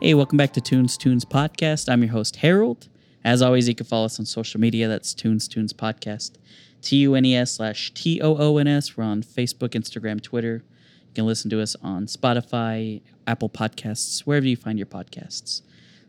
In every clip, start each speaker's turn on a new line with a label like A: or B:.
A: Hey, welcome back to Tunes Tunes Podcast. I'm your host, Harold. As always, you can follow us on social media. That's Tunes Tunes Podcast. T U N E S slash T O O N S. We're on Facebook, Instagram, Twitter. You can listen to us on Spotify, Apple Podcasts, wherever you find your podcasts.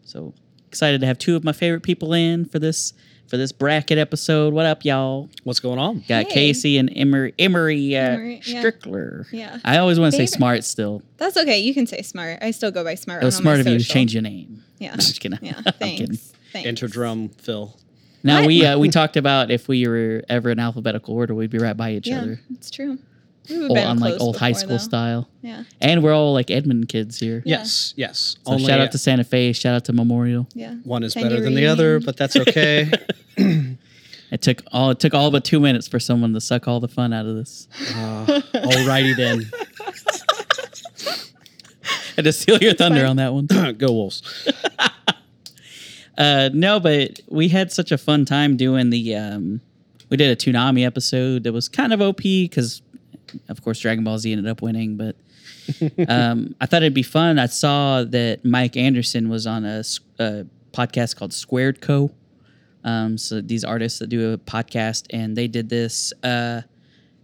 A: So excited to have two of my favorite people in for this for this bracket episode. What up, y'all?
B: What's going on?
A: Got
C: Hey.
A: Casey and Emery Emery, uh,
C: Emery, yeah.
A: Strickler.
C: Yeah.
A: I always want to say
C: Favorite.
A: smart still.
C: That's okay. You can say smart. I still go by smart.
A: It was
C: on all
A: smart
C: my
A: of you to
C: social.
A: change your name.
C: Yeah.
A: I'm just kidding.
C: Yeah.
A: I'm kidding.
C: Thanks. Thanks.
B: Enter drum, Phil.
A: Now
C: What?
A: we uh, we talked about if we were ever in alphabetical order, we'd be right by each
C: Yeah,
A: other,
C: it's true. We've
A: Old-
C: been
A: on like
C: close
A: old high
C: before,
A: school
C: though.
A: style.
C: Yeah.
A: And we're all like Edmond kids here.
C: Yeah.
B: Yes, yes.
A: So shout
B: uh,
A: out to Santa Fe. Shout out to Memorial.
C: Yeah.
B: one is
C: Thank you,
B: better than the other,
C: Reed.
B: but that's okay.
A: It took all it took all but two minutes for someone to suck all the fun out of this
B: uh, alrighty then,
A: and to steal your thunder on that one.
B: go Wolves.
A: Uh, no, but we had such a fun time doing the. Um, we did a Toonami episode that was kind of OP because, of course, Dragon Ball Z ended up winning. But um, I thought it'd be fun. I saw that Mike Anderson was on a, s- a podcast called Squared Co. Um, so these artists that do a podcast, and they did this uh,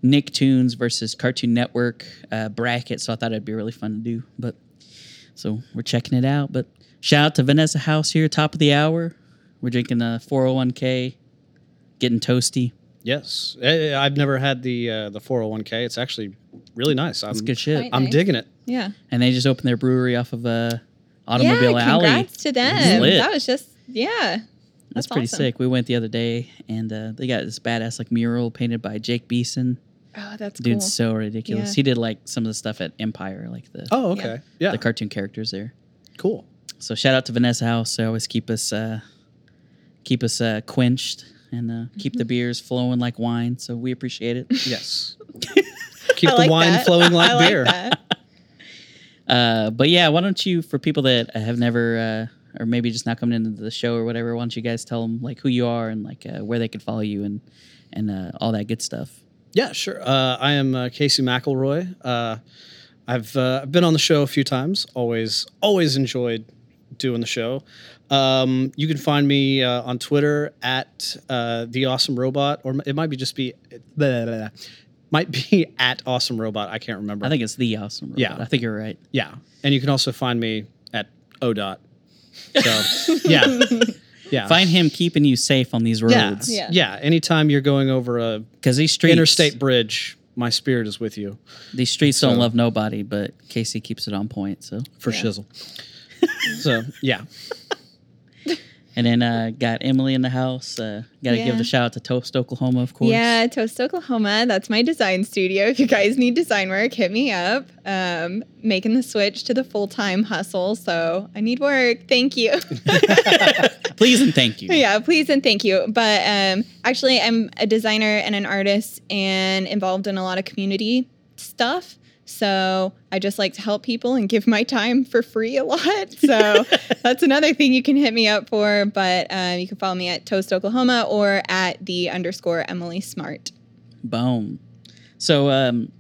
A: Nicktoons versus Cartoon Network uh, bracket. So I thought it'd be really fun to do. But so we're checking it out. But shout out to Vanessa House here, top of the hour. We're drinking a 401k, getting toasty.
B: Yes, Eh, I've never had the uh, the 401k. It's actually really nice. I'm
A: That's good shit.
C: Right.
B: I'm
C: Nice.
B: digging it.
C: Yeah.
A: And they just opened their brewery off of uh, Automobile
C: yeah,
A: Alley.
C: Congrats to them.
A: lit.
C: That was just yeah.
A: That's, pretty
C: awesome.
A: sick. We went the other day, and uh, they got this badass like mural painted by Jake Beeson.
C: Oh, that's
A: Dude's
C: cool.
A: so ridiculous.
C: Yeah.
A: He did like some of the stuff at Empire, like the
B: Oh,
C: Yeah.
B: okay. Yeah,
A: the cartoon characters there.
B: cool.
A: So shout out to Vanessa House. They always keep us uh, keep us uh, quenched and uh, keep the beers flowing like wine. So we appreciate it.
B: Yes. Keep
C: I
B: the
C: like
B: wine
C: that.
B: flowing like
C: I like
B: beer.
C: that.
A: Uh, but yeah, why don't you, for people that have never, uh, or maybe just not coming into the show or whatever, why don't you guys tell them like who you are and like uh, where they could follow you and and uh, all that good stuff.
B: Yeah, sure. Uh, I am uh, Casey McElroy. Uh, I've uh, been on the show a few times. Always, always enjoyed doing the show. Um, you can find me uh, on Twitter at uh, the Awesome Robot, or it might be just be blah, blah, blah. might be at Awesome Robot. I can't remember.
A: I think it's the awesome. Robot.
B: Yeah.
A: I think you're right.
B: yeah, and you can also find me at ODOT. So yeah, yeah.
A: Find him keeping you safe on these
B: yeah,
A: roads.
B: yeah,
C: Yeah.
B: Anytime you're going over a
A: Because these streets,
B: interstate bridge, my spirit is with you
A: these streets don't
B: So-
A: love nobody, but Casey keeps it on point. So,
B: for
C: Yeah.
B: shizzle. so yeah,
A: and then uh, got Emily in the house. Uh, Got to give
C: Yeah.
A: the shout out to Toast, Oklahoma, of course.
C: Yeah, Toast Oklahoma. That's my design studio. If you guys need design work, hit me up. Um, making the switch to the full time hustle, so I need work. Thank you.
A: Please and thank you.
C: yeah, please and thank you. But um, actually, I'm a designer and an artist, and involved in a lot of community stuff. So I just like to help people and give my time for free a lot. So that's another thing you can hit me up for. But um, you can follow me at Toast Oklahoma or at the underscore Emily Smart.
A: Boom. So, um,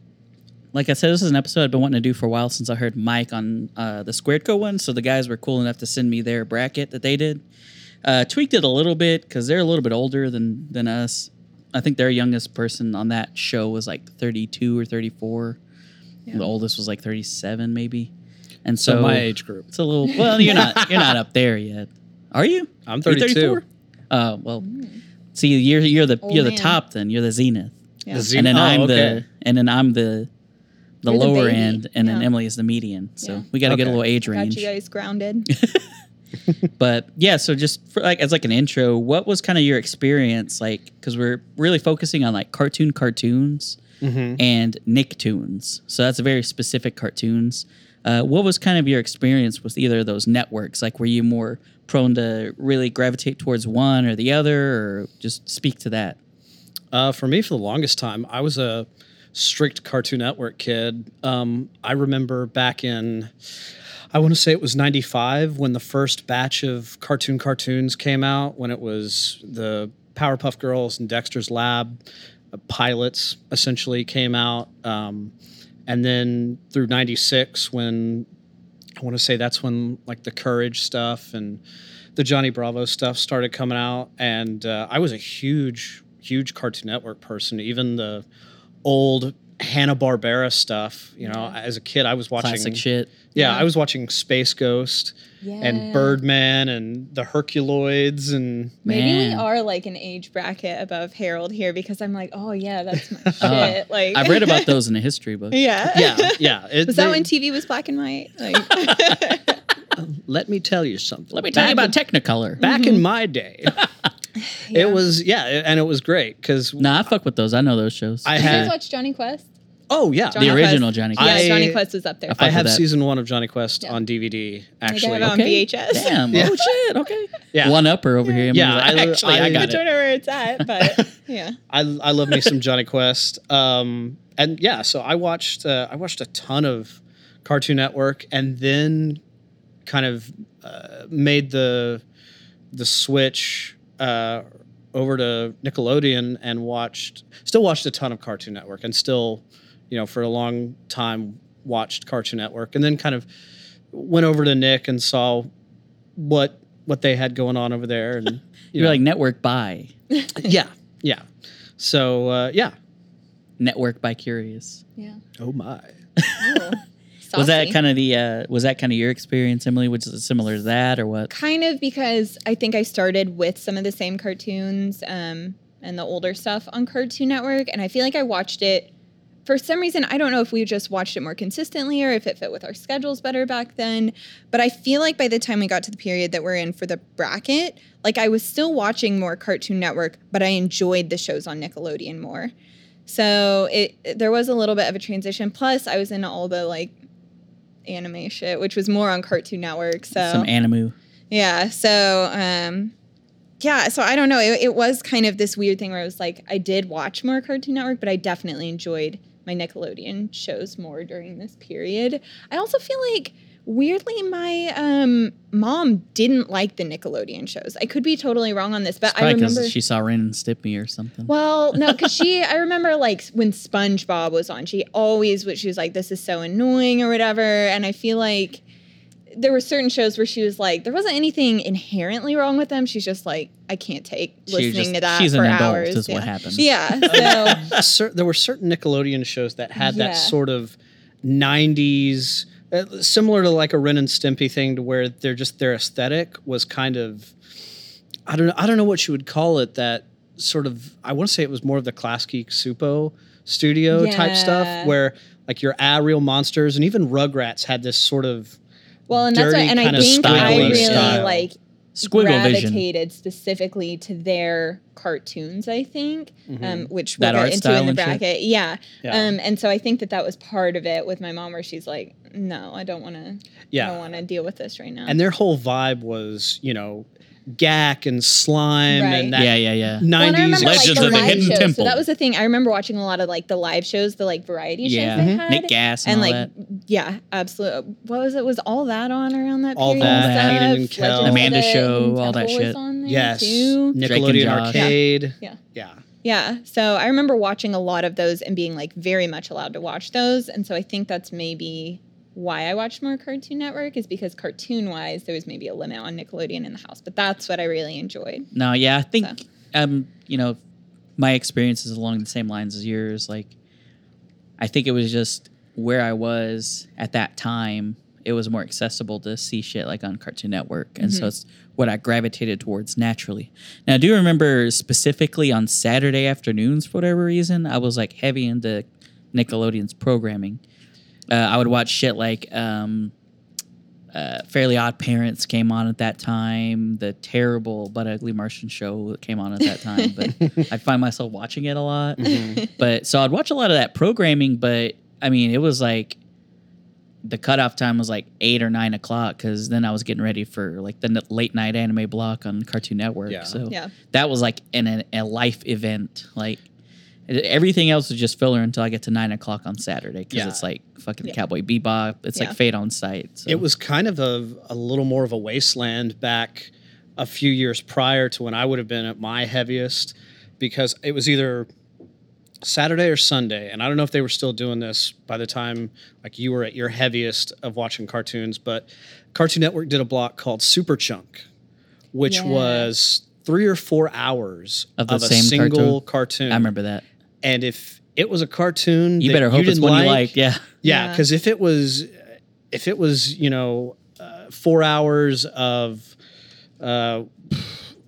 A: like I said, this is an episode I've been wanting to do for a while since I heard Mike on uh, the Squared Co one. So the guys were cool enough to send me their bracket that they did. Uh, tweaked it a little bit because they're a little bit older than than us. I think their youngest person on that show was like 32 or 34.
C: Yeah.
A: The oldest was like 37, maybe. And
B: so
A: so,
B: my age group.
A: it's a little. Well, you're not you're not up there yet, are you?
B: I'm
A: Are you
B: 32.
A: Uh, well, see, you're you're the
C: Old
A: you're the
C: Oh, man.
A: top. Then you're the zenith
C: Yeah.
B: The
A: and then
B: Oh,
A: I'm
B: okay.
A: the and then I'm the the
C: You're the
A: lower
C: baby.
A: end, and then
C: Yeah.
A: Emily is the median. So
C: Yeah.
A: we got to get a
B: Okay.
A: little age
C: Got
A: range.
C: you guys grounded.
A: But yeah, so just for like as like an intro, what was kind of your experience like? Because we're really focusing on like cartoon cartoons
B: Mhm.
A: and Nicktoons. So that's very specific cartoons. Uh, what was kind of your experience with either of those networks? Like, were you more prone to really gravitate towards one or the other, or just speak to that?
B: Uh, for me, for the longest time, I was a strict Cartoon Network kid. Um, I remember back in, I want to say it was 95 when the first batch of cartoon cartoons came out, when it was the Powerpuff Girls and Dexter's Lab, uh, Pilots essentially came out. Um, and then through 96 when I want to say that's when like the Courage stuff and the Johnny Bravo stuff started coming out, and uh, I was a huge, huge Cartoon Network person. Even the old Hanna Barbera stuff, you know, as a kid, I was watching.
A: Classic shit.
B: Yeah,
C: Yeah.
B: I was watching Space Ghost
C: Yeah.
B: and Birdman and the Herculoids and
C: Maybe
A: Man.
C: we are like an age bracket above Harold here because I'm like, oh yeah, that's my
A: Uh,
C: shit. like
A: I've read about those in a history book.
C: yeah.
B: yeah, yeah. It-
C: Was that
B: they-
C: when TV was black and white? Like,
B: Let me tell you something.
A: Let me tell you
B: Back
A: about Technicolor.
B: in- back in my day.
C: Mm-hmm. yeah.
B: It was yeah, and it was great because
A: Nah, I fuck with those. Mm. I know those shows.
B: I
C: Did you guys
B: had
C: watch Johnny Quest?
B: oh yeah,
C: Johnny
A: the
C: Quest.
A: original Johnny
C: Yeah,
A: Quest.
B: I-
C: Johnny Quest was up there.
A: fuck
B: I
A: with
B: have
A: that.
B: season one of Johnny Quest
C: Yeah.
B: on DVD.
C: I think I
B: Actually,
C: have it on VHS.
A: Damn.
B: Yeah.
A: Oh shit. Okay.
B: Yeah.
A: One upper over here. I'm
B: Yeah,
A: like,
B: I-
A: actually, I,
B: I-
A: got
C: I
A: it.
C: don't know where it's at, but yeah.
B: I I love me some Johnny Quest. Um, and yeah, so I watched uh, I watched a ton of Cartoon Network, and then kind of uh, made the the switch uh, over to Nickelodeon and watched still watched a ton of Cartoon Network, and still you know for a long time watched Cartoon Network, and then kind of went over to Nick and saw what what they had going on over there, and you
A: You're
B: know,
A: like network by
B: yeah yeah. So uh, yeah,
A: network by curious.
C: Yeah.
B: Oh my.
A: Was that kind of the uh, was that kind of your experience, Emily? Which is similar to that or what?
C: kind of because I think I started with some of the same cartoons um, and the older stuff on Cartoon Network, and I feel like I watched it for some reason. I don't know if we just watched it more consistently or if it fit with our schedules better back then, but I feel like by the time we got to the period that we're in for the bracket, like I was still watching more Cartoon Network, but I enjoyed the shows on Nickelodeon more. So it there was a little bit of a transition. Plus, I was into all the like anime shit, which was more on Cartoon Network. So
A: Some animu.
C: yeah. So, um, yeah. So I don't know. It, it was kind of this weird thing where I was like, I did watch more Cartoon Network, but I definitely enjoyed my Nickelodeon shows more during this period. I also feel like weirdly my um, mom didn't like the Nickelodeon shows. I could be totally wrong on this, but I
A: Probably
C: remember.
A: because she saw Ren and Stimpy or something.
C: Well, no, because she, I remember like when SpongeBob was on, she always was, she was like, this is so annoying or whatever. And I feel like there were certain shows where she was like, there wasn't anything inherently wrong with them. She's just like, I can't take
A: She
C: listening
A: just-
C: to that
A: she's an
C: for
A: adult,
C: hours.
A: is
C: yeah.
A: what happened.
C: Yeah. So,
B: Cer- there were certain Nickelodeon shows that had
C: Yeah.
B: that sort of 90s, uh, similar to like a Ren and Stimpy thing, to where they're just their aesthetic was kind of, I don't know, I don't know what you would call it. That sort of, I want to say it was more of the Class Geek Supo studio type
C: Yeah.
B: stuff, where like your Ariel monsters and even Rugrats had this sort of.
C: well, and that's what,
B: Dirty
C: and I
B: kinda
C: think I
A: squiggly
C: really
A: style.
C: like
A: Squiggle vision.
C: gravitated specifically to their cartoons, I think,
B: Mm-hmm.
A: Mm-hmm.
C: um, which we'll
A: That art
C: get into
A: style
C: in the
A: and shit?
C: bracket. Yeah.
B: Yeah.
C: Um, and so I think that that was part of it with my mom, where she's like, "No, I don't want to. I
B: Yeah.
C: don't want to deal with this right now."
B: and their whole vibe was, you know, Gak and slime and
C: Right.
B: that
A: yeah, yeah, yeah.
B: 90s
C: Well, and I
A: Legends
C: remember like
A: of the
C: the live
A: Hidden
C: shows.
A: Temple.
C: So that was the thing. I remember watching a lot of like the live shows, the like variety
A: Yeah. Mm-hmm.
C: shows they
B: Mhm.
C: had,
A: Nick Gas and,
C: and
A: all
C: like
A: that.
C: yeah, absolutely. What was it? Was all that on around that?
B: All
C: period
A: That,
C: and
A: Keenan
C: stuff?
B: and Kel.
C: Legends of
A: Amanda
C: the
A: Show,
C: Hidden
A: all that
C: Temple was
A: shit.
C: on there,
B: Yes.
C: too.
A: Drake and
B: Nickelodeon
A: Josh.
B: Arcade.
C: Yeah.
B: Yeah.
C: Yeah. So I remember watching a lot of those and being like very much allowed to watch those. And so I think that's maybe why I watched more Cartoon Network is because cartoon wise, there was maybe a limit on Nickelodeon in the house. But that's what I really enjoyed.
A: No, yeah, I think
C: So.
A: um, you know, my experience is along the same lines as yours. Like, I think it was just where I was at that time. It was more accessible to see shit like on Cartoon Network, and so it's what I gravitated towards naturally. Now, I do remember specifically on Saturday afternoons for whatever reason, I was like heavy into Nickelodeon's programming. Uh, I would watch shit like um, uh, Fairly Odd Parents came on at that time. The terrible But Ugly Martian show came on at that time. But I'd find myself watching it a lot. But so I'd watch a lot of that programming. But I mean, it was like the cutoff time was like eight or nine o'clock because then I was getting ready for like the n- late night anime block on Cartoon Network.
B: Yeah.
A: So
C: Yeah.
A: that was like an, an, a life event. Like e- everything else was just filler until I get to nine o'clock on Saturday because
B: Yeah.
A: it's like fucking
C: Yeah.
A: Cowboy Bebop. It's
C: Yeah.
A: like Fate on Sight. So.
B: It was kind of a, a little more of a wasteland back a few years prior to when I would have been at my heaviest because it was either Saturday or Sunday, and I don't know if they were still doing this by the time like you were at your heaviest of watching cartoons, but Cartoon Network did a block called Super Chunk, which
C: Yeah.
B: was three or four hours
A: Of the
B: a
A: same
B: single cartoon.
A: I remember that.
B: And if it was a cartoon,
A: You
B: that
A: better hope it's
B: didn't
A: one you
B: like,
A: like. Yeah.
B: yeah,
C: Yeah.
B: because if it was, if it was, you know, uh, four hours of uh,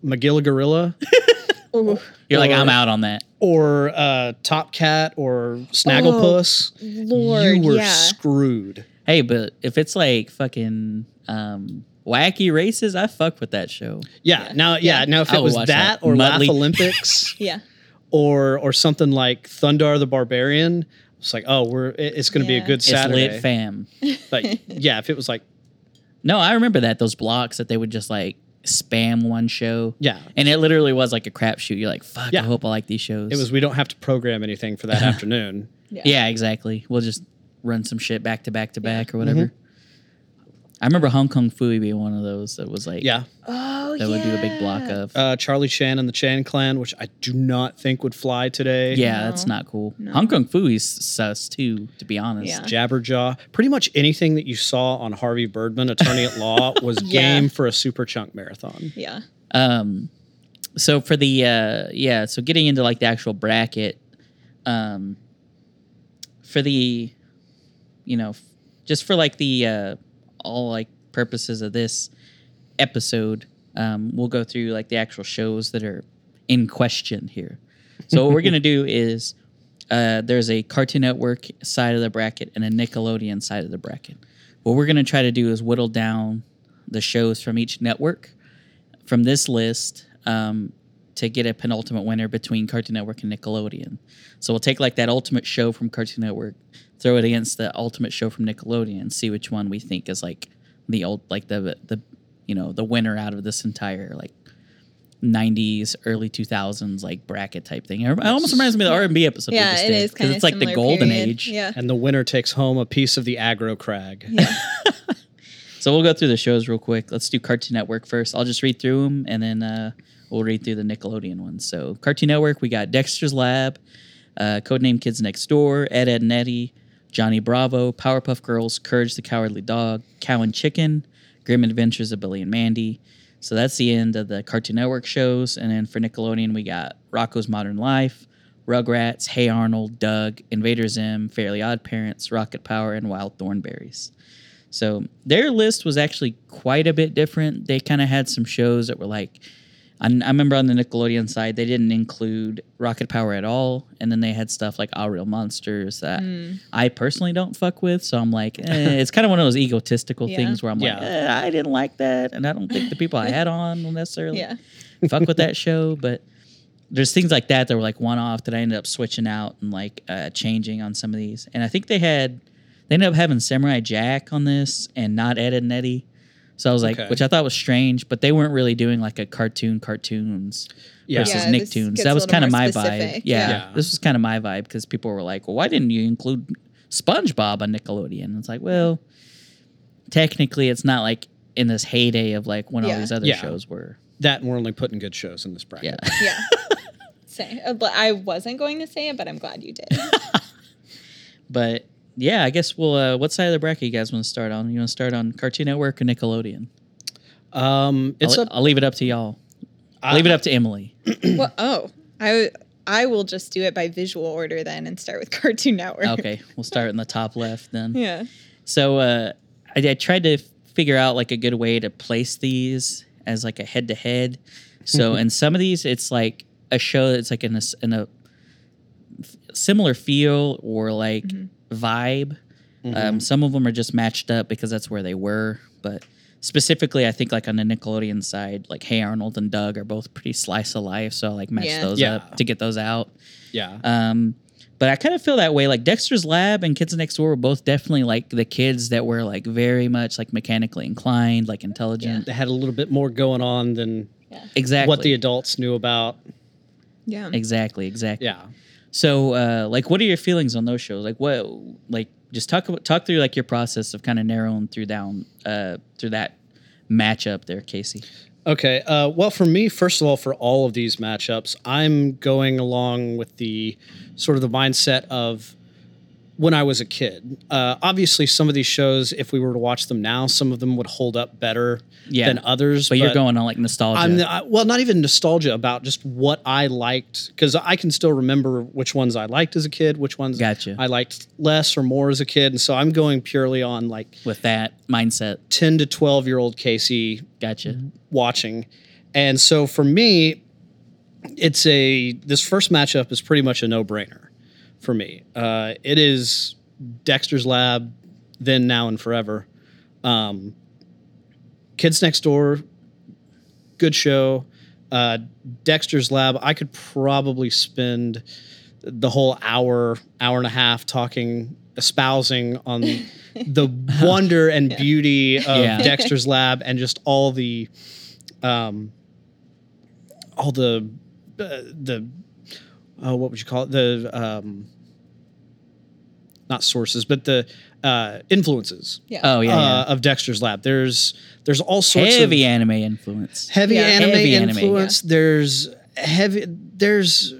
B: McGilla Gorilla
C: Ooh.
A: You're like,
B: Or-
A: I'm out on that.
B: or uh, Top Cat or Snagglepuss,
C: Oh, Lord,
B: Oh, you were
C: yeah.
B: screwed.
A: Hey, but if it's like fucking um, wacky races, I fuck with that show.
B: Yeah,
C: Yeah.
B: now, yeah,
C: Yeah.
B: now if
A: I
B: it
A: would
B: was that,
A: watch that.
B: or
A: Muttley.
B: Laugh Olympics
C: yeah.
B: or or something like Thundar the Barbarian, it's like, oh, we're it- it's going to be
C: Yeah.
B: a good
C: It's
B: Saturday.
A: It's lit fam.
B: But yeah, if it was like,
A: No, I remember that those blocks that they would just like spam one show,
B: yeah,
A: and it literally was like a crapshoot. You're like, fuck,
B: Yeah.
A: I hope I like these shows.
B: it was we don't have to program anything for that
A: Uh-huh.
B: afternoon.
A: Yeah, exactly. We'll just run some shit back to back to back or whatever. I remember Hong Kong Fooey being one of those that was like,
B: Mm-hmm. Yeah.
C: Oh,
A: that
C: yeah.
A: would do a big block of.
B: uh, Charlie Chan and the Chan Clan, which I do not think would fly today.
A: yeah,
C: No.
A: that's not cool.
C: No.
A: Hong Kong Fooey's sus too, to be honest.
C: Yeah.
B: Jabberjaw. Pretty much anything that you saw on Harvey Birdman, Attorney at Law, was
C: Yeah.
B: game for a super chunk marathon.
C: Yeah.
A: Um, so for the uh, yeah, so getting into like the actual bracket, um, for the, you know, f- just for like the uh, all like purposes of this episode, um, we'll go through like the actual shows that are in question here. So what we're gonna do is. Uh, there's a Cartoon Network side of the bracket and a Nickelodeon side of the bracket. What we're going to try to do is whittle down the shows from each network from this list um, to get a penultimate winner between Cartoon Network and Nickelodeon. So we'll take like that ultimate show from Cartoon Network, throw it against the ultimate show from Nickelodeon, see which one we think is like the old like the the you know the winner out of this entire like. 90s early 2000s like bracket type thing it rem- it almost reminds me of the r&b episode we
C: Yeah,
A: just
C: it
A: did,
C: is kind of
A: it's like the golden age
C: Yeah.
B: And the winner takes home a piece of the aggro crag.
A: so we'll go through the shows real quick let's do cartoon network first i'll just read through them and then uh, we'll read through the nickelodeon ones so cartoon network we got dexter's lab uh, codename kids next door ed ed and eddie johnny bravo powerpuff girls courage the cowardly dog cow and chicken grim adventures of billy and mandy so that's the end of the cartoon network shows and then for nickelodeon we got rocco's modern life rugrats hey arnold doug invader zim fairly odd parents rocket power and wild thornberries so their list was actually quite a bit different. They kind of had some shows that were like, I, I remember on the Nickelodeon side, they didn't include Rocket Power at all. And then they had stuff like Our Real Monsters that
C: Hmm.
A: I personally don't fuck with. So I'm like, eh, it's kind of one of those egotistical
C: Yeah.
A: things where I'm like,
B: Yeah.
A: eh, I didn't like that. And I don't think the people I had on will necessarily
C: Yeah.
A: fuck with that show, but there's things like that that were like one off that I ended up switching out and like uh, changing on some of these. And I think they had they ended up having Samurai Jack on this and not Ed and Eddie. So I was like,
B: Okay.
A: which I thought was strange, but they weren't really doing like a cartoon cartoons
B: Yeah.
A: versus
C: Yeah, this
A: Nicktoons.
C: gets
A: That
C: a
A: was
C: little
A: kind of
C: more
A: my vibe.
C: specific,
A: Yeah,
B: yeah.
A: this was kind of my vibe because people were like, well, why didn't you include SpongeBob on Nickelodeon? It's like, well, technically, it's not like in this heyday of like when all
C: Yeah.
A: these other
B: Yeah.
A: shows were.
B: That and we're only putting good shows in this bracket.
A: Yeah.
C: Yeah. Say, uh, but I wasn't going to say it, but I'm glad you did.
A: But yeah, I guess we'll. Uh, what side of the bracket you guys want to start on? You want to start on Cartoon Network or Nickelodeon?
B: Um, it's
A: I'll,
B: up.
A: I'll leave it up to y'all. I'll
B: I-
A: leave it up to Emily.
C: well, oh, I w- I will just do it by visual order then and start with Cartoon Network.
A: Okay, we'll start in the top left then.
C: Yeah.
A: So uh, I, I tried to figure out like a good way to place these as like a head to head.
B: Mm-hmm.
A: So in some of these, it's like a show that's like in a, s- in a f- similar feel or like
B: Mm-hmm.
A: vibe. Um, some of them are just matched up because that's where they were. But specifically, I think like on the Nickelodeon side, like Hey Arnold and Doug are both pretty slice of life. So I like match
C: Yeah.
A: those
B: Yeah.
A: up to get those out.
B: yeah.
A: Um, but I kind of feel that way. Like Dexter's Lab and Kids Next Door were both definitely like the kids that were like very much like mechanically inclined, like intelligent.
B: they had a little bit more going on than
A: Exactly.
B: what the adults knew about.
C: Yeah.
A: exactly exactly.
B: Yeah.
A: So, uh, like, what are your feelings on those shows? Like, what, like, just talk about, talk through like your process of kind of narrowing through down uh, through that matchup there, Casey.
B: Okay. Uh, well, for me, first of all, for all of these matchups, I'm going along with the sort of the mindset of when I was a kid. Uh, obviously, some of these shows, if we were to watch them now, some of them would hold up better
A: Yeah.
B: than others.
A: But, you're going on like nostalgia.
B: I'm I, well, not even nostalgia about just what I liked because I can still remember which ones I liked as a kid, which ones
A: Gotcha.
B: I liked less or more as a kid, and so I'm going purely on like
A: with that mindset.
B: ten to twelve year old Casey
A: Gotcha.
B: Mm-hmm. watching. And so for me, it's a this first matchup is pretty much a no brainer for me. Uh, it is Dexter's Lab, then now and forever. Um, Kids Next Door, good show. Uh, Dexter's Lab, I could probably spend the whole hour, hour and a half talking, espousing on the wonder and beauty of
A: Yeah.
B: Dexter's Lab and just all the, um, all the, uh, the, oh, what would you call it? The, um, not sources, but the uh, influences
C: Yeah.
A: Oh yeah. yeah.
B: uh, of Dexter's Lab. There's there's all sorts of
A: Heavy anime influence.
B: heavy
C: Yeah.
B: anime
A: Heavy anime,
B: influence. There's heavy. There's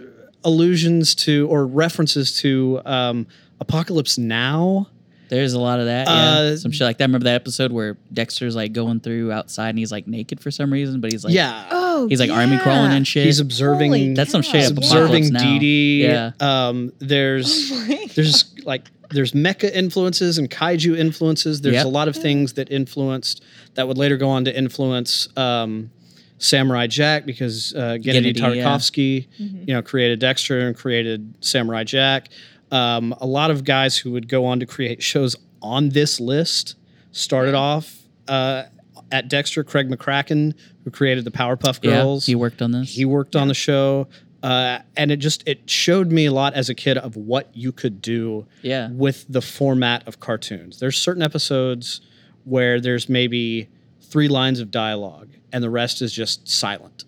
B: allusions to or references to um, Apocalypse Now.
A: There's a lot of that. Yeah.
B: Uh,
A: some shit like that. Remember that episode where Dexter's like going through outside and he's like naked for some reason, but he's like
B: yeah,
C: Oh,
A: he's like army crawling and shit.
B: he's observing.
C: Holy
A: That's some
C: cow.
A: shit. Oh
B: he's
A: up
B: observing
A: Apocalypse Now.
B: Dee Dee.
A: Yeah.
B: Um, there's there's like there's mecha influences and kaiju influences. There's
A: Yep.
B: a lot of things that influenced that would later go on to influence um, Samurai Jack because uh, Gennady
A: Gennady, yeah.
B: Tartakovsky,
C: Mhm.
B: you know, created Dexter and created Samurai Jack. Um, a lot of guys who would go on to create shows on this list started off uh, at Dexter. Craig McCracken, who created the Powerpuff
A: Yeah,
B: Girls,
A: he worked on this.
B: he worked on the show uh, and it just it showed me a lot as a kid of what you could do
A: yeah.
B: with the format of cartoons there's certain episodes where there's maybe three lines of dialogue and the rest is just silent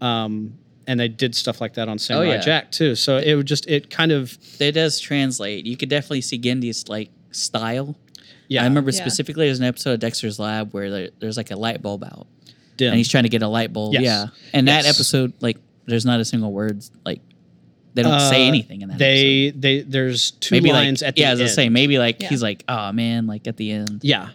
B: um, and they did stuff like that on samurai
A: Oh, yeah.
B: jack too so it would just it kind of
A: It does translate. You could definitely see Gendy's like style.
B: yeah
A: I remember
C: Yeah.
A: specifically there's an episode of Dexter's Lab where there, there's like a light bulb out
B: dim.
A: and he's trying to get a light bulb.
B: Yes.
A: Yeah. And that
B: Yes.
A: episode, like, there's not a single word. Like, they don't
B: Uh,
A: say anything in that. episode.
B: they they there's two
A: maybe
B: lines
A: like,
B: at the
A: yeah,
B: end
A: I was gonna say maybe like
C: Yeah.
A: he's like, oh man, like at the end.
B: yeah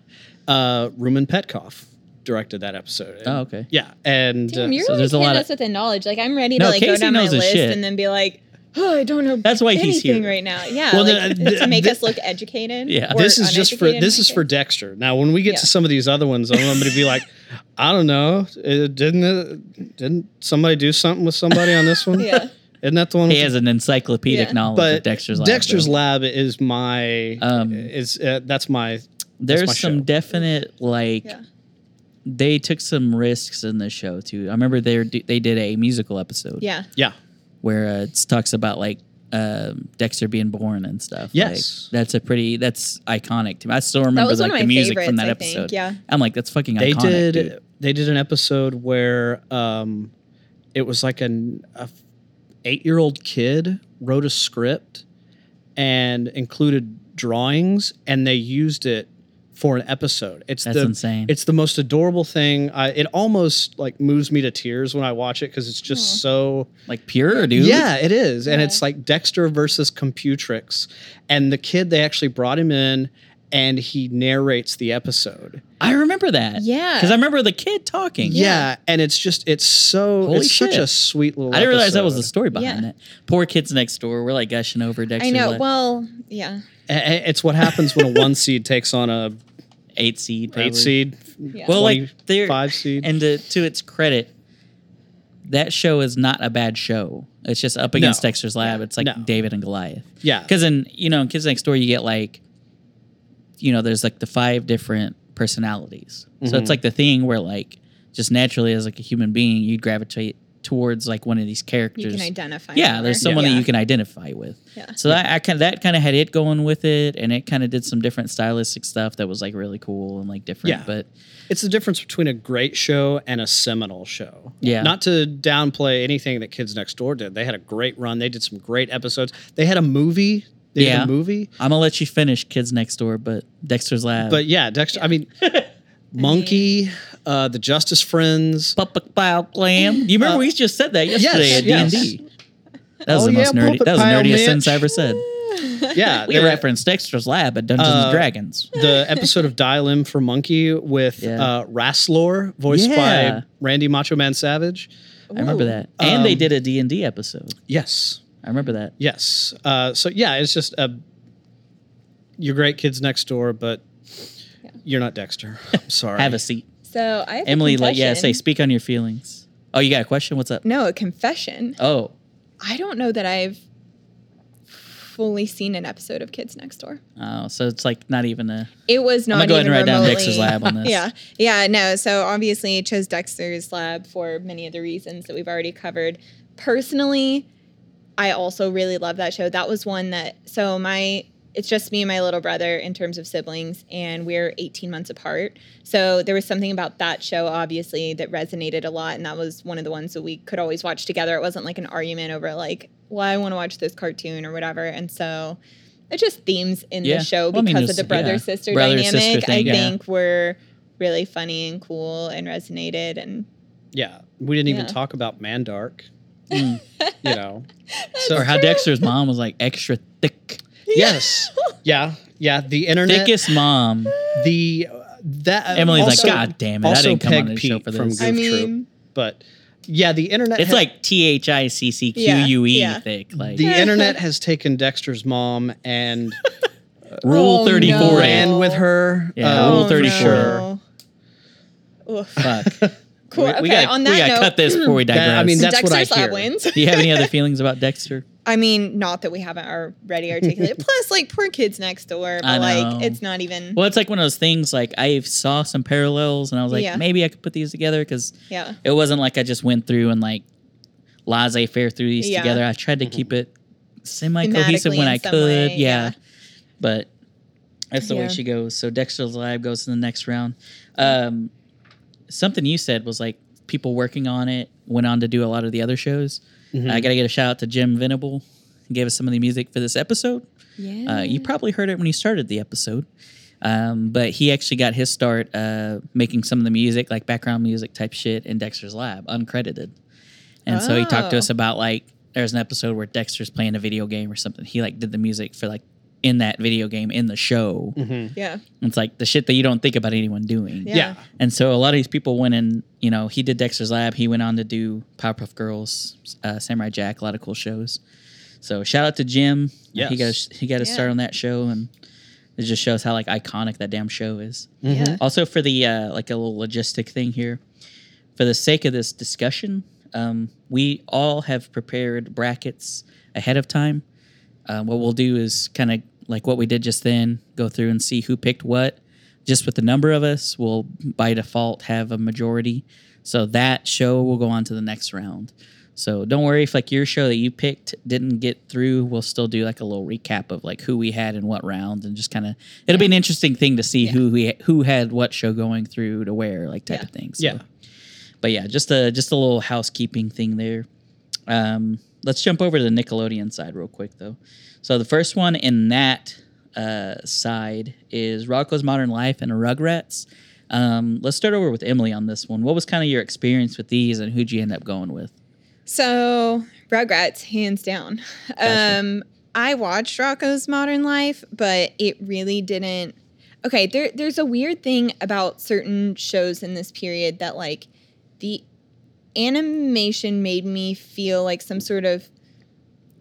B: uh rumen petkoff directed that episode
A: Oh, okay.
B: yeah and uh,
C: Damn, you're
A: so
C: really
A: there's a
C: hitting
A: lot of-
C: us with the knowledge. Like I'm ready
A: No,
C: to like
A: Casey
C: go down my
A: knows his
C: list
A: shit.
C: and then be like, oh, I don't know.
A: That's why he's
C: anything
A: here.
C: right now. Yeah,
B: Well,
C: like,
B: the- the-
C: to make
B: the-
C: us look educated.
A: Yeah.
C: or
B: this is just for
C: uneducated,
B: this is
C: I
B: for
C: guess.
B: Dexter. Now, when we get
C: Yeah.
B: to some of these other ones, I'm going to be like, I don't know, it, didn't it, didn't somebody do something with somebody on this one?
C: yeah.
B: isn't that the one?
A: He
B: with-
A: has an encyclopedic
C: Yeah.
A: knowledge
B: but
A: of Dexter's Lab.
B: Dexter's
A: though.
B: Lab is my
A: Um,
B: is uh, that's my
A: There's
B: my
A: some
B: show.
A: definite like
C: Yeah.
A: they took some risks in the show too. I remember they were, they did a musical episode
C: Yeah.
B: yeah
A: where uh, it talks about like um, Dexter being born and stuff.
B: Yes.
A: like, that's a pretty that's iconic to me. I still remember
C: That was
A: like
C: one of
A: the
C: my
A: music
C: favorites.
A: from that
C: I
A: episode.
C: think. Yeah.
A: I'm like that's fucking
B: they
A: iconic.
B: did
A: dude.
B: they did an episode where um, it was like an a eight year old kid wrote a script and included drawings, and they used it for an episode. It's
A: That's
B: the
A: insane.
B: It's the most adorable thing. I, it almost like moves me to tears when I watch it because it's just
C: Aw.
B: so.
A: like pure, dude.
B: Yeah, it is, and
C: Yeah.
B: it's like Dexter versus Computrix, and the kid they actually brought him in, and he narrates the episode.
A: I remember that.
C: Yeah.
A: because I remember the kid talking.
B: Yeah, and it's just it's so
A: Holy
B: it's such
A: shit.
B: a sweet little.
A: I didn't realize that was
B: episode.
A: the story behind
C: Yeah.
A: it. Poor kids next door. We're like gushing over Dexter's
C: I know.
A: like,
C: Well, yeah.
B: A- a- It's what happens when a one seed takes on a
A: eight seed. Probably.
B: eight seed,
C: Yeah.
A: Well, like they're
B: five seed.
A: and to, to its credit, that show is not a bad show. It's just up against Dexter's Lab. It's like
B: No.
A: David and Goliath.
B: yeah,
A: Because in you know in Kids Next Door you get like, you know, there's like the five different personalities. So
B: Mhm.
A: it's like the thing where like just naturally as like a human being you gravitate towards like one of these characters.
C: you can identify.
A: yeah,
C: more.
A: there's someone that you can identify with.
C: Yeah.
A: So that I kind of, that kind of had it going with it, and it kind of did some different stylistic stuff that was like really cool and like different.
B: Yeah.
A: But
B: It's the difference between a great show and a seminal show.
A: Yeah.
B: Not to downplay anything that Kids Next Door did. They had a great run. They did some great episodes. They had a movie. They
A: Yeah.
B: did a movie.
A: Oh. I'm gonna let you finish Kids Next Door, but Dexter's Lab.
B: But yeah, Dexter, I mean, Monkey, uh, the Justice Friends.
A: Puppet Pile Clam. You remember
B: Uh,
A: we just said that yesterday
B: yes,
A: at D&D. That was
B: Oh,
A: the most
B: yeah,
A: nerdy.
B: Puppet
A: That was the
B: Pile
A: nerdiest
B: Mitch.
A: sentence I ever said.
B: Yeah,
A: We
B: they're-
A: referenced Dexter's Lab at Dungeons
B: Uh,
A: and Dragons.
B: the episode of Dial M for Monkey with
A: Yeah.
B: uh, Rasslor, voiced
A: Yeah.
B: by Randy Macho Man Savage.
A: I remember
C: Ooh.
A: that. And they
B: Um,
A: did a D&D episode.
B: Yes,
A: I remember that.
B: yes. Uh, so yeah, it's just uh your great kids next door, but you're not Dexter. I'm sorry.
A: Have a seat.
C: So I have a
A: Emily, like, yeah, say,
C: confession.
A: speak on your feelings. Oh, you got a question? What's up?
C: no a confession.
A: Oh,
C: I don't know that I've fully seen an episode of Kids Next Door.
A: oh, so it's like not even a.
C: It was
A: I'm gonna
C: not
A: go ahead
C: even
A: and write down
C: remotely.
A: Dexter's Lab on this.
C: Yeah, yeah, no. So obviously, I chose Dexter's Lab for many of the reasons that we've already covered. Personally, I also really love that show. That was one that so my it's just me and my little brother in terms of siblings, and we're 18 months apart. So there was something about that show, obviously, that resonated a lot, and that was one of the ones that we could always watch together. It wasn't like an argument over like, well, I want to watch this cartoon or whatever, and so. It's just themes in
A: Yeah.
C: the show
A: Well, I mean,
C: because of
A: there's-
C: the brother
A: yeah.
C: sister
A: Brother, sister
C: dynamic. I
A: thing, yeah.
C: think were really funny and cool and resonated and
B: Yeah, we didn't even
C: Yeah.
B: talk about Mandark.
A: Mm.
B: You know. so
A: or how Dexter's mom was like extra thick.
B: yes, yeah, yeah. The internet.
A: Thickest mom.
B: The that uh,
A: Emily's
B: also-
A: like, God damn it. I
B: also
A: didn't come on
B: Peg
A: this
B: Pete
A: show for
B: from
A: this.
B: Goof
C: I
B: Troop.
C: mean
B: But yeah, the internet.
A: It's
B: ha-
A: like T H I C C Q U
C: Yeah,
A: E
C: yeah.
A: thick. Like
B: the internet has taken Dexter's mom and
A: Rule
C: Oh,
A: 34
C: no.
A: in.
B: ran with her.
A: Yeah,
B: um,
A: Rule 30
B: for sure.
C: no. Oof.
A: Fuck.
C: Cool.
A: We,
C: okay,
A: we gotta,
C: on
A: we
C: that
A: gotta
C: note,
A: cut this before we digress.
B: That- I mean, that's
C: Dexter's
B: what I
C: Lab
B: hear.
C: wins.
A: Do you have any other feelings about Dexter?
C: I mean, not that we haven't already articulated. Plus, like poor kids next door,
A: I
C: but like
A: know.
C: it's not even.
A: Well, it's like one of those things. Like I saw some parallels, and I was like,
C: Yeah.
A: maybe I could put these together because
C: Yeah,
A: it wasn't like I just went through and like laissez faire threw these
C: Yeah.
A: together. I tried to keep it semi cohesive
C: Thematically
A: when
C: in
A: I
C: some
A: could.
C: way,
A: yeah.
C: yeah.
A: But that's the way
C: Yeah.
A: she goes. So Dexter's Lab goes to the next round. Um, something you said was like people working on it went on to do a lot of the other shows.
B: Mhm.
A: I got to get a shout out to Jim Venable. He gave us some of the music for this episode.
C: yeah.
A: Uh, you probably heard it when you started the episode. Um, but he actually got his start uh, making some of the music, like background music type shit, in Dexter's lab, uncredited. And so he talked to
C: Oh.
A: us about like there's an episode where Dexter's playing a video game or something. He like did the music for like in that video game in the show.
B: Mhm.
C: yeah,
A: It's like the shit that you don't think about anyone doing.
C: Mm. Yeah.
B: Yeah.
A: And so a lot of these people went and you know, he did Dexter's Lab. He went on to do Powerpuff Girls, uh, Samurai Jack, a lot of cool shows. So shout out to Jim. Yeah, He got
B: Yes.
A: a, he got a
C: Yeah.
A: start on that show, and it just shows how like iconic that damn show is.
B: Mhm.
C: yeah.
A: Also for the uh, like a little logistic thing here, for the sake of this discussion, um, we all have prepared brackets ahead of time. Um, what we'll do is kind of like what we did just then, go through and see who picked what. Just with the number of us, we'll by default have a majority. So that show will go on to the next round. So don't worry if like your show that you picked didn't get through. We'll still do like a little recap of like who we had in what round and just kind of it'll be an interesting thing to see who we who had what show going through to where like type
C: Yeah.
A: of things.
B: Yeah.
A: But yeah, just a just a little housekeeping thing there. Um, let's jump over to the Nickelodeon side real quick though. So the first one in that uh, side is Rocko's Modern Life and Rugrats. Um, let's start over with Emily on this one. What was kind of your experience with these, and who'd you end up going with?
C: So Rugrats, hands down.
A: Gotcha.
C: Um, I watched Rocco's Modern Life, but it really didn't. Okay, there, there's a weird thing about certain shows in this period that like the animation made me feel like some sort of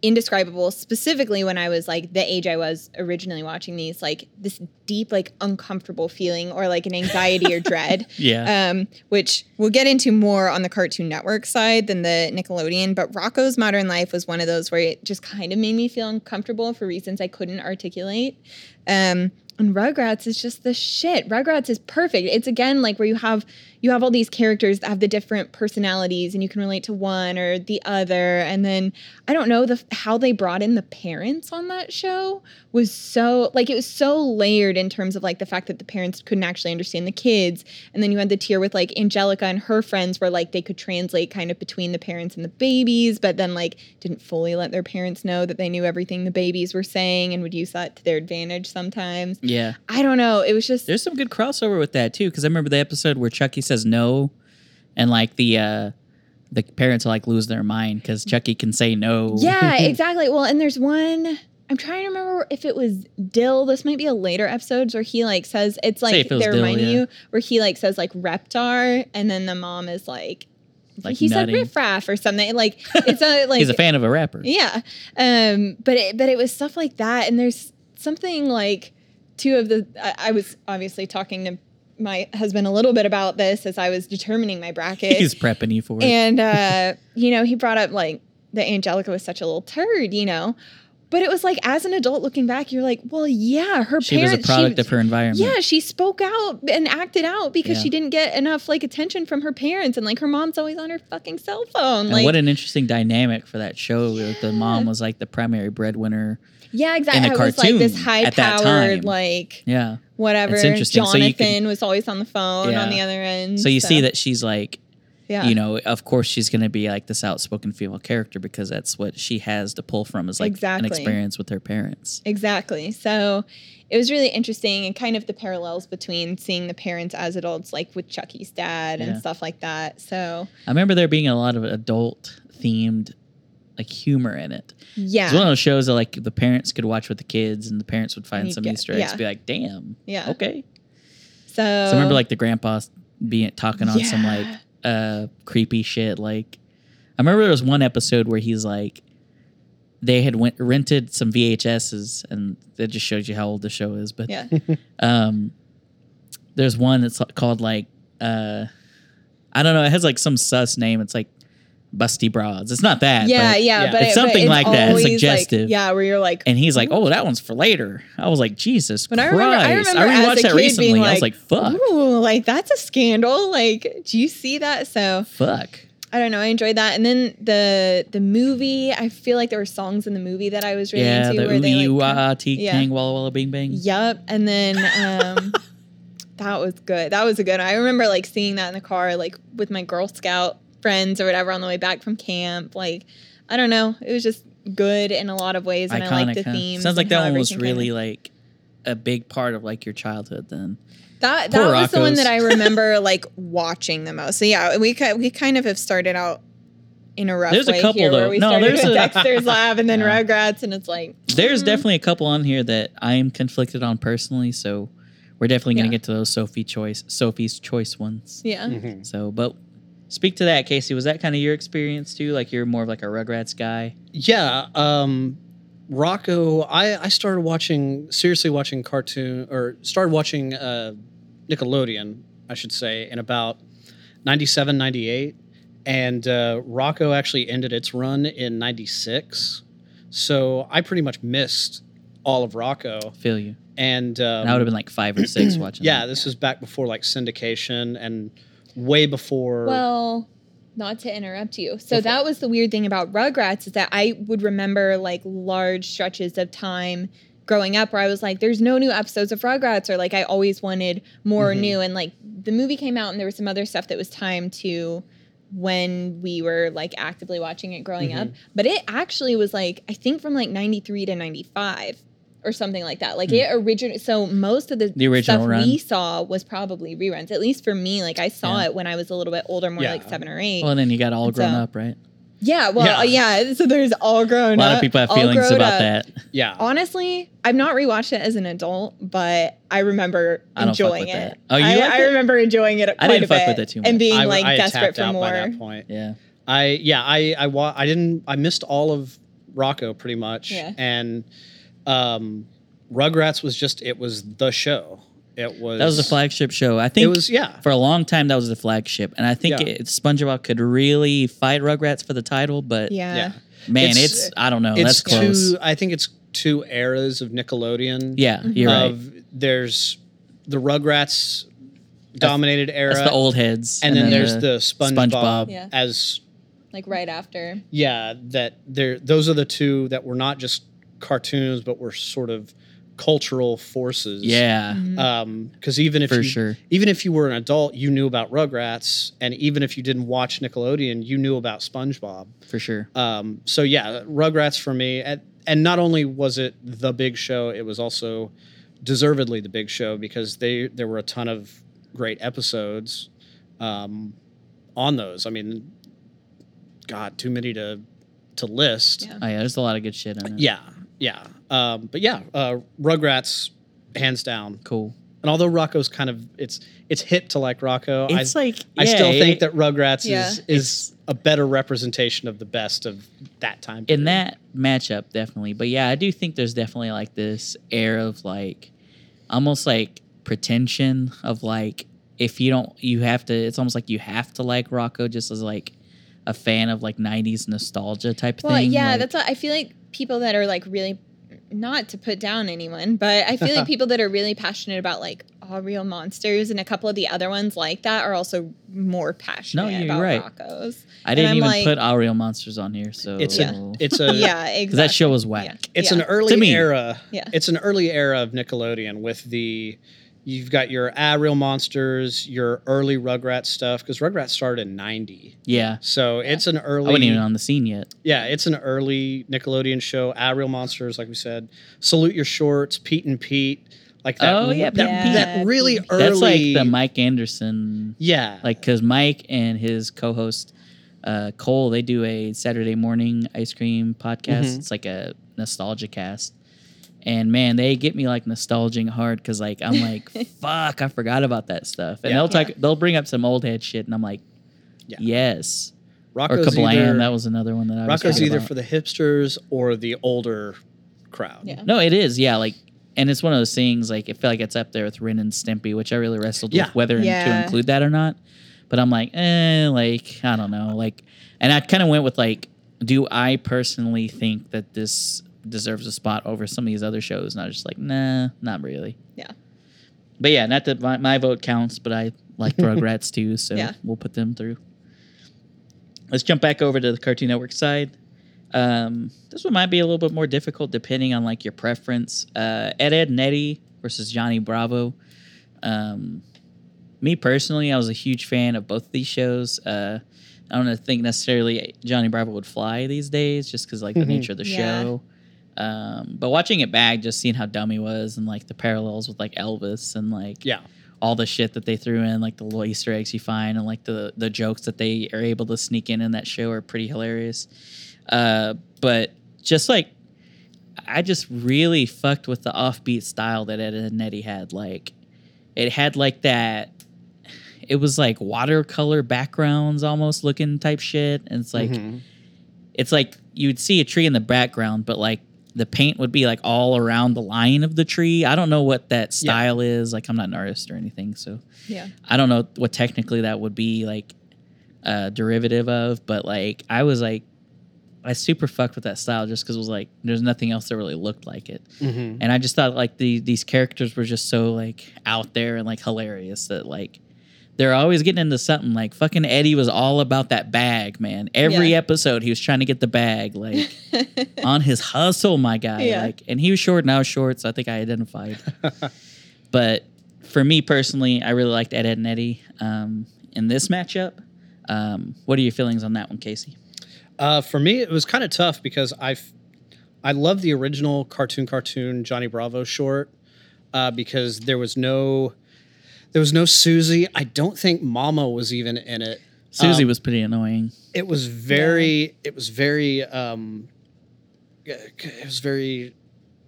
C: indescribable specifically when i was like the age i was originally watching these like this deep like uncomfortable feeling or like an anxiety or dread
A: Yeah,
C: um, which we'll get into more on the Cartoon Network side than the Nickelodeon. But Rocco's Modern Life was one of those where it just kind of made me feel uncomfortable for reasons I couldn't articulate. Um, and Rugrats is just the shit. Rugrats is perfect. It's again like where you have you have all these characters that have the different personalities and you can relate to one or the other and then i don't know the how they brought in the parents on that show was so like it was so layered in terms of like the fact that the parents couldn't actually understand the kids and then you had the tier with like angelica and her friends where like they could translate kind of between the parents and the babies but then like didn't fully let their parents know that they knew everything the babies were saying and would use that to their advantage sometimes
A: Yeah.
C: i don't know it was just
A: There's some good crossover with that too, because I remember the episode where Chucky says no, and like the uh the parents like lose their mind because Chucky can say no.
C: Yeah, exactly. Well, and there's one. I'm trying to remember if it was Dill. This might be a later episode where he like says it's like
A: if it was
C: they're
A: Dill,
C: reminding
A: yeah.
C: you where he like says like Reptar, and then the mom is like,
A: Like
C: he
A: nutting.
C: said riffraff or something. Like it's a like
A: He's a fan of a rapper.
C: yeah. Um, but it, but it was stuff like that, and there's something like two of the. I, I was obviously talking to my husband a little bit about this as I was determining my bracket.
A: He's prepping you for it.
C: And uh, you know, he brought up like that Angelica was such a little turd, you know. But it was like as an adult looking back, you're like, well, yeah, her
A: she was a
C: parents
A: product of her environment.
C: yeah, she spoke out and acted out because
A: Yeah.
C: she didn't get enough like attention from her parents, and like her mom's always on her fucking cell phone.
A: And
C: like,
A: what an interesting dynamic for that show. where The mom
C: Yeah.
A: was like the primary breadwinner.
C: yeah, exactly.
A: in a
C: I was like this
A: cartoon
C: high
A: at that time.
C: powered, like
A: Yeah.
C: whatever.
A: It's interesting. So
C: Jonathan
A: you can-
C: was always on the phone
A: Yeah.
C: on the other end.
A: So you see that she's like,
C: yeah.
A: you know, of course she's going to be like this outspoken female character because that's what she has to pull from is like
C: Exactly.
A: an experience with her parents.
C: Exactly. So it was really interesting and kind of the parallels between seeing the parents as adults, like with Chucky's dad
A: Yeah.
C: and stuff like that. So
A: I remember there being a lot of adult themed like humor in it. It's one
C: yeah,
A: of those shows that like the parents could watch with the kids and the parents would find
C: You
A: some
C: get-
A: Easter eggs
C: yeah.
A: and be like, damn,
C: yeah.
A: okay. So
C: So,
A: I remember like the grandpa being talking on some like
C: Yeah.
A: uh creepy shit. Like I remember there was one episode where he's like they had went, rented some VHSs and that just shows you how old the show is. But
C: yeah,
A: um there's one that's called like uh I don't know, it has like some sus name. It's like Busty Broads. It's not that.
C: yeah,
A: but-
C: yeah.
B: yeah.
C: But
A: It's
C: it- but
A: something like that. It's
C: always,
A: suggestive.
C: Like, yeah, where you're like,
A: And he's like, "Oh, that one's for later." I was like, "Jesus
C: But I
A: Christ!"
C: remember- I remember as
A: rewatched
C: a
A: that
C: kid
A: recently.
C: being
A: I was like,
C: like,
A: "Fuck,
C: ooh, like that's a scandal. Like, do you see that? So
A: fuck."
C: I don't know. I enjoyed that. And then the the movie. I feel like there were songs in the movie that I was really
A: Yeah,
C: into.
A: the
C: where
A: ooey
C: they,
A: ooh
C: like,
A: ah ah, tee
C: yeah.
A: tang walla walla bing bang.
C: Yep. And then um, that was good. That was a good one. I remember like seeing that in the car, like with my Girl Scout friends or whatever on the way back from camp. Like, I don't know. It was just good in a lot of ways. And I like the
A: huh?
C: themes.
A: Sounds like
C: and how
A: that one was
C: everything kinda-
A: really like a big part of like your childhood. Then
C: that that
A: Poor
C: was the one
A: Rocco's.
C: that I remember like watching the most. So yeah, we ki- we kind of have started out in a rough
A: There's a
C: way
A: couple,
C: here,
A: though.
C: where we
A: No,
C: started
A: there's
C: with
A: a-
C: Dexter's Lab and then
A: Yeah.
C: Rugrats, and it's like
A: there's
C: mhm.
A: definitely a couple on here that I am conflicted on personally. So we're definitely gonna
C: Yeah.
A: get to those Sophie choice, Sophie's choice ones.
C: yeah.
B: Mhm.
A: So, but speak to that, Casey. Was that kind of your experience too? Like you're more of like a Rugrats guy.
B: Yeah, um, Rocco. I I started watching seriously watching cartoon or started watching uh, Nickelodeon, I should say, in about 97, 98. and uh, Rocco actually ended its run in '96. So I pretty much missed all of Rocco,
A: Feel you.
B: and, um,
A: and I would have been like five or six watching.
B: yeah,
A: that.
B: this was back before like syndication and way before.
C: Well, not to interrupt you. So that was the weird thing about Rugrats is that I would remember like large stretches of time growing up where I was like, there's no new episodes of Rugrats, or like I always wanted more
A: Mm-hmm.
B: Mhm.
C: new. And like the movie came out and there was some other stuff that was timed to when we were like actively watching it growing up.
A: Mm-hmm.
C: But it actually was like, I think from like 93 to 95 or something like that. Like
A: Hmm.
C: it originally, so most of the,
A: The original
C: stuff
A: run.
C: we saw was probably reruns. At least for me, like I saw
A: Yeah.
C: it when I was a little bit older, more
B: Yeah.
C: like seven or eight.
A: Well, and then you got all
C: It's,
A: grown
C: uh,
A: up, right?
C: yeah, well,
B: Yeah.
C: yeah. So there's all grown
A: A
C: up.
A: lot of people have
C: all
A: feelings
C: grown
A: about
C: up.
A: that.
B: yeah,
C: Honestly, I've not rewatched it as an adult, but I remember
A: I don't fuck
C: enjoying
A: with that.
C: it.
A: Oh, you
C: I,
A: liked
C: I
A: it?
C: remember enjoying it. Quite
A: I didn't
C: a
A: fuck with
C: bit
A: it too much.
C: And being
B: I,
C: like
B: I had tapped
C: desperate for
B: out
C: more.
B: by that point.
A: Yeah.
B: I yeah, I I wa- I didn't I missed all of Rocco pretty much,
C: Yeah.
B: and um, Rugrats was just it was the show. It was
A: That was the flagship show. I think
B: It was yeah.
A: for a long time that was the flagship. And I think
B: Yeah.
A: it, SpongeBob could really fight Rugrats for the title, but
C: Yeah.
B: Yeah,
A: man, it's,
B: It's-
A: I don't know, Oh, that's
B: it's
A: close.
B: two. I think it's two eras of Nickelodeon.
A: Mm-hmm. yeah, you're right.
B: of there's the Rugrats dominated era.
A: That's the old heads.
B: and, then, there's the SpongeBob,
A: SpongeBob.
C: Yeah.
B: as
C: like right after.
B: yeah that there those are the two that were not just cartoons but were sort of cultural forces.
A: yeah,
B: Um, because even if
A: Mm. for
B: you,
A: sure.
B: even if you were an adult, you knew about Rugrats, and even if you didn't watch Nickelodeon, you knew about SpongeBob.
A: For sure.
B: Um, so yeah, Rugrats for me, and, and not only was it the big show, it was also deservedly the big show because they there were a ton of great episodes um, on those. I mean, God, too many to to list.
C: Yeah.
A: Oh, yeah, there's a lot of good shit in it.
B: Yeah, yeah, Um, but yeah, uh, Rugrats, hands down.
A: Cool.
B: And although Rocco's kind of it's it's hip to like Rocco, I,
A: It's like
B: I still
A: yeah,
B: think
A: it-
B: that Rugrats
C: Yeah.
B: is is a better representation of the best of that time.
A: in
B: period.
A: that matchup definitely but yeah i do think there's definitely like this air of like almost like pretension of like if you don't you have to it's almost like you have to like rocco just as like a fan of like 90s nostalgia type
C: Well,
A: thing
C: yeah,
A: like-
C: that's what I feel like people that are like really not to put down anyone, but I feel like people that are really passionate about like all real monsters and a couple of the other ones like that are also more passionate
A: you're
C: about
A: right.
C: Rocco's.
A: i didn't
C: I'm
A: even
C: like-
A: put all real monsters on here so
B: it's
A: because
B: a it's a
C: yeah, exactly.
A: that show was whack
C: Yeah.
B: it's
C: Yeah.
B: an early
A: To me.
B: era.
C: Yeah.
B: It's an early era of Nickelodeon with the you've got your ah real monsters, your early Rugrats stuff because Rugrats started in '90,
A: yeah,
B: so
C: Yeah.
B: it's an
A: i wasn't
B: early
A: even on the scene yet
B: yeah it's an early Nickelodeon show. Ah real monsters, like we said, salute your shorts, Pete and Pete, like that.
A: Oh, yeah, Pete
B: that,
A: and Pete.
B: that really
C: That's
B: early.
A: that's like the mike anderson
B: yeah
A: like because mike and his co-host uh, cole they do a saturday morning ice cream podcast
B: Mhm.
A: it's like a nostalgia cast and man they get me like nostalging hard because like i'm like fuck i forgot about that stuff and
B: Yeah.
A: they'll talk they'll bring up some old head shit and i'm like
B: Yeah.
A: yes
B: Rocco's
A: or kablam
B: either-
A: that was another one that i was
B: Rocco's
A: thinking
B: either
A: about.
B: for the hipsters or the older crowd.
C: Yeah.
A: no it is yeah like and it's one of those things like it felt like it's up there with ren and stimpy which i really wrestled
B: Yeah.
A: with whether to
C: Yeah.
A: include that or not but i'm like eh like i don't know like and i kind of went with like do i personally think that this deserves a spot over some of these other shows and i was just like nah not really
C: Yeah.
A: but yeah not that my, my vote counts but i like rugrats too so
C: Yeah.
A: we'll put them through let's jump back over to the cartoon network side um, this one might be a little bit more difficult depending on like your preference. Uh, Ed Ed Nettie versus Johnny Bravo. Um, me personally, I was a huge fan of both of these shows. Uh, I don't think necessarily Johnny Bravo would fly these days, just because like the
B: Mhm.
A: nature of the
C: Yeah.
A: show. Um, but watching it back, just seeing how dumb he was, and like the parallels with like Elvis, and like
B: Yeah.
A: all the shit that they threw in, like the little Easter eggs you find, and like the the jokes that they are able to sneak in in that show are pretty hilarious. Uh, but just like, I just really fucked with the offbeat style that Ed and Eddie had. Like, it had like that. It was like watercolor backgrounds, almost looking type shit, and it's like
B: Mhm.
A: it's like you'd see a tree in the background, but like the paint would be like all around the line of the tree. I don't know what that style is. Like I'm not an artist or anything, so
C: Yeah.
A: I don't know what technically that would be like uh, derivative of. But like I was like I super fucked with that style just because it was like there's nothing else that really looked like it,
B: Mhm.
A: Mm-hmm. and I just thought like the these characters were just so like out there and like hilarious that like. They're always getting into something like fucking Eddie was all about that bag, man. Every
C: Yeah.
A: episode he was trying to get the bag. Like on his hustle, my guy.
C: Yeah.
A: Like, and he was short and I was short, so I think I identified. but for me personally, I really liked Ed, Ed and Eddie um, in this matchup. Um, what are your feelings on that one, Casey?
B: Uh, for me, it was kind of tough because I, f- I love the original cartoon cartoon Johnny Bravo short uh, because there was no, there was no Susie. I don't think Mama was even in it.
A: Susie
B: Um,
A: was pretty annoying.
B: It was very. It was very. Um, it was very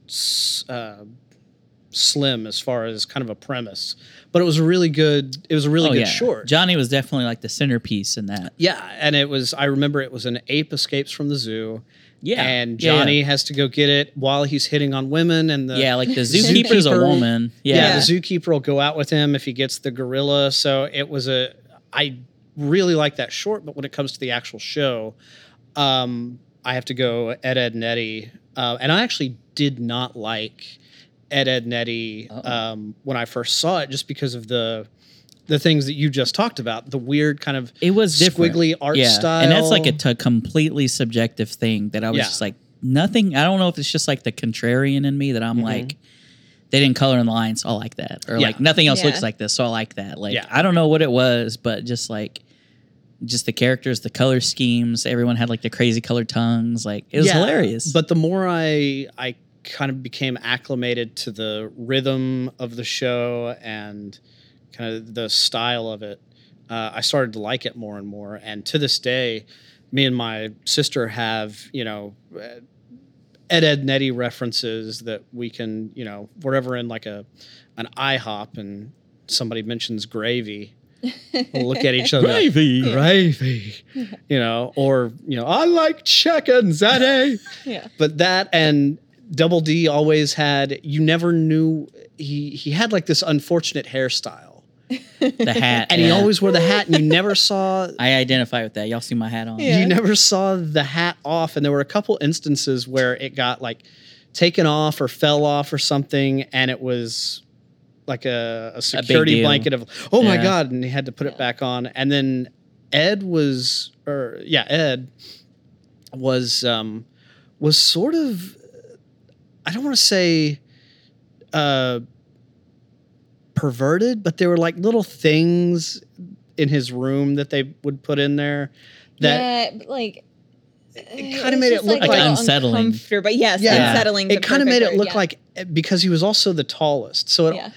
B: s- uh, slim as far as kind of a premise, but it was a really good. It was a really good
A: Oh, yeah.
B: short.
A: Johnny was definitely like the centerpiece in that.
B: Yeah, and it was. I remember it was an ape escapes from the zoo,
A: Yeah.
B: and
A: Yeah,
B: Johnny has to go get it while he's hitting on women, and the
A: Yeah, yeah, like the zookeeper's a
B: Zookeeper-
A: woman. Yeah.
B: yeah, the zookeeper will go out with him if he gets the gorilla. So it was a. I really like that short, but when it comes to the actual show, um, I have to go Ed Ed Nettie, uh, and I actually did not like Ed Ed Nettie
A: Uh-oh.
B: um, when I first saw it, just because of the. the things that you just talked about, the weird kind of
A: It was different.
B: squiggly art
A: yeah.
B: style.
A: And that's like a t- completely subjective thing that I was
B: Yeah.
A: just like, nothing. I don't know if it's just like the contrarian in me that I'm like, they didn't color in the lines, so I like that. Or
B: Mm-hmm. Yeah.
A: like, nothing else
C: Yeah.
A: looks like this, so I like that. Like,
B: Yeah.
A: I don't know what it was, but just like, just the characters, the color schemes, everyone had like the crazy colored tongues. Like, it was
B: Yeah,
A: hilarious.
B: But the more I I kind of became acclimated to the rhythm of the show and kind of the style of it, uh, I started to like it more and more. And to this day, me and my sister have you know. uh, Ed Ed Netty references that we can, you know, wherever in like a an IHOP and somebody mentions gravy, we'll look at each other like,
A: Gravy.
B: gravy, you know, or you know, I like chickens, that eh?
C: yeah.
B: but that and Double D always had. You never knew he he had like this unfortunate hairstyle,
A: the hat.
B: and he
A: yeah.
B: always wore the hat, and you never saw.
A: I identify with that. Y'all see my hat on.
C: Yeah.
B: You never saw the hat off, and there were a couple instances where it got like taken off or fell off or something, and it was like a, a security
A: deal.
B: blanket of oh my
A: Yeah.
B: god, and he had to put it back on. And then Ed was, or yeah, Ed was um, was sort of I don't want to say uh, perverted, but there were like little things in his room that they would put in there that.
C: yeah, but, like it
B: kinda made it look
A: like unsettling.
C: But yes,
B: Yeah.
C: unsettling.
B: it kind of made it look like eh, because he was also the tallest so it,
C: yeah,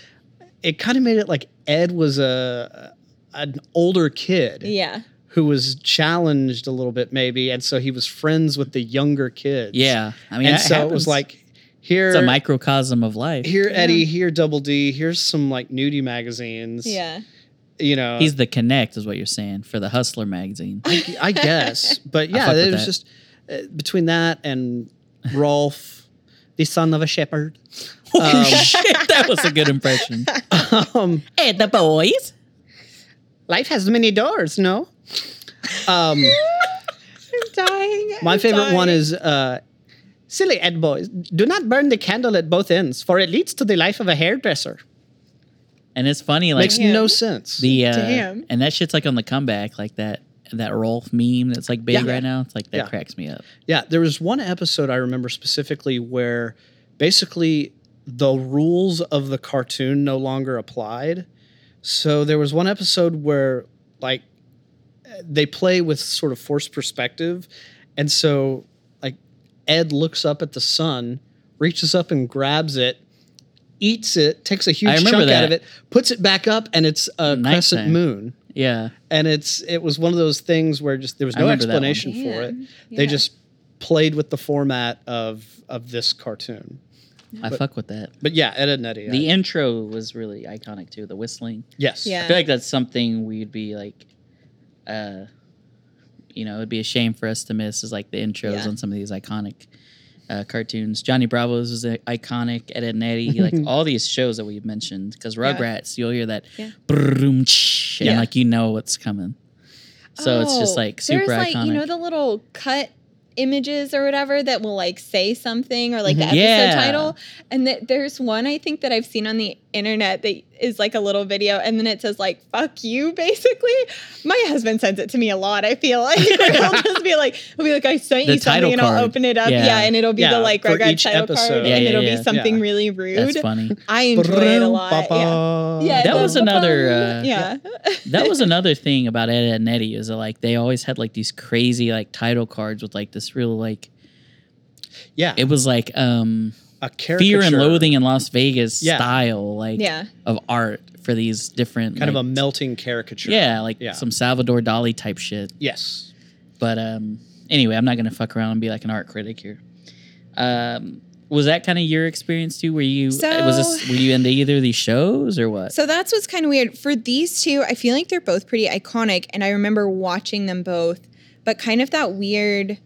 B: it kind of made it like ed was a an older kid
C: yeah,
B: who was challenged a little bit maybe and so he was friends with the younger kids
A: Yeah. I mean,
B: and
A: that
B: so it
A: happens.
B: was like here
A: it's a microcosm of life.
B: here
C: Yeah.
B: eddie here double d here's some like nudie magazines
C: yeah.
B: you know
A: He's the connect, is what you're saying, for the Hustler magazine.
B: I, I guess but yeah
A: fuck with
B: it was
A: that.
B: just uh, between that and rolf the son of a shepherd
A: Holy shit, Um, that was a good impression.
B: um
A: Hey, the boys.
B: life has many doors no um
C: I'm dying.
B: My
C: I'm
B: favorite one
C: dying.
B: is uh, Silly Ed Boys, do not burn the candle at both ends, for it leads to the life of a hairdresser.
A: And it's funny, like
B: Makes no
C: Damn.
B: sense.
A: the uh,
C: Damn.
A: and that shit's like on the comeback, like that that Rolf meme that's like big
B: Yeah.
A: right now. It's like that
B: Yeah.
A: cracks me up.
B: yeah, there was one episode I remember specifically where basically the rules of the cartoon no longer applied. So there was one episode where, like, they play with sort of forced perspective. And so, like, Ed looks up at the sun, reaches up and grabs it, eats it, takes a
A: I
B: huge
A: remember
B: chunk out of
A: that.
B: it, puts it back up, and it's a crescent
A: Nighttime.
B: moon.
A: Yeah,
B: And it's it was one of those things where just there was
A: I
B: no
A: remember that one.
B: explanation for it.
C: Man,
B: They
C: yeah.
B: just played with the format of of this cartoon.
A: I fuck with that.
B: But yeah, Ed and Eddie.
A: The
B: I,
A: intro was really iconic too. The whistling.
B: yes.
C: Yeah.
A: I feel like that's something we'd be like, uh, you know, it'd be a shame for us to miss is like the intros
C: Yeah.
A: on some of these iconic uh, cartoons. Johnny Bravo's was i- iconic. Ed, Ed and Eddie, like all these shows that we've mentioned. Because
C: Yeah.
A: Rugrats, you'll hear that,
C: Yeah.
A: brrrrum, tsh, and
B: Yeah.
A: like you know what's coming. So it's just
C: Oh,
A: like super
C: there's like
A: iconic.
C: you know the little cut images or whatever that will like say something or like the
B: Mhm.
C: episode
A: Mm-hmm. Yeah.
C: title and th- there's one i think that i've seen on the internet that is like a little video and then it says like fuck you basically my husband sends it to me a lot i feel like he'll just be like he'll be like i sent
A: The
C: you
A: title
C: something and i'll
A: card.
C: open it up
A: Yeah.
C: yeah, and it'll be
B: Yeah,
C: the like
B: for
C: Rugrats
B: each
C: title
B: episode.
C: card
A: Yeah,
C: and
A: yeah,
C: it'll
A: yeah.
C: be something
B: Yeah.
C: really
A: that's
C: rude
A: funny.
C: i enjoy it a lot yeah. Yeah,
A: That
C: the-
A: was another, uh,
C: yeah
A: that was another thing about Ed, Ed and Eddie is that like they always had like these crazy like title cards with like this real like
B: Yeah.
A: it was like um
B: a
A: fear and
B: caricature,
A: loathing in Las Vegas
B: Yeah.
A: style like
C: yeah
A: of art for these different
B: Kind of
A: like,
B: a melting caricature.
A: yeah like
B: Yeah.
A: some Salvador Dali type shit.
B: Yes.
A: But um anyway, I'm not gonna fuck around and be like an art critic here. Um was that kind of your experience too? Were you
C: So-
A: was this were you into either of these shows or what?
C: So that's what's kind of weird. For these two, I feel like they're both pretty iconic, and I remember watching them both, but kind of that weird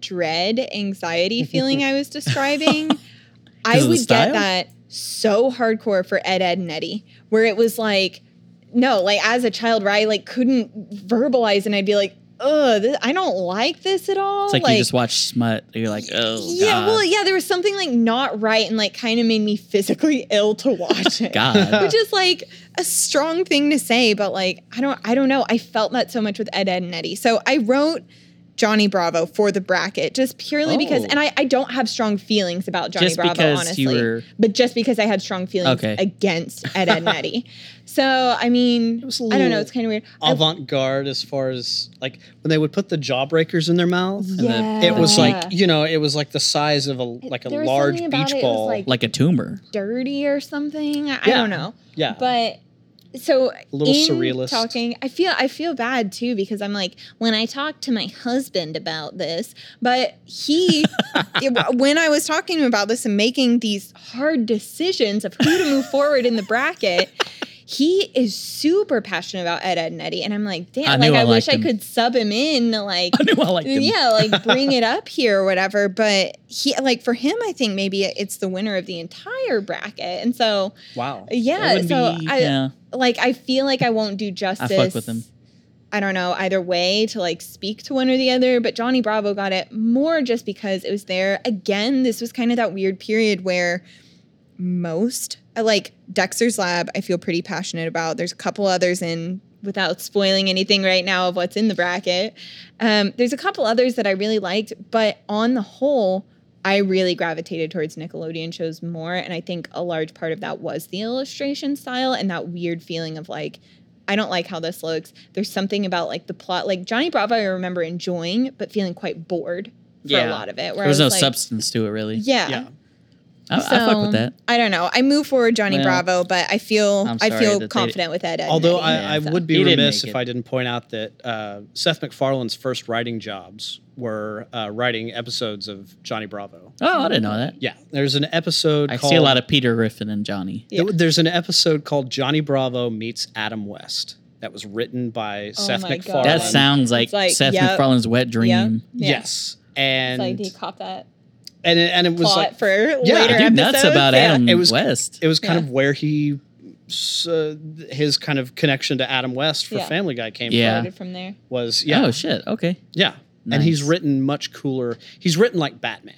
C: dread, anxiety feeling I was describing.
A: of
C: I
A: the
C: would
A: style?
C: get that so hardcore for Ed, Ed, and Eddie, where it was like, no, like as a child, where I like couldn't verbalize, and I'd be like, oh, this, I don't like this at all.
A: It's like, you just watch smut. and You're like, oh,
C: yeah,
A: God.
C: well, yeah, there was something like not right and like kind of made me physically ill to watch it.
A: God.
C: Which is like a strong thing to say, but like I don't I don't know. I felt that so much with Ed, Ed and Eddie. So I wrote Johnny Bravo for the bracket just purely because
A: Oh.
C: and I, I don't have strong feelings about Johnny
A: Just
C: Bravo,
A: because
C: honestly.
A: you were-
C: But just because I had strong feelings
A: Okay.
C: against Ed, Ed and Eddie. So I mean
B: was a
C: I don't know,
B: little
C: it's kinda weird. I-
B: Avant garde as far as like when they would put the jawbreakers in their mouth.
A: the-
C: yeah.
B: It was
C: Yeah.
B: like you know, it was like the size of a like a
C: There was
B: large
C: something about
B: beach
C: it, it was
B: ball.
C: like-
A: like a tumor.
C: dirty or something. I I
B: Yeah.
C: don't know.
B: yeah,
C: But so
B: a little
C: in
B: surrealist.
C: talking i feel i feel bad too because i'm like when i talked to my husband about this but he it- when i was talking to him about this and making these hard decisions of who to move forward in the bracket he is super passionate about ed, ed and eddie and i'm like damn
A: I knew
C: like
A: I
C: i, wish
A: liked him.
C: i could sub him in to like
A: I knew I liked him.
C: yeah like bring it up here or whatever but he like for him i think maybe it's the winner of the entire bracket and so
B: wow.
A: It
C: yeah
A: would
C: so
A: be-
C: i
A: yeah.
C: like I feel like I won't do justice.
A: with him.
C: I don't know either way to like speak to one or the other, but Johnny Bravo got it more just because it was there. Again, this was kind of that weird period where most I like Dexter's Lab, I feel pretty passionate about. There's a couple others in without spoiling anything right now of what's in the bracket. Um, there's a couple others that I really liked, but on the whole, I really gravitated towards Nickelodeon shows more. And I think a large part of that was the illustration style and that weird feeling of like, I don't like how this looks. There's something about like the plot. Like Johnny Bravo, I remember enjoying, but feeling quite bored for
A: Yeah.
C: a lot of it. Where
A: There was
C: I
A: no
C: was like,
A: substance to it, really.
C: Yeah.
B: Yeah.
A: I, I fuck with that.
C: I don't know. I move forward Johnny
A: Well,
C: Bravo, but I feel
A: I'm
C: I
A: sorry that
C: feel
A: they-
C: confident with Ed. Ed and
B: Although
C: Eddie.
B: I,
A: Yeah,
B: I
A: so-
B: would
A: He
B: be
A: didn't
B: remiss
A: make
B: if
A: it.
B: I didn't point out that uh, Seth MacFarlane's first writing jobs were uh, writing episodes of Johnny Bravo.
A: Oh, I didn't know that.
B: Yeah, there's an episode.
A: I
B: called,
A: see a lot of Peter Griffin and Johnny.
C: Yeah.
B: There's an episode called Johnny Bravo meets Adam West that was written by Seth
C: my God.
B: MacFarlane.
A: That
C: Um,
A: sounds like,
C: it's like,
A: Seth
C: yep,
A: MacFarlane's wet dream.
C: Yeah. Yeah.
B: Yes,
C: It's
B: and
C: like, do you cop that
B: and it, and it was
C: plot
B: like
C: for
B: yeah,
C: later
A: Dude,
C: episodes?
A: nuts about
C: yeah.
A: Adam
B: It was-
A: West.
B: it was kind
C: Yeah.
B: of where he s- uh, his kind of connection to Adam West for
C: Yeah.
B: Family Guy came
A: Yeah.
C: Started from there.
B: from was yeah
A: Oh shit. Okay.
B: yeah and he's
A: Nice.
B: written much cooler he's written like Batman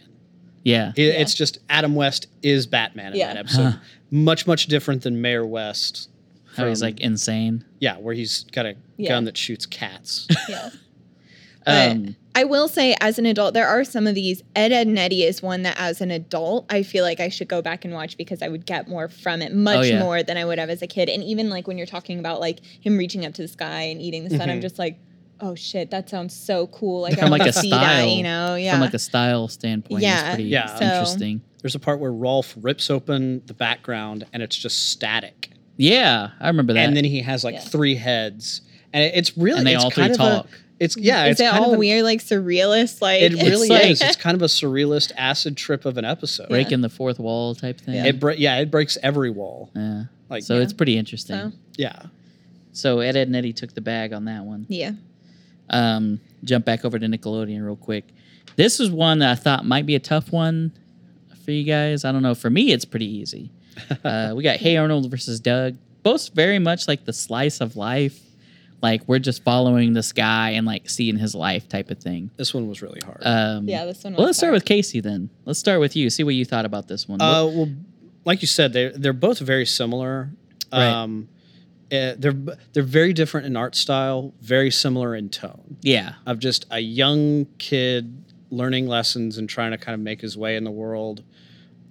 A: Yeah.
B: It-
C: Yeah.
B: it's just Adam West is Batman in
C: Yeah.
B: that episode
A: Huh.
B: much much different than Mayor West
A: How he's
B: from-
A: like insane.
B: yeah where he's got a
C: Yeah.
B: gun that shoots cats
C: Yeah. But-
A: Um,
C: I will say, as an adult, there are some of these. Ed, Ed, and Eddie is one that, as an adult, I feel like I should go back and watch because I would get more from it, much
A: Oh, yeah.
C: more than I would have as a kid. And even like when you're talking about like him reaching up to the sky and eating the sun, I'm
B: Mhm.
C: just like, oh shit, that sounds so cool. Like I
A: Mm-hmm. From, like,
C: wanna
A: a
C: see
A: style-
C: that, you know? Yeah.
A: From like a style standpoint,
C: Yeah.
A: it's pretty
B: Yeah.
C: So-
A: interesting.
B: there's a part where Rolf rips open the background and it's just static
A: Yeah, I remember that.
B: and then he has like
C: Yeah.
B: three heads and it- it's really
A: And they
B: it's
A: all three
B: kind of a-
A: talk.
B: it's yeah
C: is
B: it's
C: it
B: kind
C: all
B: of an-
C: weird, like surrealist? Like
B: It really
C: it's like-
B: is. It's kind of a surrealist acid trip of an episode.
A: breaking the fourth wall type thing.
B: It bre- yeah, it breaks every wall.
A: yeah.
B: Like
A: So
C: Yeah.
A: it's pretty interesting.
C: So-
B: yeah,
A: So Ed, Ed and Eddie took the bag on that one.
C: Yeah.
A: Um, jump back over to Nickelodeon real quick. This is one that I thought might be a tough one for you guys. I don't know. For me, it's pretty easy. Uh, we got Hey Arnold versus Doug. Both very much like the slice of life. Like we're just following this guy and like seeing his life type of thing.
B: this one was really hard. Uh,
A: Um,
C: Yeah, this one
A: Well,
C: was
A: let's start
C: hard.
A: with Casey then. Let's start with you. See what you thought about this one.
B: Uh, well, like you said, they they're both very similar.
A: Right.
B: Um, eh, they're b- they're very different in art style, very similar in tone.
A: yeah,
B: Of just a young kid learning lessons and trying to kind of make his way in the world.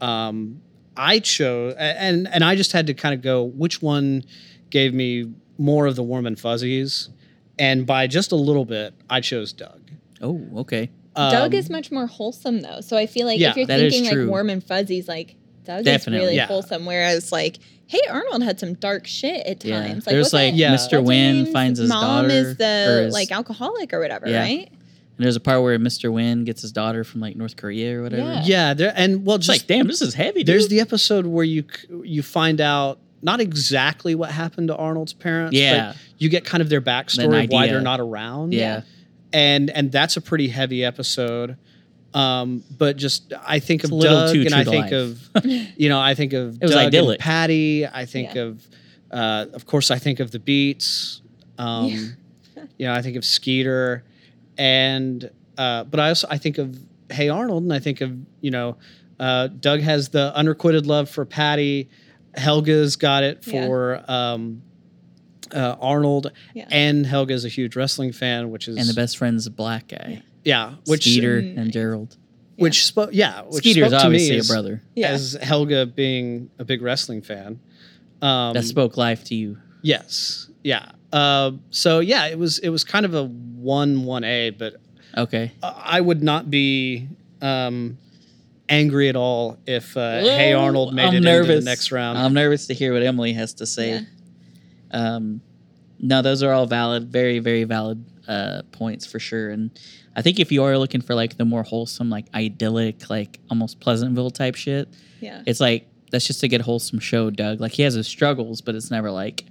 B: Um, I chose a- and and I just had to kind of go which one gave me more of the warm and fuzzies, and by just a little bit, I chose Doug.
A: Oh, okay.
C: Doug
B: Um,
C: is much more wholesome though. So I feel like
B: yeah,
C: if you're
A: that is
C: thinking like
A: true.
C: warm and fuzzies, like Doug
A: Definitely.
C: is really
B: Yeah.
C: wholesome. Whereas like, hey, Arnold had some dark shit at times.
A: Yeah.
C: Like,
A: There's
C: wasn't
A: like
C: it-
B: Yeah.
C: what's
A: Mr.
C: her
A: Wynn
C: name's
A: finds his
C: mom
A: daughter.
C: is the
A: or his-
C: like alcoholic or whatever,
A: Yeah.
C: right?
A: And there's a part where Mr. Wynn gets his daughter from like North Korea or whatever.
C: Yeah.
B: yeah, there and well,
A: It's
B: just
A: like, damn, this is heavy. Dude.
B: There's the episode where you c- you find out not exactly what happened to Arnold's parents,
A: Yeah.
B: but you get kind of their backstory of why
A: idea.
B: they're not around.
A: yeah.
B: And and that's a pretty heavy episode. Um, but just I think
A: It's
B: of
A: a little
B: Doug
A: too
B: and
A: true
B: I
A: to
B: think
A: life.
B: of you know, I think of
A: was
B: Doug
A: idyllic.
B: and Patty, I think
C: Yeah.
B: of uh, of course I think of the beats. Um
C: Yeah.
B: you know, I think of Skeeter. and uh, but I also I think of Hey Arnold, and I think of you know, uh, Doug has the unrequited love for Patty, Helga's got it
C: Yeah.
B: for um, uh, Arnold,
C: Yeah.
B: and Helga's a huge wrestling fan, which is
A: and the best friend's a black guy,
B: yeah, which
A: Skeeter
C: Mm,
A: and
C: nice.
A: Gerald.
B: which spoke yeah, which
A: Skeeter is
B: spoke to me
A: obviously a
B: as-
A: brother
C: Yeah.
B: as Helga being a big wrestling fan. Um,
A: that spoke life to you.
B: Yes. Yeah. Uh, so yeah, it was it was kind of a one one a, but
A: Okay,
B: I I would not be um, angry at all if uh,
A: Whoa,
B: Hey Arnold made
A: I'm
B: it into
A: nervous.
B: the next round.
A: I'm nervous to hear what Emily has to say. Um, no, those are all valid, very, very valid uh, points for sure. And I think if you are looking for like the more wholesome, like idyllic, like almost Pleasantville type shit,
C: yeah.
A: it's like that's just a good wholesome show, Doug. Like he has his struggles, but it's never like,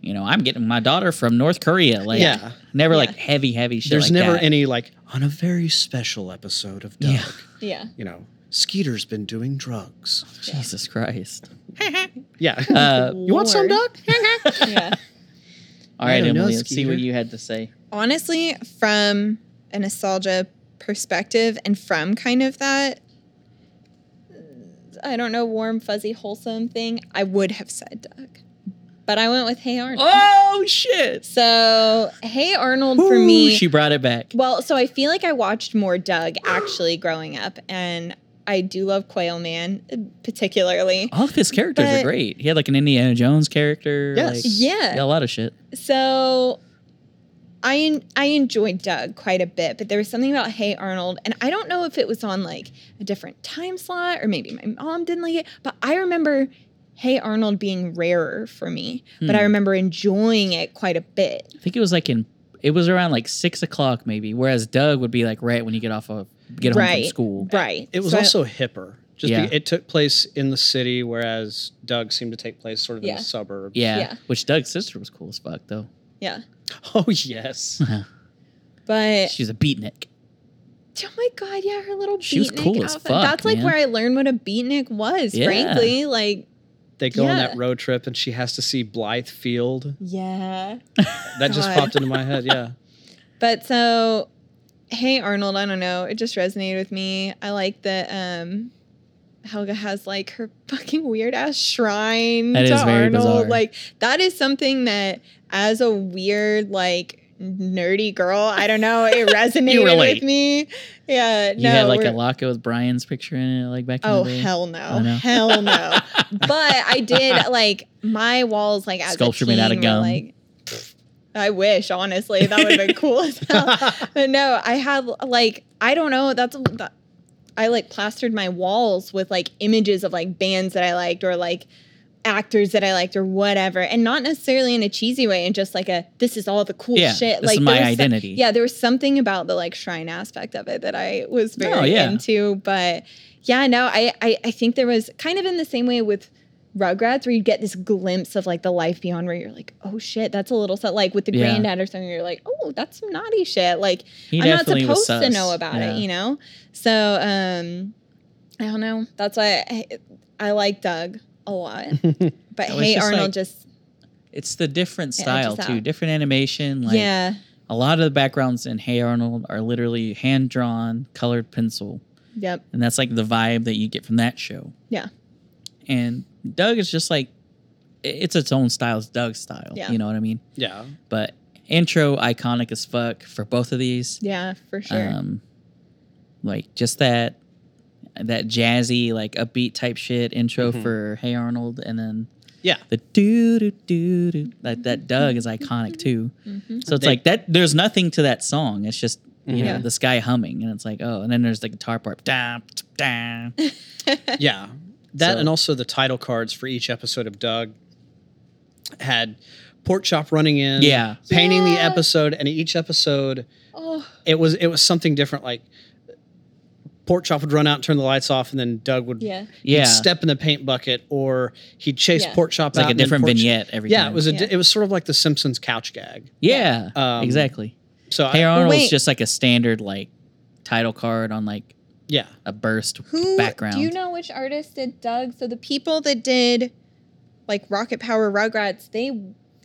A: you know, I'm getting my daughter from North Korea. Like,
B: yeah.
A: never
C: Yeah.
A: like heavy, heavy shit.
B: There's
A: like
B: never
A: that.
B: any like on a very special episode of Doug.
A: Yeah.
C: Yeah.
B: You know, Skeeter's been doing drugs.
A: Jesus Christ.
B: Yeah.
A: Uh,
B: you want some,
C: Lord.
B: Doug?
C: yeah.
A: all
B: I
A: right,
B: don't know,
A: Emily, let's see what
B: Skeeter.
A: you had to say.
C: honestly, from a nostalgia perspective and from kind of that, I don't know, warm, fuzzy, wholesome thing, I would have said Doug. But I went with Hey Arnold.
A: Oh shit!
C: So, Hey Arnold for me.
A: she brought it back.
C: Well, so I feel like I watched more Doug actually growing up, and I do love Quail Man particularly.
A: All of his characters are
C: But-
A: great. He had like an Indiana Jones character.
B: Yes.
A: like-
C: Yeah.
A: yeah, a lot of shit.
C: So I en- I enjoyed Doug quite a bit, but there was something about Hey Arnold, and I don't know if it was on like a different time slot or maybe my mom didn't like it, but I remember Hey Arnold being rarer for me, but I
A: Hmm.
C: remember enjoying it quite a bit.
A: I think it was like in it was around like six o'clock maybe. Whereas Doug would be like right when you get off of get home
C: Right.
A: from school.
C: Right.
B: It was
C: So I-
B: also hipper. Just
A: Yeah.
B: be, it took place in the city, whereas Doug seemed to take place sort of in
C: Yeah.
B: the suburbs.
A: Yeah.
C: Yeah.
A: Which Doug's sister was cool as fuck though.
C: yeah.
B: Oh yes.
C: But
A: She was a beatnik.
C: Oh my god, yeah, her little beatnik
A: She was cool as
C: outfit.
A: fuck,
C: That's like
A: man.
C: where I learned what a beatnik was,
A: Yeah.
C: frankly. Like,
B: They go on
C: Yeah.
B: that road trip, and she has to see Blythe Field.
C: yeah.
B: That just
C: God.
B: popped into my head. Yeah.
C: But so hey Arnold, I don't know. It just resonated with me. I like that um Helga has like her fucking weird ass shrine
A: That
C: to
A: is very
C: Arnold.
A: bizarre.
C: Like that is something that as a weird like nerdy girl, I don't know, it resonated
A: relate.
C: with me. Yeah,
A: You
C: no.
A: had like a
C: we're-
A: locket with Brian's picture in it, like back in
C: Oh
A: the day.
C: hell
A: I
C: no.
A: know.
C: Hell no. but I did like my walls like as
A: Sculpture
C: a
A: made out of
C: teen were,
A: gum.
C: Like, pfft, I wish honestly that would have been cool as hell. But no, I had like I don't know. That's that, I like plastered my walls with like images of like bands that I liked or like actors that I liked or whatever, and not necessarily in a cheesy way, and just like a this is all the cool
A: yeah.
C: shit.
A: This
C: like
A: is my
C: there was some-
A: identity.
C: yeah, there was something about the like shrine aspect of it that I was very
A: Oh, yeah.
C: into. But yeah, no, I, I I think there was kind of in the same way with Rugrats where you get this glimpse of like the life beyond where you're like, oh shit, that's a little so like with the
A: Yeah.
C: granddad or something, you're like, oh, that's some naughty shit. Like
A: He
C: I'm not
A: definitely was
C: supposed to
A: sus.
C: know about
A: Yeah.
C: it, you know? So um I don't know. That's why I, I like Doug a lot. But
A: That was
C: hey
A: just,
C: Arnold
A: like,
C: just
A: It's the different
C: It edges
A: style too,
C: out.
A: different animation. Like
C: Yeah.
A: a lot of the backgrounds in Hey Arnold are literally hand drawn, colored pencil.
C: Yep.
A: And that's like the vibe that you get from that show.
C: Yeah.
A: And Doug is just like i- it's its own style, it's Doug's style.
C: Yeah.
A: You know what I mean?
B: yeah.
A: But intro iconic as fuck for both of these.
C: Yeah, for sure.
A: Um like just that that jazzy, like upbeat type shit intro
B: Mhm.
A: for Hey Arnold and then
B: Yeah.
A: the doo doo doo doo that that Doug is iconic too.
C: Mhm.
A: So it's
B: They- Mm-hmm.
A: like that. There's nothing to that song. It's just you know
C: Yeah.
A: this guy humming, and it's like oh, and then there's the guitar part. Da, da.
B: Yeah. That
A: So-
B: and also the title cards for each episode of Doug had pork chop running in.
A: Yeah.
B: Painting the
C: Yeah.
B: episode, and each episode
C: Oh,
B: it was it was something different. Like pork chop would run out and turn the lights off, and then Doug would
C: yeah.
B: he'd
A: Yeah,
B: step in the paint bucket, or he'd chase
C: Yeah.
B: pork chop
A: it's like
B: out
A: a
B: and then
A: different
B: pork chop-
A: vignette every
B: Yeah,
A: time.
B: it was a di-
C: Yeah.
B: it was sort of like the Simpsons couch gag.
A: yeah,
B: Um,
A: exactly.
B: So
A: Hey
B: I,
A: Arnold's
C: wait.
A: just like a standard like title card on like
B: yeah,
A: a burst
C: Who
A: background.
C: Do you know which artist did Doug? So the people that did like Rocket Power Rugrats, they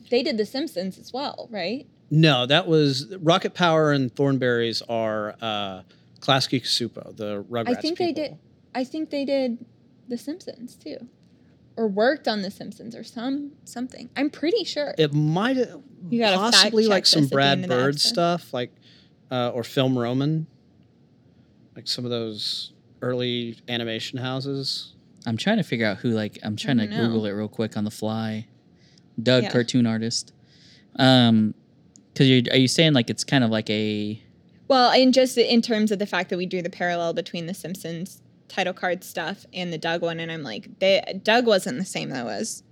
C: they did The Simpsons as well, right?
B: No, that was Rocket Power and Thornberries are uh, Klasky Kasupo, the Rugrats.
C: I think they
B: people.
C: did. I think they did The Simpsons too, or worked on The Simpsons or some something. I'm pretty sure.
B: It might have
C: You gotta fact
B: possibly like
C: check
B: some
C: this at the
B: Brad
C: end of the
B: Bird
C: episode.
B: stuff, like uh, or Film Roman, like some of those early animation houses.
A: I'm trying to figure out who like I'm trying to
C: don't know.
A: Google it real quick on the fly. Doug,
C: Yeah.
A: cartoon artist. Um, because you are you saying like it's kind of like a
C: Well, and just in terms of the fact that we drew the parallel between The Simpsons title card stuff and the Doug one, and I'm like, they, Doug wasn't the same though as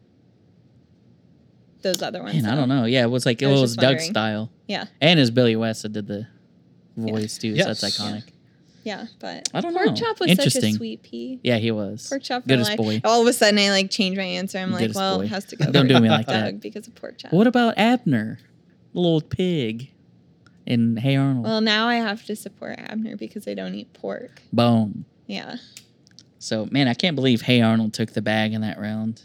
C: those other ones.
A: man I
C: though.
A: don't know yeah it was like it
C: I was
A: was,
C: just
A: Doug's
C: wondering.
A: style
C: Yeah,
A: and it's Billy West that did the voice too so that's
B: Yes.
A: iconic
C: yeah, but
A: I don't
C: Pork
A: know.
C: Chop was such
A: Interesting.
C: a sweet pea.
A: yeah he was
C: Pork chop for
A: Goodest
C: life.
A: boy.
C: All of a sudden, I like change my answer. I'm like,
A: Goodest
C: well,
A: boy.
C: it has to go.
A: Don't
C: for
A: do me like
C: Doug
A: that.
C: because of pork chop.
A: What about Abner, the little pig, in Hey Arnold?
C: Well, now I have to support Abner because I don't eat pork.
A: Boom.
C: Yeah.
A: So man, I can't believe Hey Arnold took the bag in that round.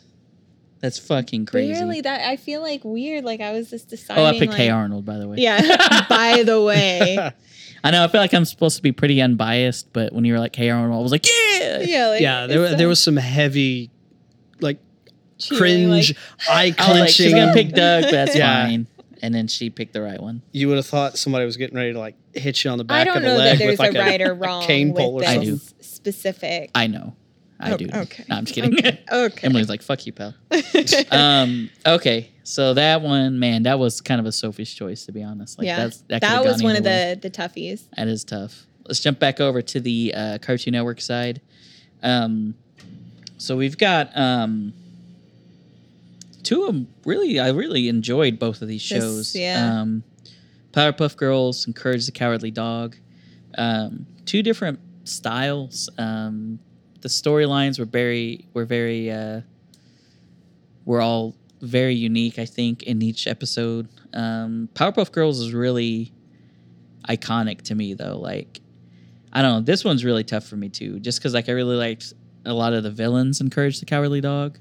A: That's fucking crazy.
C: Really, that I feel like weird. Like I was just deciding.
A: oh, I picked
C: like,
A: Hey Arnold by the way.
C: Yeah. By the way.
A: I know. I feel like I'm supposed to be pretty unbiased, but when you were like Hey Arnold, I was like, yeah.
C: yeah. Like,
B: yeah, there
C: it's uh,
B: wa- there
C: a
B: was some heavy, like
C: cheery,
B: cringe,
C: like,
B: eye
A: I was Oh, like,
B: clenching.
A: she's gonna pick Doug, but that's
B: Yeah.
A: fine. And then she picked the right one.
B: you would have thought somebody was getting ready to like hit you on the back
C: I don't
B: of the
C: know that
B: leg
C: there's
B: with like
C: a right or wrong
B: cane pole
C: with
B: or
A: I
C: this
A: do.
C: specific.
A: I know. I
C: Oh,
A: do.
C: okay.
A: No, I'm just kidding.
C: okay.
A: Emily's like, fuck you, pal. um okay so that one man that was kind of a sophie's choice to be honest like
C: yeah.
A: that's that,
C: that
A: could've
C: was
A: gone
C: one
A: either
C: of
A: way.
C: the the toughies.
A: that is tough let's jump back over to the uh, cartoon network side um so we've got um two of 'em really i really enjoyed both of these
C: This-
A: shows
C: yeah.
A: um powerpuff girls and courage the cowardly dog um two different styles um the storylines were very were very uh were all very unique i think in each episode um powerpuff girls is really iconic to me though like i don't know this one's really tough for me too just because like i really liked a lot of the villains in courage the cowardly dog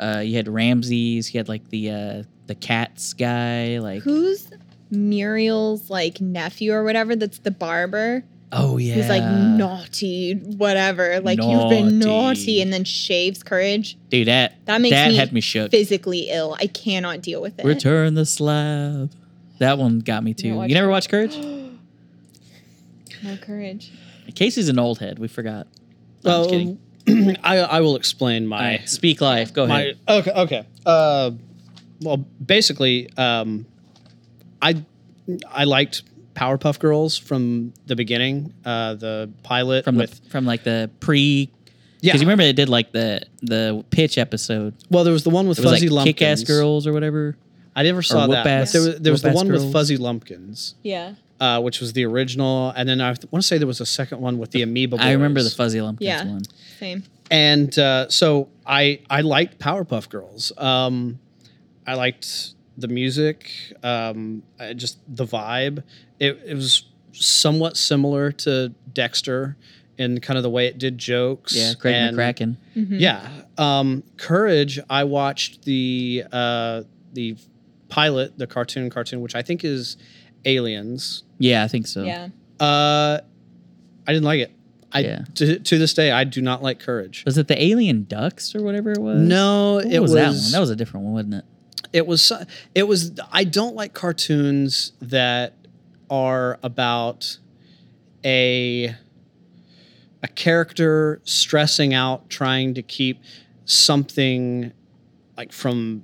A: uh you had ramses you had like the uh the cats guy like
C: Who's Muriel's like nephew or whatever? That's the barber.
A: oh yeah
C: He's like naughty, whatever. Like you've been
A: Naughty.
C: naughty, and then shaves courage.
A: dude that
C: That makes
A: that
C: me
A: had me shook
C: physically ill. I cannot deal with it.
A: return the slab that one got me
C: You
A: too
C: watch
A: you never
C: it?
A: watch courage
C: no courage.
A: casey's an old head we forgot I'm just
B: Well,
A: kidding.
B: I I will explain
A: all
B: my
A: right speak life go ahead
B: My, okay, okay. Uh, well, basically, um, I I liked Powerpuff Girls from the beginning, uh, the pilot
A: from
B: with
A: the from like the pre
B: yeah.
A: Because you remember they did like the the pitch episode.
B: well, there was the one with
A: It was
B: Fuzzy
A: like
B: Lumpkins.
A: Kick Ass Girls or whatever.
B: I never saw that.
A: Whoop-Ass-
B: There was, there was the
A: Whoop-Ass
B: one with
A: Girls.
B: Fuzzy Lumpkins,
C: Yeah.
B: uh, which was the original, and then I want to say there was a second one with the Amoeba. Oh, Boys.
A: I remember the Fuzzy Lumpkins
C: Yeah.
A: one.
C: Same.
B: and uh, so I I liked Powerpuff Girls. Um, I liked the music, um, I just the vibe. It, it was somewhat similar to Dexter in kind of the way it did jokes.
A: Yeah, Craig
B: and-
A: McCracken.
C: Mhm.
B: Yeah, um, Courage. I watched the uh, the pilot, the cartoon cartoon, which I think is Aliens.
A: Yeah, I think so.
C: Yeah.
B: Uh, I didn't like it. I
A: Yeah.
B: to, to this day I do not like Courage.
A: Was it the Alien Ducks or whatever it was?
B: No,
A: What
B: it
A: was, that one. That was a different one, wasn't it?
B: it was so- it was i don't like cartoons that are about a a character stressing out trying to keep something like from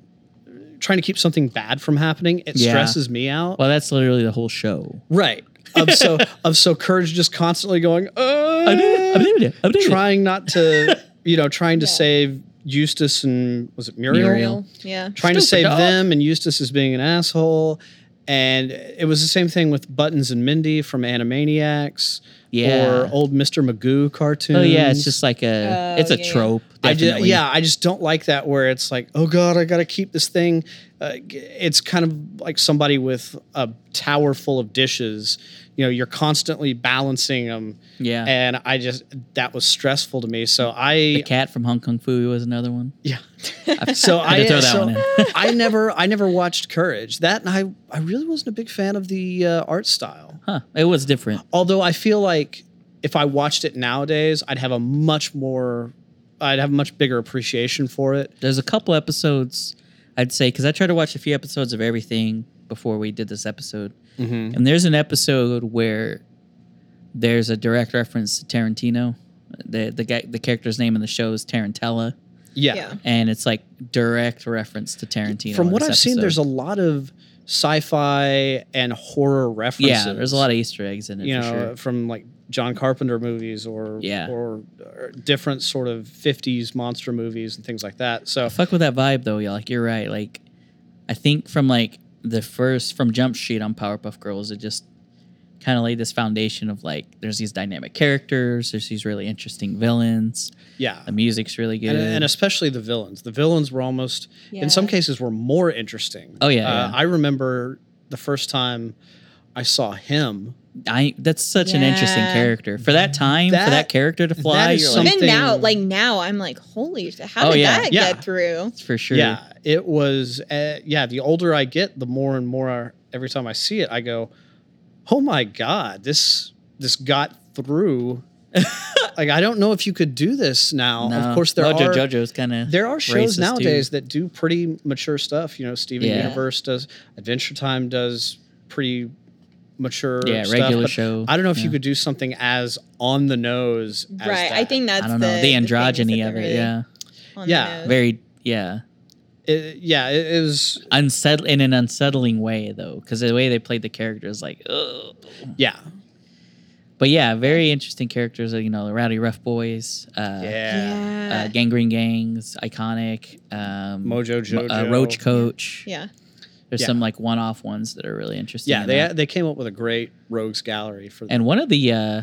B: trying to keep something bad from happening it
A: Yeah.
B: stresses me out
A: Well, that's literally the whole show.
B: right of so of so courage just constantly going oh trying not to you know trying to
C: Yeah.
B: save eustace and was it muriel,
A: Muriel.
C: Yeah.
B: trying to
A: Stupid
B: save
A: dog.
B: them and Eustace is being an asshole. And it was the same thing with Buttons and Mindy from Animaniacs
A: Yeah.
B: or old Mr. Magoo cartoons.
A: oh yeah, it's just like a
C: Oh,
A: it's a
C: yeah, yeah.
A: trope
B: I just,
A: Definitely.
B: yeah, I just don't like that where it's like, oh god, I gotta keep this thing. Uh, g- it's kind of like somebody with a tower full of dishes. You know, you're constantly balancing them,
A: Yeah.
B: and I just that was stressful to me. So
A: the
B: I,
A: cat from Hong Kong Foo was another one.
B: yeah,
A: I
B: so
A: had
B: I
A: to throw that
B: so
A: one in.
B: I never, I never watched Courage. That and I, I really wasn't a big fan of the uh, art style.
A: Huh. It was different.
B: Although I feel like if I watched it nowadays, I'd have a much more, I'd have a much bigger appreciation for it.
A: There's a couple episodes, I'd say, because I tried to watch a few episodes of everything before we did this episode.
B: Mm-hmm.
A: And there's an episode where there's a direct reference to Tarantino. The the guy the character's name in the show is Tarantella,
B: Yeah.
C: Yeah.
A: and it's like direct reference to Tarantino.
B: From
A: in
B: what I've
A: this
B: seen,
A: episode.
B: there's a lot of sci-fi and horror references.
A: yeah, there's a lot of Easter eggs in it.
B: you
A: for
B: know
A: sure.
B: from like John Carpenter movies or
A: Yeah.
B: or, or different sort of 50s monster movies and things like that. So
A: fuck with that vibe though. Yeah, like you're right. Like I think from like the first from Jump Street on Powerpuff Girls, it just kind of laid this foundation of like there's these dynamic characters, there's these really interesting villains,
B: yeah,
A: the music's really good.
B: and, and especially the villains. The villains were almost, in some
C: Yeah.
B: cases, were more interesting.
A: Oh, yeah,
B: Uh,
A: yeah.
B: I remember the first time I saw him.
A: I that's such an interesting
C: Yeah.
A: character for that time for that
B: That-
A: character to fly.
B: is
A: you're like,
B: something-
C: Even now, like now, I'm like, holy, sh- how
A: Oh,
C: did
A: yeah.
C: that
B: Yeah.
C: get through?
A: for sure.
B: Yeah, it was. Uh, yeah, the older I get, the more and more every time I see it, I go, "Oh my god, this this got through." like I don't know if you could do this now.
A: No,
B: Of course, there
A: Mojo
B: are
A: JoJo's kind of
B: there are shows
A: racist, too.
B: nowadays that do pretty mature stuff. You know, Steven
A: Yeah.
B: Universe does, Adventure Time does pretty mature.
A: yeah
B: stuff,
A: regular
B: but
A: show.
B: I don't know if you
A: yeah.
B: could do something as on the nose. As
C: Right. I
B: that.
C: think that's
A: I don't know the,
C: thing is that
A: androgyny
C: they're
A: of it.
C: really
A: Yeah,
C: on the
B: Yeah.
C: nose.
A: very yeah.
B: It- yeah, it is.
A: unsettle in an unsettling way though because the way they played the characters like ugh.
B: Yeah,
A: but yeah very interesting characters you know the rowdy rough boys uh,
B: yeah.
A: uh
C: yeah.
A: gangrene gangs iconic um
B: Mojo
A: Mo-
B: Jojo.
A: uh, roach coach
C: yeah.
A: there's
B: Yeah.
A: some like one-off ones that are really interesting
B: Yeah,
A: in
B: they
A: that.
B: they came up with a great rogues gallery for
A: and one of the uh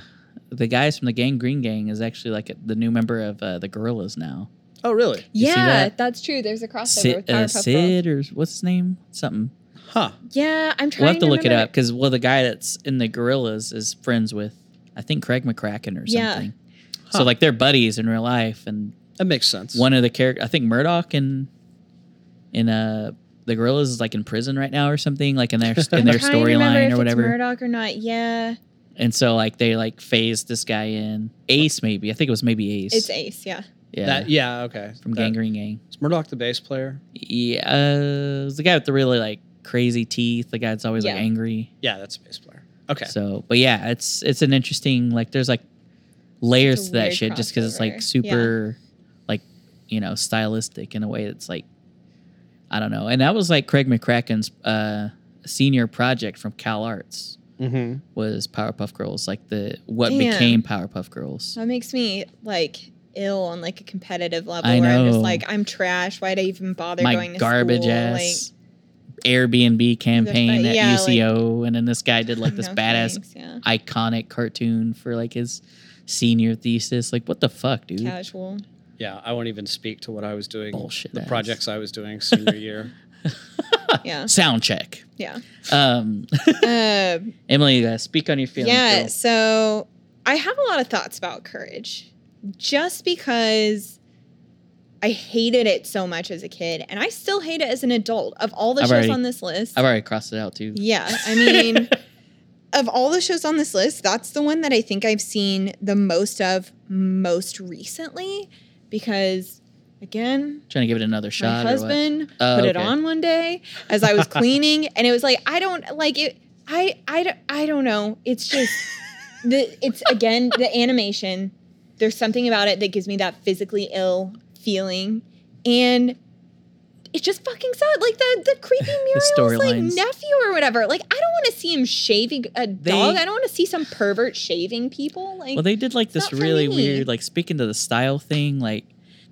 A: the guys from the gangrene gang is actually like a, the new member of uh, the gorillas now
B: Oh, really?
A: You see
C: Yeah,
A: that?
C: that's true. There's a crossover with
A: sid, uh,
C: Powerpuff Girls.
A: sid or what's his name something
B: Huh.
C: Yeah, I'm trying
A: we'll have to look it
C: remember
A: up because well the guy that's in the gorillas is friends with i think craig mccracken or
C: Yeah.
A: something
B: Huh.
A: so like they're buddies in real life and
B: That makes sense.
A: one of the character i think murdoch in in uh the gorillas is like in prison right now or something like in their in
C: I'm
A: their
C: trying to remember
A: storyline
C: if
A: or
C: it's
A: whatever
C: Murdoch or not? Yeah,
A: and so like they like phased this guy in ace maybe i think it was maybe ace
C: it's Ace. Yeah,
A: yeah
B: That, yeah, okay.
A: from
B: that,
A: gangrene gang
B: Is Murdoch the bass player?
A: yeah uh, it was the guy with the really like crazy teeth the guy that's always like
C: Yeah.
A: angry
B: Yeah, that's a bass player. Okay.
A: So, but yeah, it's it's an interesting like there's like layers
C: It's a
A: to that
C: weird
A: shit just because it's like
C: crossover.
A: super like you know stylistic in a way that's like I don't know. And that was like Craig McCracken's uh, senior project from Cal Arts
B: mm-hmm.
A: was Powerpuff Girls, like the what
C: Damn.
A: became Powerpuff Girls.
C: that makes me like ill on like a competitive level.
A: I
C: where I'm
A: know.
C: just like, I'm trash. Why'd I even bother
A: My
C: going to
A: garbage
C: school?
A: ass Airbnb campaign
C: but
A: at
C: yeah, like-
A: UCO, and then this guy did like this
C: no
A: badass
C: thanks, yeah.
A: iconic cartoon for like his senior thesis. Like, what the fuck, dude?
C: casual.
B: Yeah, I won't even speak to what I was doing.
A: Bullshit
B: The
A: ass.
B: projects I was doing senior year.
C: Yeah,
A: Sound check.
C: yeah.
A: Um,
C: Uh,
A: Emily, uh, speak on your feelings.
C: yeah
A: girl.
C: so i have a lot of thoughts about courage just because i hated it so much as a kid and i still hate it as an adult of all the
A: I've
C: shows
A: already-
C: on this list
A: I've already crossed it out too.
C: yeah i mean of all the shows on this list that's the one that i think i've seen the most of most recently because again
A: Trying to give it another shot.
C: my
A: or what?
C: husband
A: Oh,
C: put it
A: okay.
C: on one day as I was cleaning, and it was like I don't like it. I I don't- I don't know. It's just the it's again the animation. There's something about it that gives me that physically ill feeling, and it's just fucking sad. Like the the creepy Muriel's like
A: storylines.
C: nephew or whatever. Like I don't want to see him shaving a
A: They-
C: dog. I don't want to see some pervert shaving people. Like
A: Well, they did like this
C: not for
A: really
C: me.
A: weird, like speaking to the style thing. Like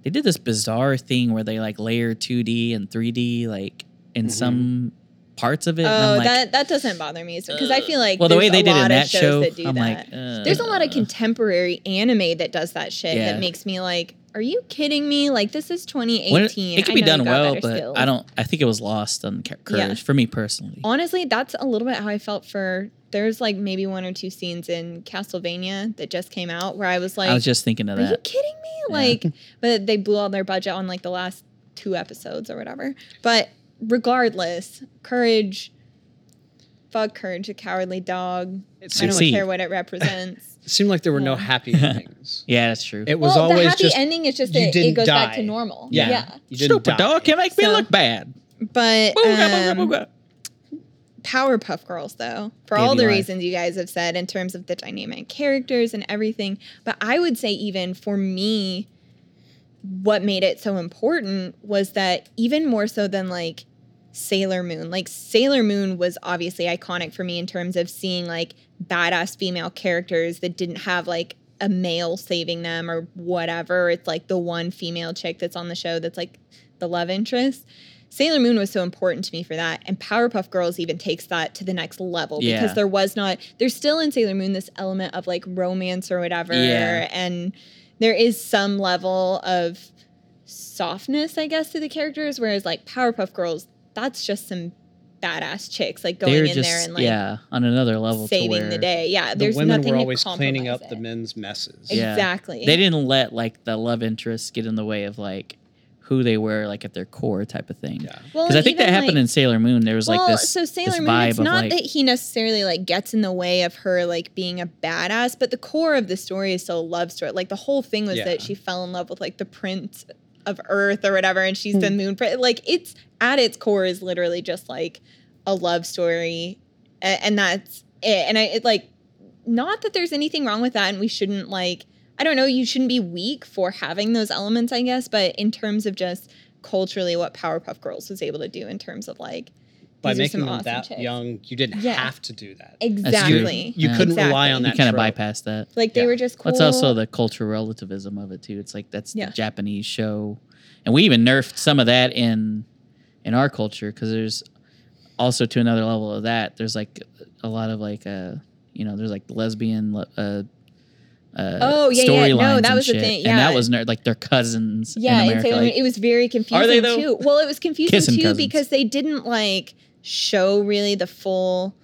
A: they did this bizarre thing where they like layer 2D and 3D, like in
B: Mhm.
A: some parts of it. and
C: oh
A: I'm like,
C: that that doesn't bother me because I feel like
A: well, the way
C: there's
A: they
C: a
A: did
C: lot
A: in
C: of
A: that
C: shows
A: show,
C: that do
A: I'm
C: that.
A: like, uh,
C: There's a lot of contemporary anime that does that shit
A: Yeah.
C: that makes me like, are you kidding me? Like this is 2018.
A: When it, it could be
C: I know you've
A: done
C: got
A: well,
C: better
A: but
C: skills."
A: I don't. I think it was lost on Ca-
C: Yeah.
A: Courage for me personally.
C: Honestly, that's a little bit how I felt for. There's like maybe one or two scenes in Castlevania that just came out where I was like,
A: I was just thinking of
C: "Are you
A: that.
C: kidding me?"
A: Yeah.
C: Like, but they blew all their budget on like the last two episodes or whatever. But regardless, courage. Fuck courage, a cowardly dog.
B: It
C: I
B: seemed,
C: don't
A: Succeed.
C: care what it represents.
B: it seemed like there were no
C: Yeah.
B: happy endings.
A: Yeah, that's true.
B: It was
C: well, the
B: always
C: happy
B: just
C: ending is just
B: you
C: that it
B: didn't
C: goes back to
B: die.
C: normal.
B: yeah,
C: yeah.
B: you didn't
A: Stupid
B: die.
A: dog can make me
C: So-
A: look bad.
C: But
A: Booga,
C: um,
A: booga,
C: Powerpuff Girls, though, for
A: Baby
C: all the
A: life.
C: reasons you guys have said in terms of the dynamic characters and everything. But I would say, even for me, what made it so important was that even more so than like Sailor Moon, like Sailor Moon was obviously iconic for me in terms of seeing like badass female characters that didn't have like a male saving them or whatever. It's like the one female chick that's on the show that's like the love interest. Sailor Moon was so important to me for that. And Powerpuff Girls even takes that to the next level
A: Yeah.
C: because there was not, there's still in Sailor Moon this element of like romance or whatever.
A: Yeah.
C: And there is some level of softness, I guess, to the characters. Whereas like Powerpuff Girls, that's just some badass chicks like going
A: They're
C: in
A: just
C: there and like
A: yeah on another level. to
C: saving
A: where
C: the day. Yeah,
B: The
C: there's
B: women
C: nothing
B: were
C: to
B: always cleaning up
C: compromise
B: the
C: it.
B: men's messes.
A: Yeah.
C: Exactly.
A: They didn't let like the love interests get in the way of like who they were like at their core type of thing.
B: Yeah.
C: Well,
A: Because I
C: and
A: think that
C: even,
A: happened
C: like-
A: in Sailor Moon. There was like this.
C: so Sailor
A: this
C: Moon.
A: vibe
C: it's
A: of,
C: not
A: like-
C: that he necessarily like gets in the way of her like being a badass, but the core of the story is still a love story. Like the whole thing was that
B: Yeah.
C: she fell in love with like the prince of Earth or whatever, and
A: Hmm.
C: she's the moon prince. Like it's at its core is literally just like a love story, and, and that's it. And I it, like not that there's anything wrong with that, and we shouldn't like I don't know, you shouldn't be weak for having those elements, I guess, but in terms of just culturally what Powerpuff Girls was able to do in terms of like
B: By
C: these are some
B: making them
C: awesome
B: that
C: chicks.
B: young, you didn't
C: Yeah.
B: have to do that.
A: true.
C: Exactly.
B: You
A: Yeah.
B: couldn't rely
C: Exactly.
B: on
A: you
B: that.
A: kind of
B: trope.
A: bypassed that.
C: Like they
B: Yeah.
C: were just cool.
A: That's also the cultural relativism of it too. It's like that's
C: Yeah.
A: the Japanese show, and we even nerfed some of that in in our culture because there's also to another level of that. There's like a lot of like uh you know there's like lesbian le- uh. Uh,
C: Oh, yeah, yeah. No,
A: storylines
C: that
A: and
C: was the
A: shit.
C: thing,
A: and that
C: yeah.
A: was ner- like their cousins.
C: yeah,
A: in
C: in
A: America.
C: Sailor Moon,
A: like,
C: it was very confusing
A: though?
C: too. Well, it was confusing
A: Kissing
C: too
A: cousins.
C: because they didn't like show really the full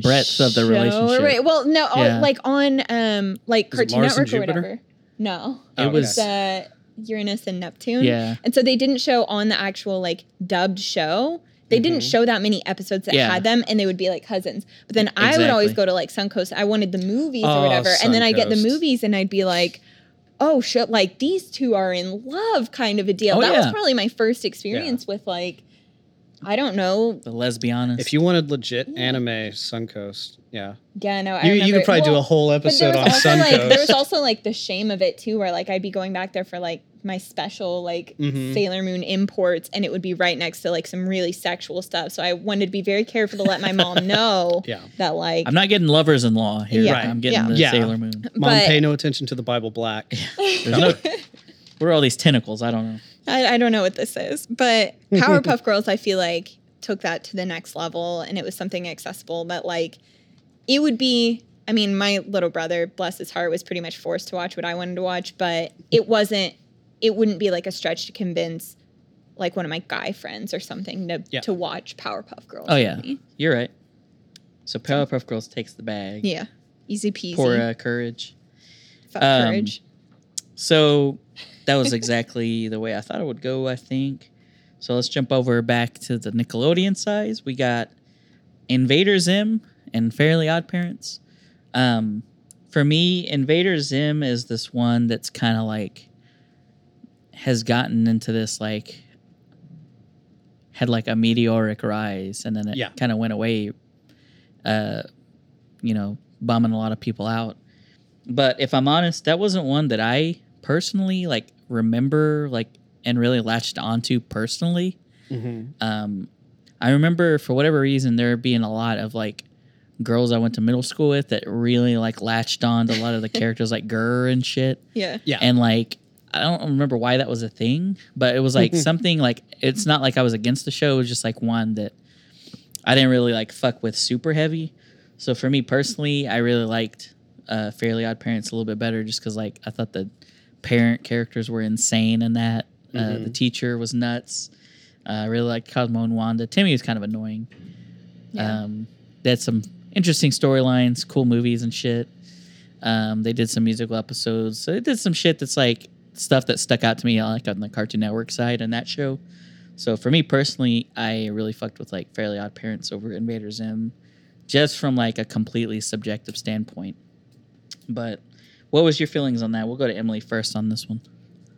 A: breadth of the
C: show,
A: relationship.
C: right? Well, no, all,
A: Yeah.
C: like on um like
B: Is it
C: Cartoon
B: Mars and
C: Network or
B: Jupiter?
C: whatever. No,
B: Oh,
A: It was-
C: it's uh, Uranus and Neptune.
A: Yeah,
C: And so they didn't show on the actual like dubbed show. They didn't
B: Mhm.
C: show that many episodes that
A: Yeah.
C: had them, and they would be like cousins. But then I would always
A: Exactly.
C: go to like Suncoast. I wanted the movies
B: Oh,
C: or whatever, and then I get the
B: Suncoast.
C: movies, and I'd be like, "Oh shit! Like these two are in love," kind of a deal.
A: Oh,
C: that
A: yeah.
C: was probably my first experience with like, I don't know.
A: the lesbianist.
B: If you wanted legit
C: Yeah.
B: anime, Suncoast. Yeah.
C: Yeah, no, I
B: You,
C: remember
B: you could
C: it-
B: probably do
C: well,
B: a whole
C: But there
B: episode on
C: was also like there was
B: Suncoast.
C: also like the shame of it too, where like I'd be going back there for like my special like
B: Mhm.
C: Sailor Moon imports, and it would be right next to like some really sexual stuff. So I wanted to be very careful to let my mom know
B: Yeah.
C: that like
A: I'm not getting lovers in law here.
C: Yeah.
B: Right.
A: I'm getting
C: Yeah.
A: the
B: Yeah.
A: Sailor Moon.
B: Mom,
C: but-
B: pay no attention to the Bible Black.
A: There's no, what are all these tentacles? I don't know.
C: I, I don't know what this is, but Powerpuff Girls, I feel like took that to the next level, and it was something accessible that like it would be. I mean, my little brother, bless his heart, was pretty much forced to watch what I wanted to watch, but it wasn't. It wouldn't be like a stretch to convince like one of my guy friends or something to
B: Yeah.
C: to watch Powerpuff Girls.
A: Oh
C: with
A: yeah,
C: me.
A: you're right. So Powerpuff Girls takes the bag.
C: yeah, easy peasy.
A: Poor uh, courage.
C: Fuck
A: um,
C: courage.
A: So that was exactly the way I thought it would go. I think. So let's jump over back to the Nickelodeon size. We got Invader Zim and Fairly Odd Parents. Um, for me, Invader Zim is this one that's kind of like has gotten into this like had like a meteoric rise and then it
B: Yeah.
A: kind of went away uh you know bumming a lot of people out but if i'm honest that wasn't one that i personally like remember like and really latched onto personally
B: Mhm.
A: um, I remember for whatever reason there being a lot of like girls I went to middle school with that really like latched on to a lot of the characters like Gurr and shit.
C: Yeah,
B: Yeah.
A: And like I don't remember why that was a thing, but it was like something like it's not like I was against the show, it was just like one that I didn't really like fuck with super heavy. So for me personally, I really liked uh Fairly Odd Parents a little bit better just cuz like I thought the parent characters were insane in that. Uh,
B: Mhm.
A: the teacher was nuts. Uh, I really liked Cosmo and Wanda. Timmy was kind of annoying.
C: Yeah.
A: Um, they had some interesting storylines, cool movies and shit. Um, they did some musical episodes. So they did some shit that's like stuff that stuck out to me, like on the Cartoon Network side and that show. So for me personally, I really fucked with like Fairly Odd Parents over Invader Zim, just from like a completely subjective standpoint. But what was your feelings on that? We'll go to Emily first on this one.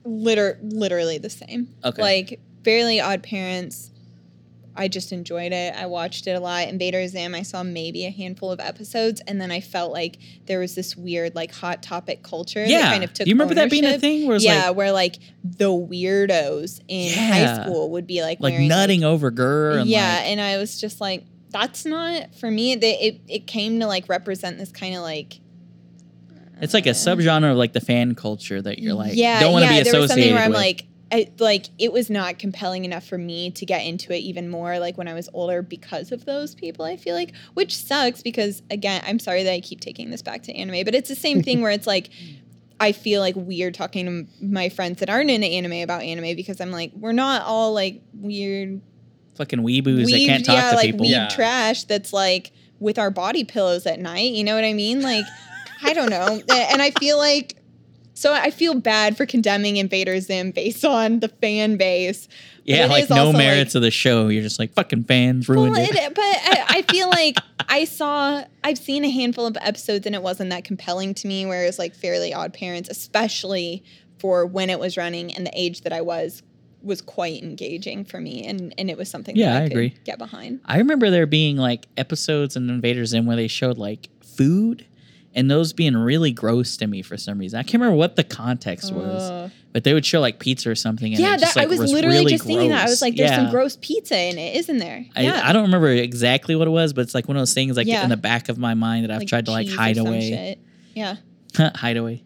C: Liter- literally the same.
A: Okay.
C: Like Fairly Odd Parents, I just enjoyed it. I watched it a lot. Invader Zim, I saw maybe a handful of episodes, and then I felt like there was this weird like hot topic culture. that kind of took.
A: you remember that being a
C: ownership.
A: thing where it's
C: Yeah,
A: like
C: where like the weirdos in
A: Yeah.
C: high school would be like
A: like
C: wearing, like,
A: nutting over girl and
C: yeah,
A: like,
C: and I was just like, that's not for me. They, it it came to like represent this kind of like.
A: it's like a
C: uh,
A: subgenre of like the fan culture that you're like
C: yeah,
A: don't want to
C: yeah,
A: be
C: there was something
A: associated
C: where I'm
A: with.
C: like, I, like it was not compelling enough for me to get into it even more. Like when I was older, because of those people, I feel like, which sucks because again, I'm sorry that I keep taking this back to anime, but it's the same thing where it's like. I feel like weird talking to m- my friends that aren't into anime about anime because I'm like, we're not all like weird
A: fucking weeboos that can't talk
C: yeah,
A: to
C: like
A: people.
C: weed
B: Yeah.
C: trash that's like with our body pillows at night. You know what I mean? Like, I don't know. A- And I feel like, so I feel bad for condemning Invader Zim based on the fan base.
A: Yeah,
C: it
A: like
C: is
A: no
C: also,
A: merits of the show. You're just like fucking fans ruined
C: well,
A: it.
C: it- but I, I feel like I saw, I've seen a handful of episodes and it wasn't that compelling to me, whereas like Fairly Odd Parents, especially for when it was running and the age that I was, was quite engaging for me. And, and it was something
A: Yeah,
C: that I,
A: I
C: could
A: agree.
C: get behind.
A: I remember there being like episodes in Invader Zim where they showed like food and those being really gross to me for some reason. I can't remember what the context was,
C: Ugh.
A: but they would show like pizza or something. And
C: Uh. yeah,
A: it just,
C: that, I
A: like,
C: was literally
A: really
C: just thinking that. I was
A: gross.
C: like, there's
A: Yeah.
C: some gross pizza in it, isn't there?
A: I,
C: yeah.
A: I don't remember exactly what it was, but it's like one of those things like
C: Yeah.
A: in the back of my mind that I've
C: Like
A: tried to like
C: cheese or
A: hide
C: some
A: away.
C: shit. Yeah.
A: hide away.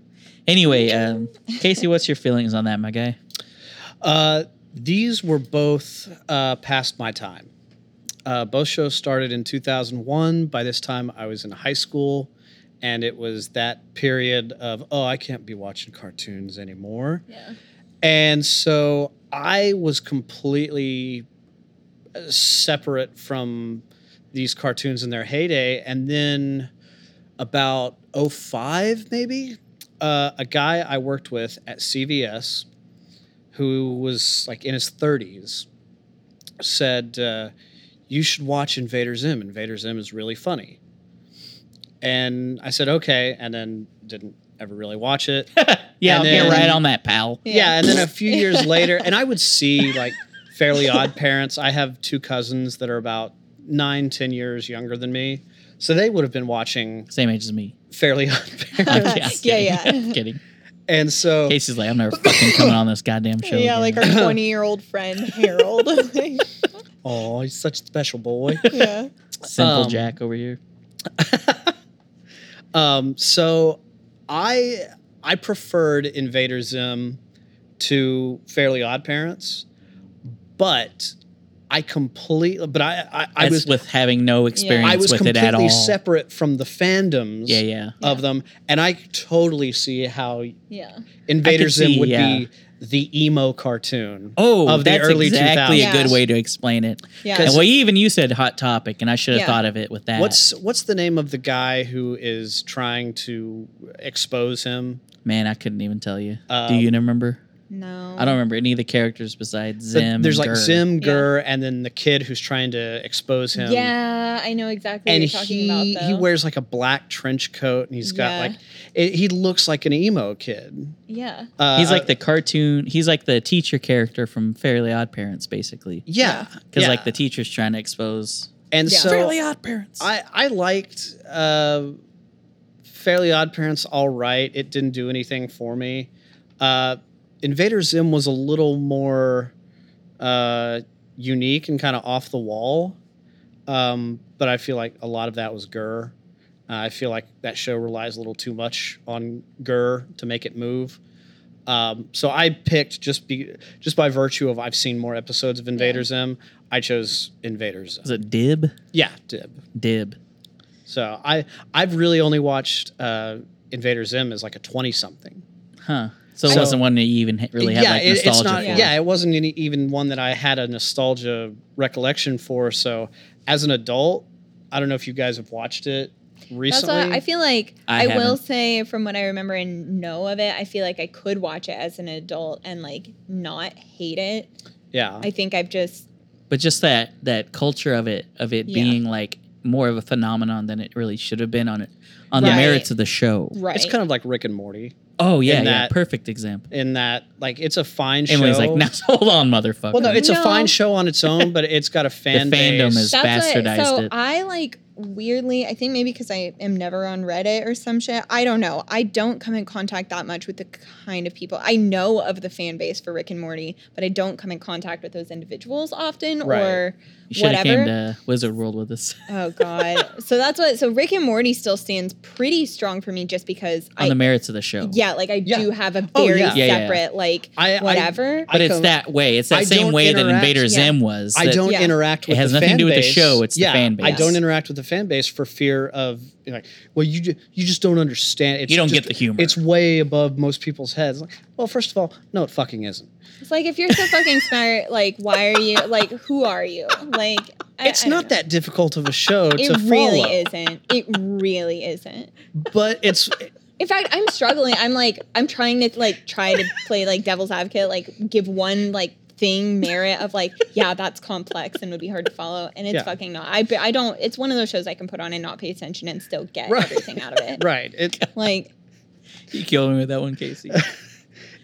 A: Anyway, um, Casey, what's your feelings on that, my guy?
B: Uh, these were both uh, past my time. Uh, both shows started in 2001. By this time, I was in high school, and it was that period of, oh, I can't be watching cartoons anymore.
C: Yeah.
B: And so I was completely uh, separate from these cartoons in their heyday. And then about 05, maybe, uh, a guy I worked with at CVS who was like in his 30s said, uh, You should watch Invader Zim. Invader Zim is really funny. And I said, Okay. And then didn't ever really watch it
A: yeah,
B: And
A: you're
B: then-
A: right on that, pal.
B: yeah. and then a few years later and i would see like fairly odd parents i have two cousins that are about nine ten years younger than me so they would have been watching
A: Same age as me.
B: fairly odd
A: I'm
B: parents
A: just
C: Yeah,
A: kidding.
C: yeah.
A: I'm kidding.
B: and so
A: Casey's like, I'm never fucking coming on this goddamn show.
C: yeah,
A: again.
C: like our 20 year old friend, Harold. Like,
B: oh he's such a special boy
C: yeah.
A: simple
B: um,
A: Jack over here.
B: um, so I I preferred Invader Zim to Fairly Odd Parents, but I completely but I I, I
A: That's
B: was
A: with having no experience
B: I was
A: with it at
B: completely
A: all.
B: separate from the fandoms
A: yeah, yeah.
B: of them, and I totally see how
C: Yeah.
B: Invader Zim
A: see,
B: would
A: yeah.
B: be the emo cartoon.
A: Oh,
B: Of the
A: that's
B: early
A: exactly a
C: 2000s.
A: good way to explain it.
C: Yeah.
A: And well, even you said hot topic, and I should have
C: Yeah.
A: thought of it with that.
B: What's what's the name of the guy who is trying to expose him?
A: man? I couldn't even tell you. Do
B: Um,
A: you remember?
C: No.
A: I don't remember any of the characters besides
B: But
A: Zim.
B: there's like
A: Gurr.
B: Zim
C: Yeah.
B: Gur, and then the kid who's trying to expose him.
C: Yeah, I know exactly
B: And
C: what you're talking
B: he
C: about. Though.
B: he wears like a black trench coat, and he's got
C: Yeah.
B: like it, he looks like an emo kid.
C: Yeah.
B: Uh,
A: He's like the cartoon. He's like the teacher character from Fairly Odd Parents, basically.
B: yeah
A: Because
B: yeah.
A: like the teacher's trying to expose
B: and
C: Yeah.
B: so
A: Fairly Odd Parents.
B: I I liked uh, Fairly Odd Parents all right. It didn't do anything for me. Uh, Invader Zim was a little more uh, unique and kind of off the wall, um, but I feel like a lot of that was Gurr. Uh, I feel like that show relies a little too much on Gurr to make it move. Um, so I picked just be just by virtue of I've seen more episodes of Invader Zim. I chose Invader Zim.
A: Is it Dib?
B: Yeah, Dib.
A: Dib.
B: So I I've really only watched uh, Invader Zim as like a twenty something.
A: Huh. So it
B: So-
A: wasn't one that you even ha- really had like
B: it-
A: nostalgia
B: it's not,
A: for.
B: Yeah, it wasn't any, even one that I had a nostalgia recollection for. So as an adult, I don't know if you guys have watched it
C: That's
B: recently.
C: why I feel like
A: I
C: I, will
A: haven't.
C: say from what I remember and know of it, I feel like I could watch it as an adult and like not hate it.
B: yeah,
C: I think I've just
A: But just that that culture of it of it
C: Yeah.
A: being like more of a phenomenon than it really should have been on it on the
C: Right.
A: merits of the show.
C: right.
B: it's kind of like Rick and Morty
A: Oh yeah,
B: And
A: yeah,
B: that-
A: perfect example.
B: in that like it's a fine show.
A: Everyone's like, now hold on, motherfucker.
B: well, no, it's a
C: No.
B: fine show on its own, but it's got a fan
A: fandom
B: base.
A: is- bastardized
C: so
A: it.
C: I like weirdly, I think maybe because I am never on Reddit or some shit. I don't know. I don't come in contact that much with the kind of people I know of the fan base for Rick and Morty, but I don't come in contact with those individuals often
B: Right.
C: or
A: you should have came
C: whatever.
A: to Wizard World with us
C: oh god. so that's what so Rick and Morty still stands pretty strong for me just because
A: on
C: I
A: the merits of the show.
C: yeah, like I
B: Yeah.
C: do have a very
B: Oh, yeah.
A: Yeah, yeah, yeah.
C: separate like
B: I- I-
C: whatever.
A: but
B: I
A: it's
B: come-
A: that way. It's that
B: I
A: same
B: don't
A: way that
B: interact-
A: Invader
C: Yeah.
A: Zim was.
B: I
A: that-
B: don't
C: Yeah.
B: interact
A: It
B: with
A: has
B: the
A: nothing
B: fan
A: to do with the
B: base.
A: show, it's the
B: yeah,
A: fan
B: I
A: base.
B: don't interact with the fan base for fear of you know, like, well, you ju- you just don't understand. It's
A: You don't
B: just-
A: get the humor.
B: It's way above most people's heads. Like, well, first of all, no, it fucking isn't.
C: It's like if you're so fucking smart, like why are you like who are you? Like I-
B: It's
C: I don't
B: not
C: know.
B: that difficult of a show to
C: It really
B: follow,
C: isn't. It really isn't.
B: but it's
C: In fact, I'm struggling. I'm like I'm trying to like try to play like devil's advocate, like give one like thing merit of like yeah that's complex and would be hard to follow and it's
B: Yeah.
C: fucking not I, I don't it's one of those shows i can put on and not pay attention and still get
B: Right.
C: everything out of it
B: right. It,
C: like
A: You killed me with that one, Casey.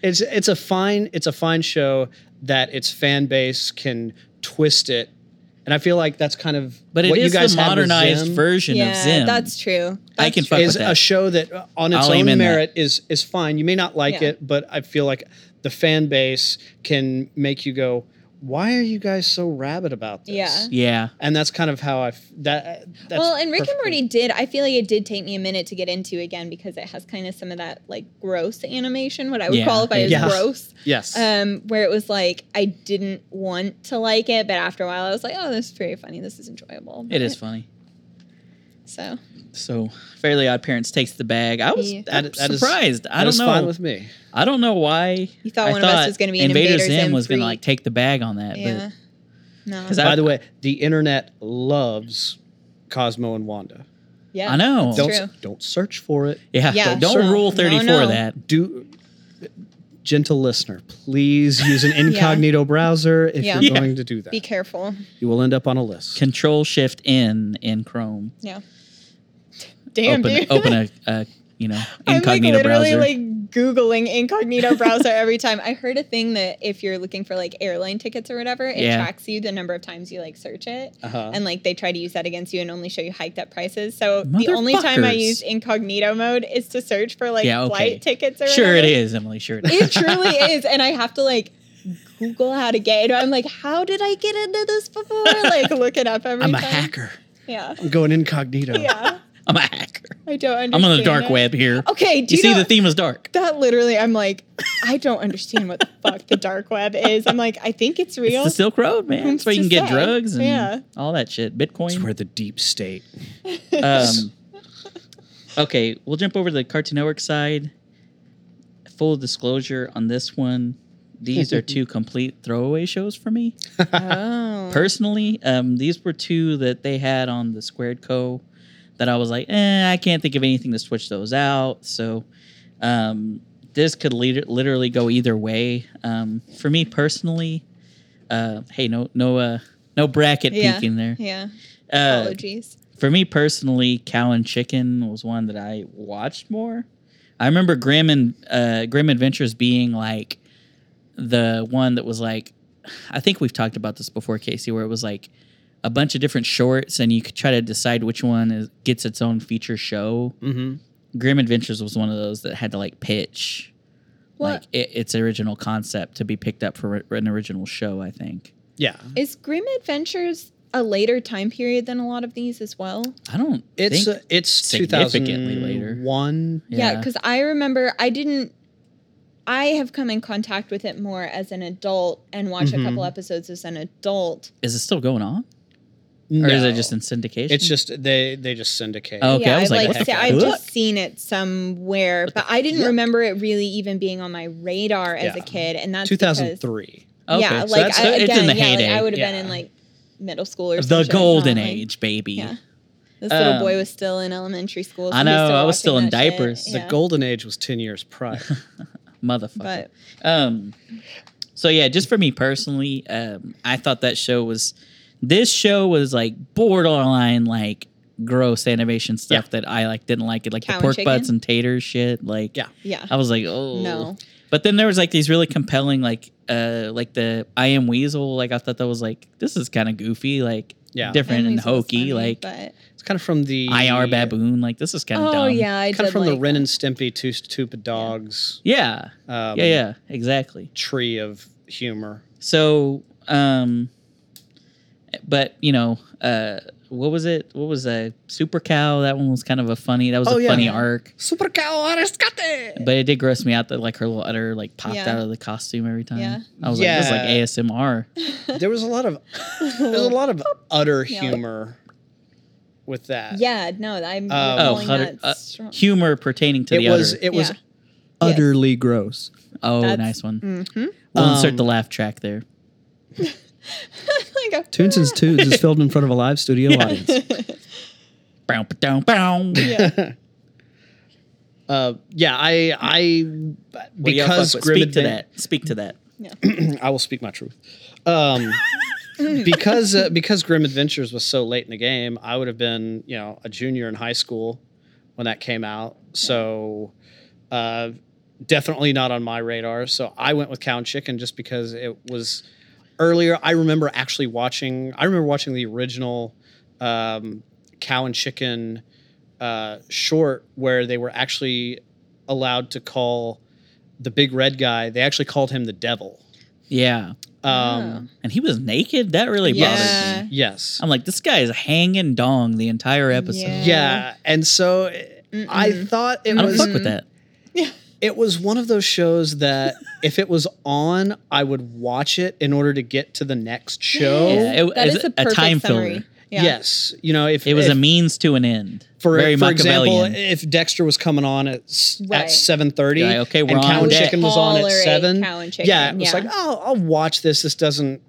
B: it's it's a fine it's a fine show that its fan base can twist it, and I feel like that's kind of
A: But it
B: what
A: is
B: you guys
A: the
B: had with
A: modernized
B: Zim
A: version of
C: yeah
A: Zim.
C: that's true
A: I
C: That's
A: can
C: true.
A: fuck
B: is
A: with that.
B: a show that uh, on its
A: I'll aim
B: own
A: in that.
B: merit is is fine. You may not like
C: Yeah.
B: it, but I feel like the fan base can make you go, "Why are you guys so rabid about this?"
C: Yeah.
A: yeah.
B: and that's kind of how I f- that. uh, That's
C: well, and Rick and
B: perfectly-
C: Morty did. I feel like it did take me a minute to get into again because it has kind of some of that like gross animation, what I would
A: Yeah.
C: qualify as
B: Yeah.
C: gross,
B: Yes.
C: um, where it was like I didn't want to like it, but after a while I was like, oh, this is very funny. This is enjoyable.
A: It is funny.
C: So
A: So Fairly Odd Parents takes the bag. I was
C: Yeah.
A: I'm
B: That- that is-
A: surprised. I
B: That
A: don't
B: is
A: know.
B: fine with me.
A: I don't know why.
C: you thought
A: I
C: one of us was going to be an
A: Invader
C: Invader
A: Zim
C: Zim
A: was going to
C: freak.
A: like take the bag on that.
C: yeah. No.
A: 'Cause I-
B: By the way, the internet loves Cosmo and Wanda.
C: yeah.
A: I know.
C: That's
B: don't
C: true.
B: don't search for it.
A: But yeah,
C: Yeah.
A: don't
B: Sure.
A: rule thirty four
C: No, no.
A: that.
B: Do gentle listener, please use an incognito browser if
C: Yeah.
B: you're
A: Yeah.
B: going to do that.
C: Be careful.
B: you will end up on a list.
A: Control Shift N in Chrome.
C: Yeah. Damn,
A: open
C: dude.
A: open a, a you know
C: I'm like
A: incognito
C: literally
A: browser.
C: like googling incognito browser every time. I heard a thing that if you're looking for like airline tickets or whatever, it
A: Yeah.
C: tracks you the number of times you like search it.
B: uh-huh.
C: And like they try to use that against you and only show you hiked up prices. So the only time I
A: Motherfuckers.
C: use incognito mode is to search for like
A: Yeah, okay.
C: flight tickets or
A: sure, it
C: whatever.
A: is Emily. Sure, it is.
C: It truly is. And I have to like Google how to get it. I'm like, how did I get into this before? Like look it up every
B: I'm a
C: time.
B: hacker.
C: Yeah.
B: I'm going incognito.
C: Yeah.
A: I'm a hacker.
C: I don't understand.
A: I'm on the dark
C: it.
A: web here.
C: Okay, do
A: you
C: you,
A: see
C: know,
A: the theme was dark.
C: that literally i'm like i don't understand what the fuck the dark web is i'm like i think it's real
A: It's the Silk Road, man. That's
C: It's
A: where you can
C: just
A: get
C: sad.
A: drugs and
C: Yeah.
A: all that shit. Bitcoin.
B: It's where the deep state.
A: Um, okay, we'll jump over to the Cartoon Network side. Full disclosure on this one, these are two complete throwaway shows for me
C: oh.
A: personally. Um, these were two that they had on the Squared Co. That I was like, eh, I can't think of anything to switch those out. So um, this could lit- literally go either way. Um, for me personally, uh, hey, no, no, uh, no bracket
C: Yeah.
A: peek in there.
C: yeah
A: Uh,
C: apologies
A: for me personally, Cow and Chicken was one that I watched more. I remember Grim and uh, Grim Adventures being like the one that was like, I think we've talked about this before, Casey, where it was like a bunch of different shorts, and you could try to decide which one is, gets its own feature show.
B: Mm-hmm.
A: Grim Adventures was one of those that had to like pitch
C: well
A: like it, its original concept to be picked up for an original show. I think
B: Yeah.
C: is grim adventures a later time period than a lot of these as well
A: I don't.
B: It's
A: think,
B: uh, it's
A: significantly later.
B: 2001.
C: yeah because i remember i didn't i have come in contact with it
A: Mm-hmm.
C: more as an adult and watched
B: Mhm.
C: a couple episodes as an adult
A: is it still going on? or is it
B: No.
A: just in syndication?
B: It's just they they just syndicate.
A: Oh. Okay, I was like,
C: I've,
B: what the
C: se-
B: heck?
C: I've
A: Look.
C: just seen it somewhere, but I didn't remember it really even being on my radar as
B: Yeah.
C: a kid, and that's
B: Two thousand
C: 2003.
B: three.
A: okay. so
C: yeah, like
A: that's-
C: I,
A: it's
C: again,
A: in the
C: yeah, like,
A: heyday,
C: I would have
B: yeah.
C: been in like middle school or some
A: the
C: shit,
A: golden
C: not, like-
A: age, baby.
C: yeah, this little
A: Um,
C: boy was still in elementary school.
A: I
C: so he
A: know, I was
C: watching
A: still in
C: that shit,
A: diapers.
B: The
C: yeah.
B: golden age was ten years prior.
A: motherfucker.
C: But
A: um, so yeah, just for me personally, um, I thought that show was this show was like borderline like gross animation stuff that I like didn't like it, like
C: Cow
A: the pork
C: and
A: butts
C: chicken?
A: and tater shit. Like,
B: Yeah.
C: yeah,
A: I was like, oh
C: no,
A: But then there was like these really compelling, like, uh, like the I am Weasel. Like I thought that was like this is kind of goofy, like
B: Yeah.
A: different and
C: Anyways, it was
A: hokey,
C: funny,
A: like
C: but-
B: It's kind of from the
A: IR Baboon. Like this is kind of
C: oh
A: dumb.
C: yeah, I
B: Kind
C: did
B: of from the
C: like
B: Ren
C: that.
B: and Stimpy, two stupid dogs.
A: yeah,
B: Um,
A: yeah, yeah, exactly.
B: Tree of humor.
A: So, um, but you know, uh, what was it? What was a super cow? That one was kind of a funny. That was
B: Oh,
A: a
B: yeah.
A: funny arc,
B: Super cow
A: but it did gross me out that like her little udder like popped
C: Yeah.
A: out of the costume every time.
C: Yeah.
A: I was like,
B: Yeah.
A: this is like ASMR.
B: There was a lot of there's a lot of utter
C: Yeah.
B: humor with that.
C: yeah, no, I'm
B: Um,
A: Oh,
C: recalling
A: udder-
C: that
A: uh,
C: strong.
A: humor pertaining to
B: it
A: the
B: was
A: udder.
B: it was
C: Yeah.
D: Utterly gross.
A: oh,
C: that's-
A: nice one.
C: Mhm.
A: We'll
B: Um,
A: insert the laugh track there.
C: like a-
D: Tunes and Tunes is filmed in front of a live studio audience.
A: Bow, bow, bow.
C: yeah.
B: uh, yeah, I I
A: What do y'all fuck
B: because
A: with?
B: Grim
A: speak to
B: Adven-
A: that. Speak to that.
B: I will speak my truth. Um, because uh, because Grim Adventures was so late in the game, I would have been you know a junior in high school when that came out. So uh, definitely not on my radar. So I went with Cow and Chicken just because it was earlier. I remember actually watching. I remember watching the original um, Cow and Chicken uh, short where they were actually allowed to call the big red guy. They actually called him the devil.
A: Yeah.
C: Oh.
B: Um,
A: And he was naked. That really bothered
C: Yeah.
A: me.
B: Yes.
A: I'm like, this guy is hanging dong the entire episode.
C: Yeah.
B: yeah. And so
C: Mm-mm.
B: I thought it
A: I don't
B: was
A: fuck with that.
B: it was one of those shows that if it was on, I would watch it in order to get to the next show.
A: Yeah, it-
C: that
A: it's
C: is a
A: a
C: perfect
A: time
C: summary.
A: filler.
C: Yeah.
B: Yes. You know, if
A: It was
B: if,
A: a means to an end.
B: for,
A: very
B: for example,
A: Machiavellian.
B: if Dexter was coming on at s
C: Right.
B: at seven thirty,
A: You're like, okay, we're
B: and
A: on
B: Cow and
A: deck.
B: Chicken was on at
C: Tolerate
B: seven.
C: Cow and Chicken,
B: Yeah, it was
C: yeah.
B: like, oh, I'll watch this. This doesn't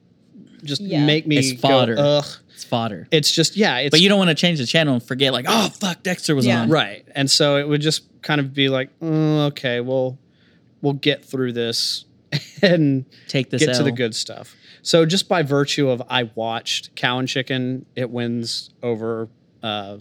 B: just
C: Yeah.
B: make me
A: It's
B: go,
A: fodder.
B: Ugh.
A: It's fodder.
B: It's just yeah. It's
A: but you don't want to change the channel and forget, like, oh fuck, Dexter was
C: Yeah.
A: on.
B: Right. And so it would just kind of be like, "Mm, okay, well, we'll get through this and
A: Take this
B: get to
A: L.
B: the good stuff. So just by virtue of I watched Cow and Chicken, it wins over uh,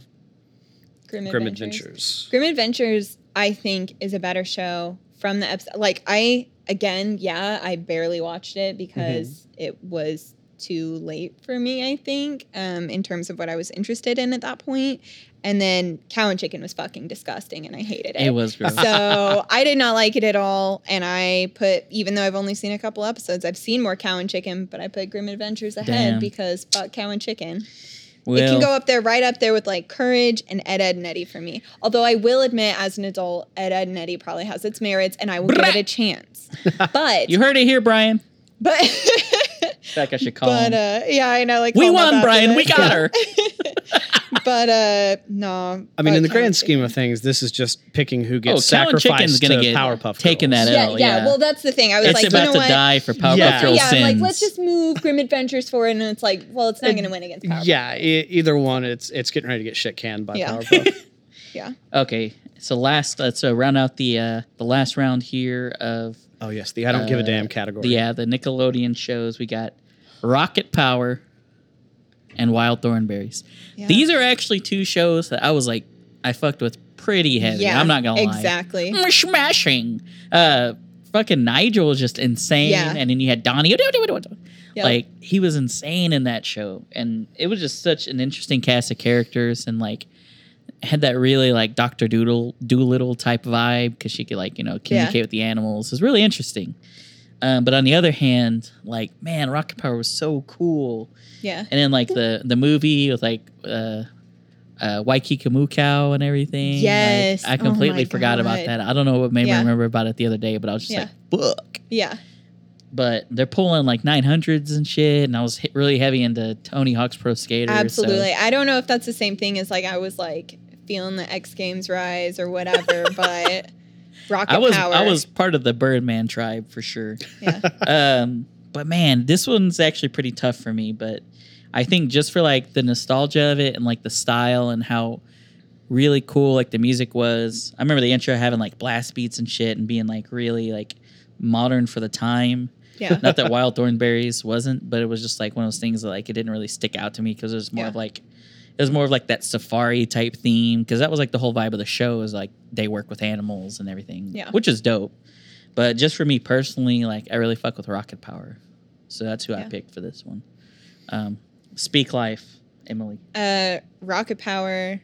C: Grim,
B: Grim
C: Adventures.
B: Adventures.
C: Grim Adventures, I think, is a better show from the episode. Like I again, yeah, I barely watched it because
A: Mm-hmm.
C: it was too late for me. I think, um, in terms of what I was interested in at that point. And then Cow and Chicken was fucking disgusting, and I hated it.
A: It was gross.
C: so I did not like it at all, and I put even though I've only seen a couple episodes, I've seen more Cow and Chicken, but I put Grim Adventures ahead
A: Damn.
C: because fuck Cow and Chicken. It
A: Well,
C: can go up there, right up there with like Courage and Ed, Ed, and Eddie for me. Although I will admit, as an adult, Ed, Ed, and Eddie probably has its merits, and I will give it a chance. But
A: you heard it here, Brian.
C: but
A: I feel like I should call
C: but
A: him.
C: uh, yeah, I know. Like
A: Um, we
C: call
A: won,
C: him up after
A: Brian. We
C: this.
A: got her.
C: But uh, no.
B: I mean,
C: fuck
B: in the
C: Cow
B: grand
C: and
B: scheme
C: Chicken.
B: of things, this is just picking who
A: Oh,
B: gets
A: Cow and Chicken's
B: sacrificed
A: gonna
B: to
A: get
B: Powerpuff
A: taken
B: Girls.
A: that
C: yeah,
A: L,
C: yeah,
A: yeah.
C: Well, that's the thing. I was
A: It's
C: like,
A: about
C: you know
A: to
C: what?
A: die for Powerpuff
B: Yeah.
A: Girl
C: yeah, I'm
A: sins.
C: like let's just move Grim Adventures forward, and it's like, well, it's not going to win against Powerpuff.
B: Yeah, e- either one, it's it's getting ready to get shit canned by
C: Yeah.
B: Powerpuff.
C: yeah.
A: okay, so last, let's uh, round out the uh, the last round here of
B: oh yes, the I don't give a damn category.
A: Uh, the, yeah the Nickelodeon shows. We got Rocket Power and Wild Thornberries.
C: Yeah.
A: These are actually two shows that I was like, I fucked with pretty heavy. I'm not gonna
C: exactly.
A: lie. Mm. Exactly. Smashing. Uh, fucking Nigel was just insane,
C: Yeah.
A: and then you had Donnie.
C: Yep.
A: Like he was insane in that show, and it was just such an interesting cast of characters, and like had that really like Doctor Doodle Doolittle type vibe because she could like you know communicate with the animals. It was really interesting. Um, but on the other hand, like man, Rocket Power was so cool.
C: Yeah.
A: And then like the the movie with like uh uh Waikiki Moo Cow and everything. like,
C: Yes.
A: I
C: Oh
A: completely
C: my
A: forgot about
C: God.
A: that. I don't know what made me
C: Yeah.
A: remember about it the other day, but I was just
C: Yeah.
A: like, book.
C: Yeah.
A: but they're pulling like 900s and shit. And I was hit really heavy into Tony Hawk's Pro Skater. so-
C: Absolutely. I don't know if that's the same thing as like I was like feeling the X Games rise or whatever, but rocket
A: I was
C: power.
A: I was part of the Birdman tribe for sure.
C: Yeah.
A: um, but man, this one's actually pretty tough for me. But I think just for like the nostalgia of it and like the style and how really cool like the music was. I remember the intro having like blast beats and shit and being like really like modern for the time.
C: Yeah.
A: Not that Wild Thornberries wasn't, but it was just like one of those things that like it didn't really stick out to me because it was more
C: Yeah.
A: of like it was more of like that safari type theme because that was like the whole vibe of the show is like they work with animals and everything,
C: Yeah.
A: which is dope. But just for me personally, like I really fuck with Rocket Power, so that's who I
C: Yeah.
A: picked for this one. Um, Speak Life, Emily.
C: uh rocket power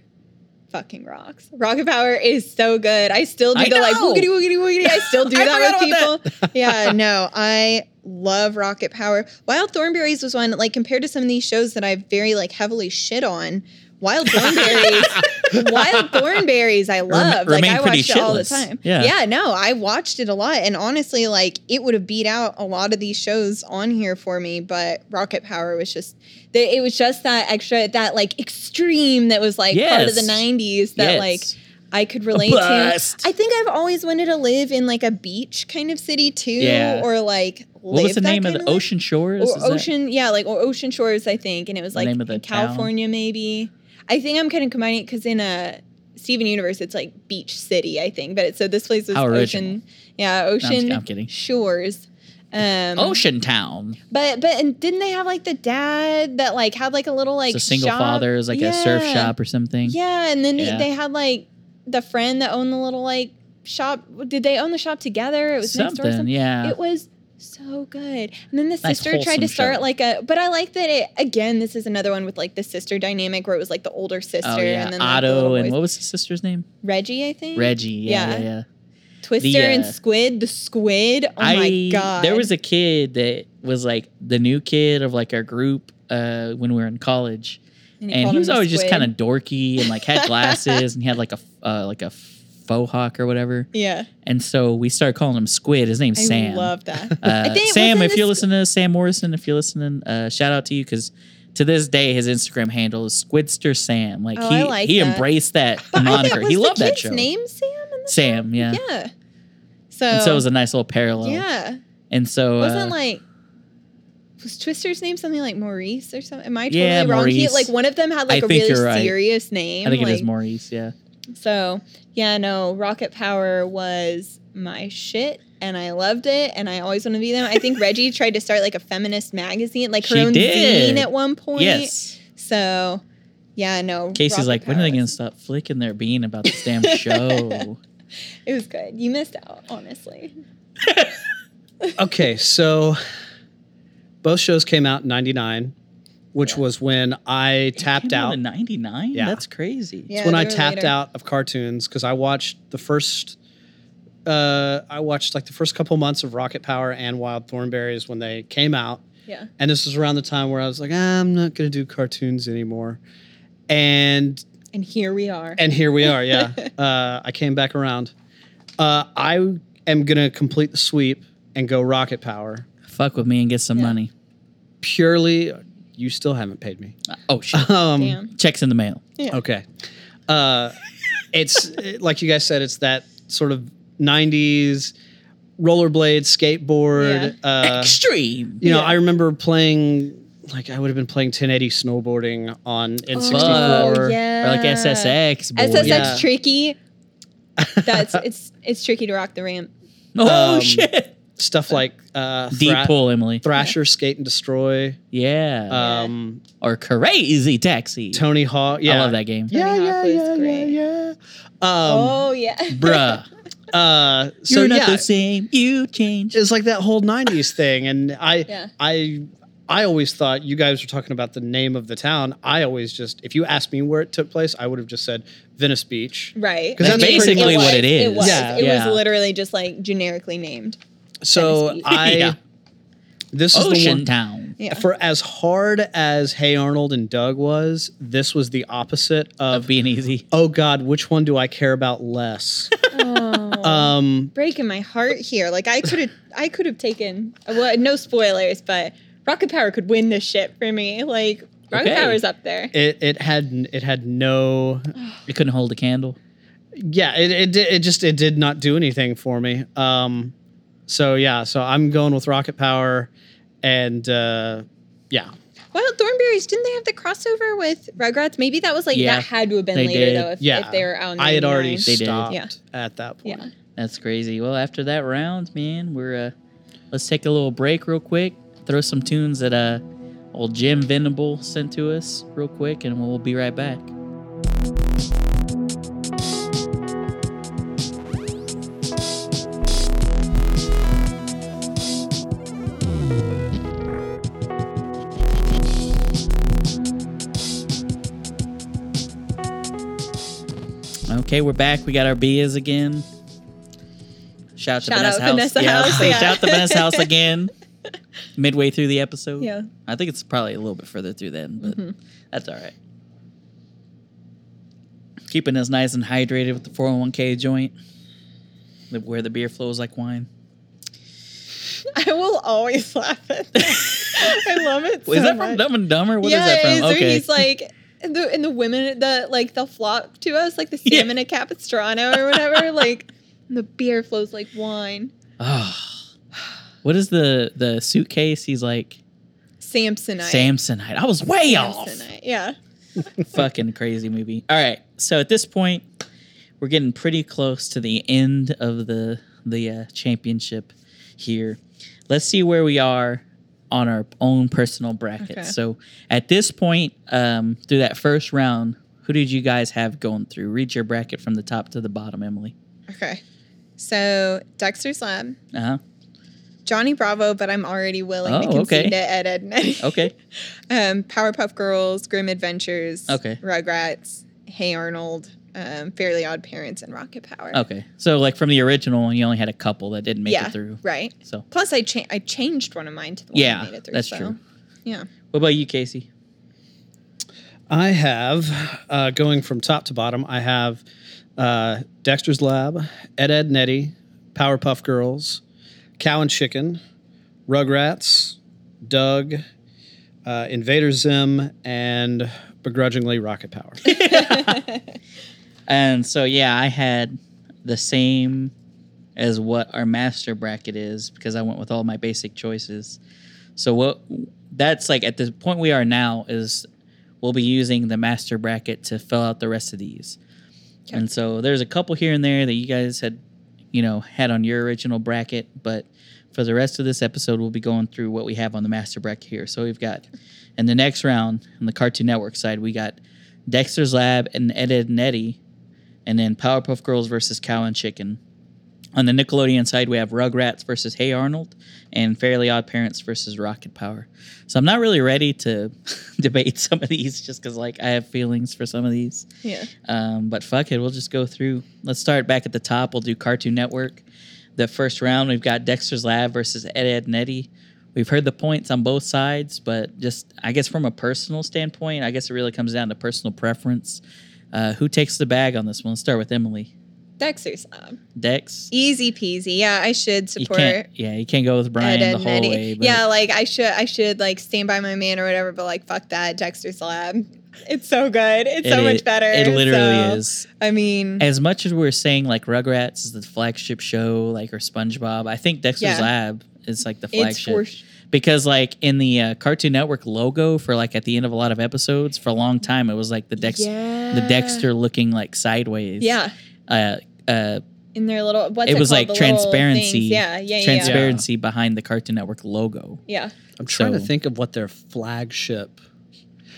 C: fucking rocks rocket power is so good i still do
A: I
C: the like
A: know.
C: woogity woogity woogity i still do
A: I
C: that with
A: forgot
C: people yeah no i love rocket power wild thornberries was one like compared to some of these shows that i've very like heavily shit on wild thornberries wild thornberries i love like
A: remain
C: i
A: pretty
C: watched it all the
A: shitless.
C: time
A: Yeah.
C: yeah no i watched it a lot and honestly like it would have beat out a lot of these shows on here for me but rocket power was just that it was just that extra that like extreme that was like part of the
A: Yes.
C: 90s that like
A: Yes.
C: i could relate to
A: bust.
C: i think i've always wanted to live in like a beach kind of city too
A: Yeah.
C: or like
A: what was
C: live
A: the
C: that
A: name of
C: kind
A: the
C: life.
A: Ocean Shores? Is
C: or
A: that-
C: ocean yeah like or ocean shores i think and it was
A: The
C: like
A: name of the
C: in california maybe i think i'm kind of combining it because in a steven universe it's like beach city i think but it, so this place was
A: How original.
C: ocean yeah
A: No, I'm just-
C: ocean
A: I'm kidding.
C: shores um
A: Ocean Town.
C: but but and didn't they have like the dad that like had like a little like
A: It's a single
C: shop?
A: father is like a surf
C: Yeah.
A: shop or something.
C: Yeah, and then
A: Yeah.
C: They, they had like the friend that owned the little like shop. Did they own the shop together? It was next door. or
A: something.
C: Something.
A: Yeah.
C: It was so good. And then the
A: Nice
C: sister tried to
A: wholesome
C: start
A: show.
C: like a. But I like that it again. This is another one with like the sister dynamic where it was like the older sister
A: oh yeah.
C: and then like, the
A: Otto
C: little
A: and
C: boys.
A: what was his sister's name?
C: Reggie, I think.
A: Reggie. Yeah. Yeah.
C: Yeah.
A: yeah,
C: Twister
A: The,
C: and
A: uh,
C: Squid. The Squid. Oh my god.
A: There was a kid that was like the new kid of like our group uh, when we were in college, and
C: called
A: he
C: him
A: was
C: the
A: always just
C: squid.
A: kind of dorky and like had glasses and he had like a f- uh, like a faux hawk or whatever.
C: Yeah,
A: And so we started calling him Squid. His name's
C: I
A: Sam.
C: love that.
A: Uh,
C: I think it
A: Sam,
C: was in
A: if
C: the
A: you're
C: sc-
A: listening, Sam Morrison, if you're listening, uh, shout out to you because to this day his Instagram handle is Squidster Sam. Like
C: Oh,
A: he
C: I like
A: he
C: that.
A: embraced that
C: But I think
A: moniker.
C: was
A: He
C: the
A: loved that
C: kid's
A: show.
C: Name Sam. In the
A: Sam, yeah.
C: yeah. So.
A: And so it was a nice little parallel.
C: yeah.
A: And so
C: Wasn't
A: uh,
C: like. Was Twister's name something like Maurice or something? Am I totally
A: Yeah,
C: wrong? He,
A: Maurice.
C: like one of them had like
A: I
C: a
A: think
C: really
A: you're right.
C: serious name.
A: I think it
C: like,
A: is Maurice. Yeah.
C: So yeah, no, Rocket Power was my shit, and I loved it, and I always want to be them. I think Reggie tried to start like a feminist magazine, like her
A: She
C: own
A: did.
C: zine at one point.
A: Yes.
C: So yeah, no.
A: Casey's
C: Rocket
A: like, when are they
C: Power
A: going to
C: was-
A: stop flicking their bean about this damn show?
C: It was good. You missed out, honestly.
B: Okay, so both shows came out in 99, which
A: Yeah.
B: was when I tapped out.
A: in 99?
B: Yeah.
A: That's crazy.
C: Yeah,
B: It's when
C: they
B: I
C: were
B: tapped
C: later.
B: out of cartoons because I watched the first. Uh, I watched like the first couple months of Rocket Power and Wild Thornberries when they came out,
C: Yeah.
B: and this was around the time where I was like, "Ah, I'm not gonna do cartoons anymore, and
C: And here we are.
B: and here we are. Yeah, uh, I came back around. Uh, I am gonna complete the sweep and go Rocket Power
A: Fuck with me and get some
C: Yeah.
A: money.
B: purely. You still haven't paid me.
A: Uh, Oh, shit.
B: Um,
C: Damn.
A: Check's in the mail.
B: Okay. Uh, it's it- like you guys said, it's that sort of 90s rollerblade, skateboard. Uh,
A: Extreme.
B: you know,
C: Yeah.
B: I remember playing, like, I would have been playing 1080 snowboarding on N64.
A: Oh,
C: yeah.
A: Or like SSX. Boy.
C: SSX
B: Yeah.
C: tricky. That's it's it's tricky to rock the ramp.
A: Oh,
B: Um,
A: shit.
B: Stuff like uh,
A: Deep
B: Thra-
A: pull, Emily.
B: Thrasher, Skate and Destroy,
A: Yeah.
C: Yeah.
B: um,
A: or Crazy Taxi.
B: Tony Hawk. Yeah.
A: I love that game.
B: Yeah,
C: Tony
B: yeah,
C: Hawk was
B: yeah, yeah,
C: great.
B: yeah. Um,
C: oh yeah.
A: Bruh.
B: uh, so
A: You're not
B: yeah,
A: the same. You change.
B: it's like that whole 90s thing and i
C: Yeah.
B: i i always thought you guys were talking about the name of the town i always just if you asked me where it took place i would have just said venice beach
C: Right.
B: 'Cause
C: I
B: that's
C: mean,
B: basically
A: what it is.
C: It was.
B: Yeah.
C: It
A: Yeah.
C: was literally just like generically named.
B: so
C: Venice Beach.
B: i
A: Yeah.
B: this is the
A: Ocean
B: one
A: Town.
C: Yeah.
B: for as hard as hey arnold and doug was this was the opposite of
A: Of being easy.
B: oh god which one do i care about less Um,
C: breaking my heart here. Like I could have, I could have taken. Well, no spoilers, but Rocket Power could win this shit for me. Like Rocket
A: Okay.
C: Power's up there.
B: it, it had it had no
A: It couldn't hold a candle.
B: yeah it, it di- it just it did not do anything for me um so yeah so i'm going with rocket power and uh yeah
C: Wild Thornberries didn't they have the crossover with Rugrats? Maybe that was like
A: Yeah,
C: that had to have been
A: they
C: later
A: did.
C: though. If,
B: yeah
C: if they were out. in
B: i had already
C: 99.
A: They did.
B: stopped
C: Yeah.
B: at that point
C: Yeah.
A: That's crazy. Well, after that round, man, we're uh let's take a little break real quick. Throw some tunes that uh old Jim Venable sent to us real quick and we'll be right back. Okay, we're back. We got our Bias again. Shout out to Vanessa
C: Shout out
A: House.
C: Vanessa
A: yeah, I was
C: House,
A: gonna say,
C: yeah.
A: Shout out to Vanessa House again. Midway through the episode.
C: Yeah. Mm-hmm.
A: I think it's probably a little bit further through then, but that's all right. Keeping us nice and hydrated with the 401k joint, the- where the beer flows like wine.
C: I will always laugh at that. I love it.
A: is
C: so
A: that from
C: much.
A: Dumb and Dumber? What is
C: yeah,
A: that
C: it's
A: from?
C: where
A: Okay.
C: he's like, and the, and the women that like they'll flock to us like the
A: Yeah.
C: salmon at Capistrano or whatever. like and the beer flows like wine.
A: Ah. what is the the suitcase? He's like
C: Samsonite.
A: Samsonite. I was way off.
C: Samsonite. Yeah.
A: fucking crazy movie. All right, so at this point, we're getting pretty close to the end of the the uh, championship here. Let's see where we are on our own personal brackets.
C: Okay.
A: So at this point, um, through that first round, who did you guys have going through? Read your bracket from the top to the bottom, Emily.
C: Okay. So Dexter's Lab,
A: Uh huh.
C: Johnny Bravo, but I'm already willing to
A: Oh,
C: concede
A: okay.
C: to Ed, Ed, and Eddie.
A: Okay.
C: Um, Powerpuff Girls, Grim Adventures,
A: Okay.
C: Rugrats, Hey Arnold, um, Fairly Odd Parents, and Rocket Power.
A: Okay. So like from the original one, you only had a couple that didn't Oh, make
C: Yeah.
A: it through.
C: Right.
A: So
C: Plus, I cha- I changed one of mine to the one
A: yeah,
C: that made it through.
A: that's
C: so.
A: true.
C: Yeah.
A: What about you, Casey?
B: i have uh going from top to bottom i have uh dexter's lab ed ed netty powerpuff girls cow and chicken rugrats doug uh, invader zim and begrudgingly rocket power
A: And so yeah, I had the same as what our master bracket is because I went with all my basic choices. So what that's like at the point we are now is we'll be using the master bracket to fill out the rest of these.
C: Okay.
A: And so there's a couple here and there that you guys had, you know, had on your original bracket, but for the rest of this episode, we'll be going through what we have on the master bracket here. So we've got, in the next round on the Cartoon Network side, we got Dexter's Lab and Ed, Ed and Eddie, and then Powerpuff Girls versus Cow and Chicken. On the Nickelodeon side, we have Rugrats versus Hey Arnold and Fairly Odd Parents versus Rocket Power. So I'm not really ready to debate some of these just because, like, I have feelings for some of these.
C: Yeah.
A: Um, but fuck it, we'll just go through. Let's start back at the top. We'll do Cartoon Network. The first round, we've got Dexter's Lab versus Ed, Ed, and Eddie. We've heard the points on both sides, but just, I guess, from a personal standpoint, I guess it really comes down to personal preference. Uh, who takes the bag on this one? Let's start with Emily.
C: Dexter's Lab.
A: Dex?
C: Easy peasy. Yeah, I should
A: You
C: support
A: can't, yeah, you can't go with Brian
C: Ed, Ed,
A: the
C: and
A: whole
C: Eddie.
A: way. But
C: Yeah, like I should I should like stand by my man or whatever, but like fuck that. Dexter's Lab. It's so good. It's so
A: it-
C: much better.
A: It literally
C: So,
A: is.
C: I mean,
A: As much as we're saying, like, Rugrats is the flagship show, like, or SpongeBob, I think Dexter's
C: Yeah.
A: Lab is, like, the
C: it's
A: flagship.
C: for sh-
A: because like in the uh, Cartoon Network logo for like at the end of a lot of episodes for a long time it was like the Dex
C: yeah.
A: the Dexter looking like sideways.
C: Yeah,
A: Uh, uh,
C: in their little what's
A: It
C: it,
A: was,
C: called?
A: like,
C: The little things.
A: transparency-
C: Yeah, yeah, yeah, yeah.
A: transparency behind the Cartoon Network logo.
C: yeah.
B: I'm trying to
A: So-
B: think of what their flagship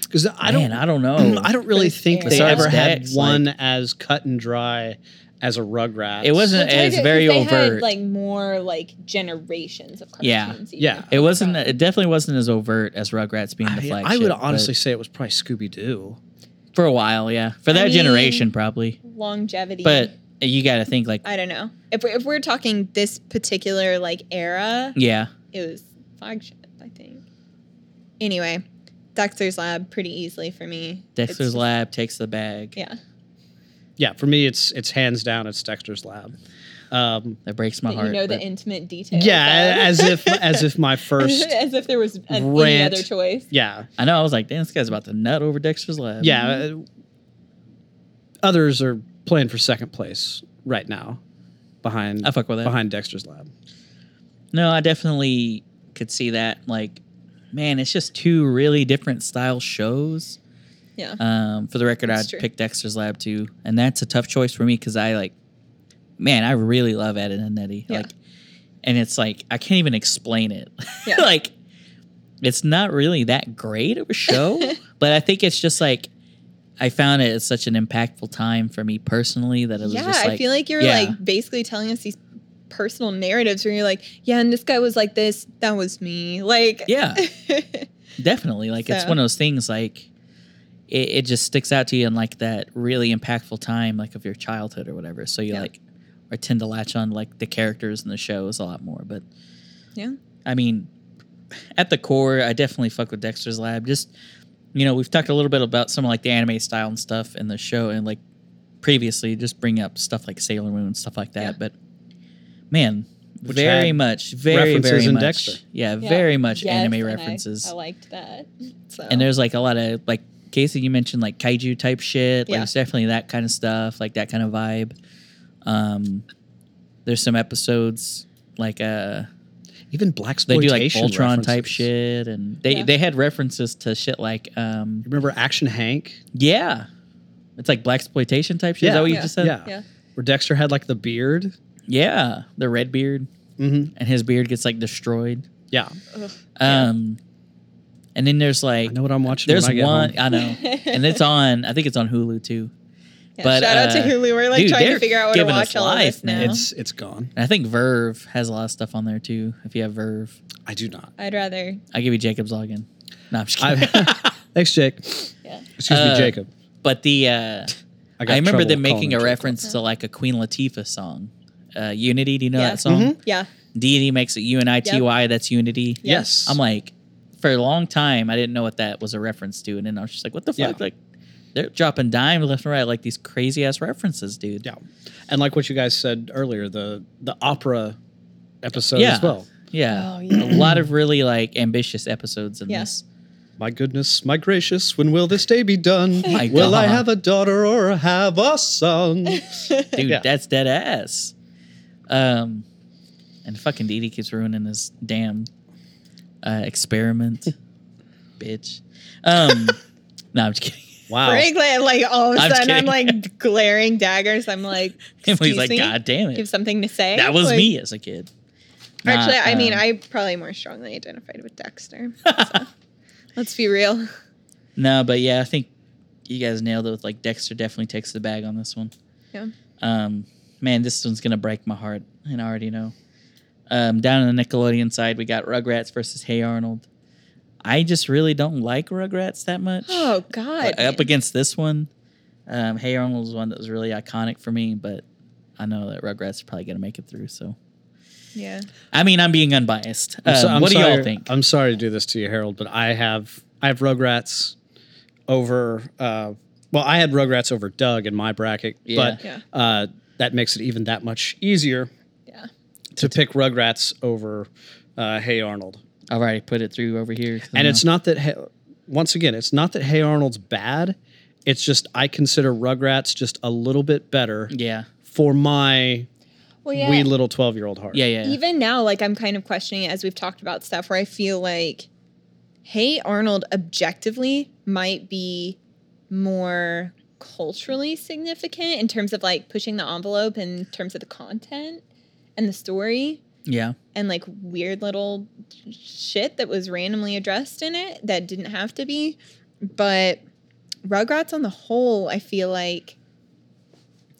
B: because I
A: Man,
B: don't
A: I don't know.
B: I don't really
C: Pretty
B: think
C: scary.
B: they
A: Besides
B: ever had
A: Dex, like-
B: one as cut and dry as a Rugrats.
A: It wasn't-
C: Well,
A: as
C: Tiger-
A: very
C: 'cause they
A: overt.
C: Had, like more like generations of cartoons.
A: Yeah.
C: you
B: Yeah.
C: could
A: it
C: pick
A: wasn't.
C: up.
A: It definitely wasn't as overt as Rugrats being the
B: I,
A: flagship.
B: I would
A: but
B: honestly say it was probably Scooby Doo.
A: for a while, yeah, for
C: I
A: that
C: mean-
A: generation probably.
C: longevity.
A: But you got to think like,
C: I don't know if we're, if we're talking this particular like era,
A: yeah,
C: it was flagship, I think. Anyway, Dexter's Lab pretty easily for me. It's
A: Dexter's
C: just-
A: Lab takes the bag.
C: Yeah.
B: Yeah, for me, it's it's hands down, it's Dexter's Lab. Um,
A: That breaks my
C: that
A: heart.
C: you know the
A: but-
C: intimate details.
B: yeah,
C: of.
B: as if as if my first.
C: as if there was an, any
B: rant.
C: other choice.
B: Yeah,
A: I know. I was like, damn, this guy's about to nut over Dexter's Lab.
B: yeah. uh, Others are playing for second place right now, behind
A: I fuck with that.
B: behind Dexter's Lab.
A: No, I definitely could see that. Like, man, it's just two really different style shows.
C: Yeah.
A: Um, for the record,
C: That's
A: I'd
C: true.
A: pick Dexter's Lab too, and that's a tough choice for me because I like, man, I really love Ed and Nettie.
C: Yeah.
A: Like, and it's like I can't even explain it.
C: Yeah.
A: like, it's not really that great of a show, but I think it's just like. I found it at such an impactful time for me personally that it was
C: yeah,
A: just like
C: I feel like you're
A: yeah.
C: like basically telling us these personal narratives where you're like, yeah, and this guy was like this, that was me. Like,
A: Yeah. definitely like it's
C: So-
A: one of those things like it, it just sticks out to you in like that really impactful time like of your childhood or whatever so you
C: Yeah.
A: like or tend to latch on like the characters in the shows a lot more but
C: Yeah.
A: i mean at the core i definitely fuck with dexter's lab just you know we've talked a little bit about some of like the anime style and stuff in the show and like previously just bring up stuff like sailor moon and stuff like that
C: Yeah.
A: but man
B: Which
A: very
B: had
A: much very
B: references
A: very
B: in
A: much
B: Dexter.
A: Yeah,
C: Yeah.
A: very much
C: Yes,
A: anime
C: and I-
A: references
C: I, liked that. So.
A: and there's like a lot of like Casey, you mentioned like kaiju type shit. Like
C: Yeah.
A: it's definitely that kind of stuff, like that kind of vibe. Um, there's some episodes like uh
B: Even black
A: they do like Voltron type
B: shit.
A: shit, and they
C: Yeah.
A: they had references to shit like um
B: Remember Action Hank?
A: yeah, it's like black exploitation type shit. Is
B: Yeah.
A: that what you
C: Yeah.
A: just said?
B: yeah.
C: yeah,
B: Where Dexter had like the beard.
A: yeah, the red beard
B: Mm-hmm.
A: and his beard gets like destroyed.
B: Yeah.
C: Ugh.
A: Um, and then there's
B: I
A: like
B: know what I'm watching.
A: there's
B: when I get
A: one
B: home.
A: I know, and it's on I think it's on Hulu too.
C: Yeah,
A: but,
C: shout out to
A: uh,
C: Hulu. We're like
A: dude,
C: trying
A: they're
C: to figure out what to
A: giving us
C: watch all
A: life,
C: of this
A: man.
C: now.
B: It's it's gone.
A: And I think Verve has a lot of stuff on there too. If you have Verve,
B: I do not.
C: I'd rather.
A: I give you Jacob's login. No, I'm just kidding.
B: I- Thanks, Jake.
C: Yeah.
B: Excuse
A: Uh,
B: me, Jacob.
A: but the uh, I,
B: got
A: remember
B: trouble
A: them
B: calling
A: making
B: him
A: a
B: Jacob.
A: reference to like a Queen Latifah song, uh, Unity. Do you know
C: Yeah. Mm-hmm.
A: that song?
B: Mhm.
C: Yeah.
A: Deity makes it U N I T Y. That's Unity.
C: Yeah.
B: Yes.
A: I'm like, for a long time, I didn't know what that was a reference to, and then I was just like, what the
B: Yeah.
A: fuck? Like, they're dropping dime left and right, like these crazy ass references, dude.
B: Yeah. And like what you guys said earlier, the the opera episode
A: Yeah.
B: as well.
A: Oh, Yeah.
C: yeah.
A: a lot of really like ambitious episodes in
C: Yeah.
A: this.
B: My goodness, my gracious, when will this day be done?
A: My
B: will I
A: God.
B: have a daughter or have a son?
A: dude,
B: Yeah.
A: that's dead ass. Um, and fucking Didi keeps ruining this damn uh, experiment, bitch. Um, no, I'm just kidding.
B: wow.
C: Frank, like, like, all of a
A: I'm just
C: sudden, I'm
A: kidding.
C: like glaring daggers. I'm like,
A: And
C: excuse
A: he's like,
C: me?
A: God damn
C: You have
A: it,
C: something to say.
A: that was
C: Like,
A: me as a kid. Nah,
C: Actually, I mean,
A: um,
C: I probably more strongly identified with Dexter. so. Let's be real.
A: no, but yeah, I think you guys nailed it. With like Dexter definitely takes the bag on this one.
C: Yeah.
A: Um, man, this one's gonna break my heart, and I already know. Um, down on the Nickelodeon side, we got Rugrats versus Hey Arnold. I just really don't like Rugrats that much.
C: Oh God.
A: But up against this one, um, Hey Arnold was one that was really iconic for me, but I know that Rugrats are probably going to make it through. So,
C: yeah.
A: I mean, I'm being unbiased.
B: I'm so-
A: Um,
B: I'm
A: what do y'all
B: sorry-
A: think?
B: I'm sorry to do this to you, Harold, but I have I have Rugrats over. Uh, well, I had Rugrats over Doug in my bracket,
A: Yeah.
B: but
C: Yeah.
B: uh, that makes it even that much easier
C: Yeah.
B: to pick Rugrats over uh, Hey Arnold.
A: I've already put it through over here. 'cause I
B: And
A: know.
B: it's not that. Hey, once again, it's not that Hey Arnold's bad. It's just I consider Rugrats just a little bit better
A: yeah,
B: for my
C: Well, Oh, yeah.
B: wee little twelve year old heart.
A: yeah, yeah.
C: Even now, like I'm kind of questioning it as we've talked about stuff where I feel like, hey, Arnold objectively might be more culturally significant in terms of like pushing the envelope in terms of the content and the story
A: yeah.
C: and like weird little shit that was randomly addressed in it that didn't have to be. But Rugrats on the whole, I feel like.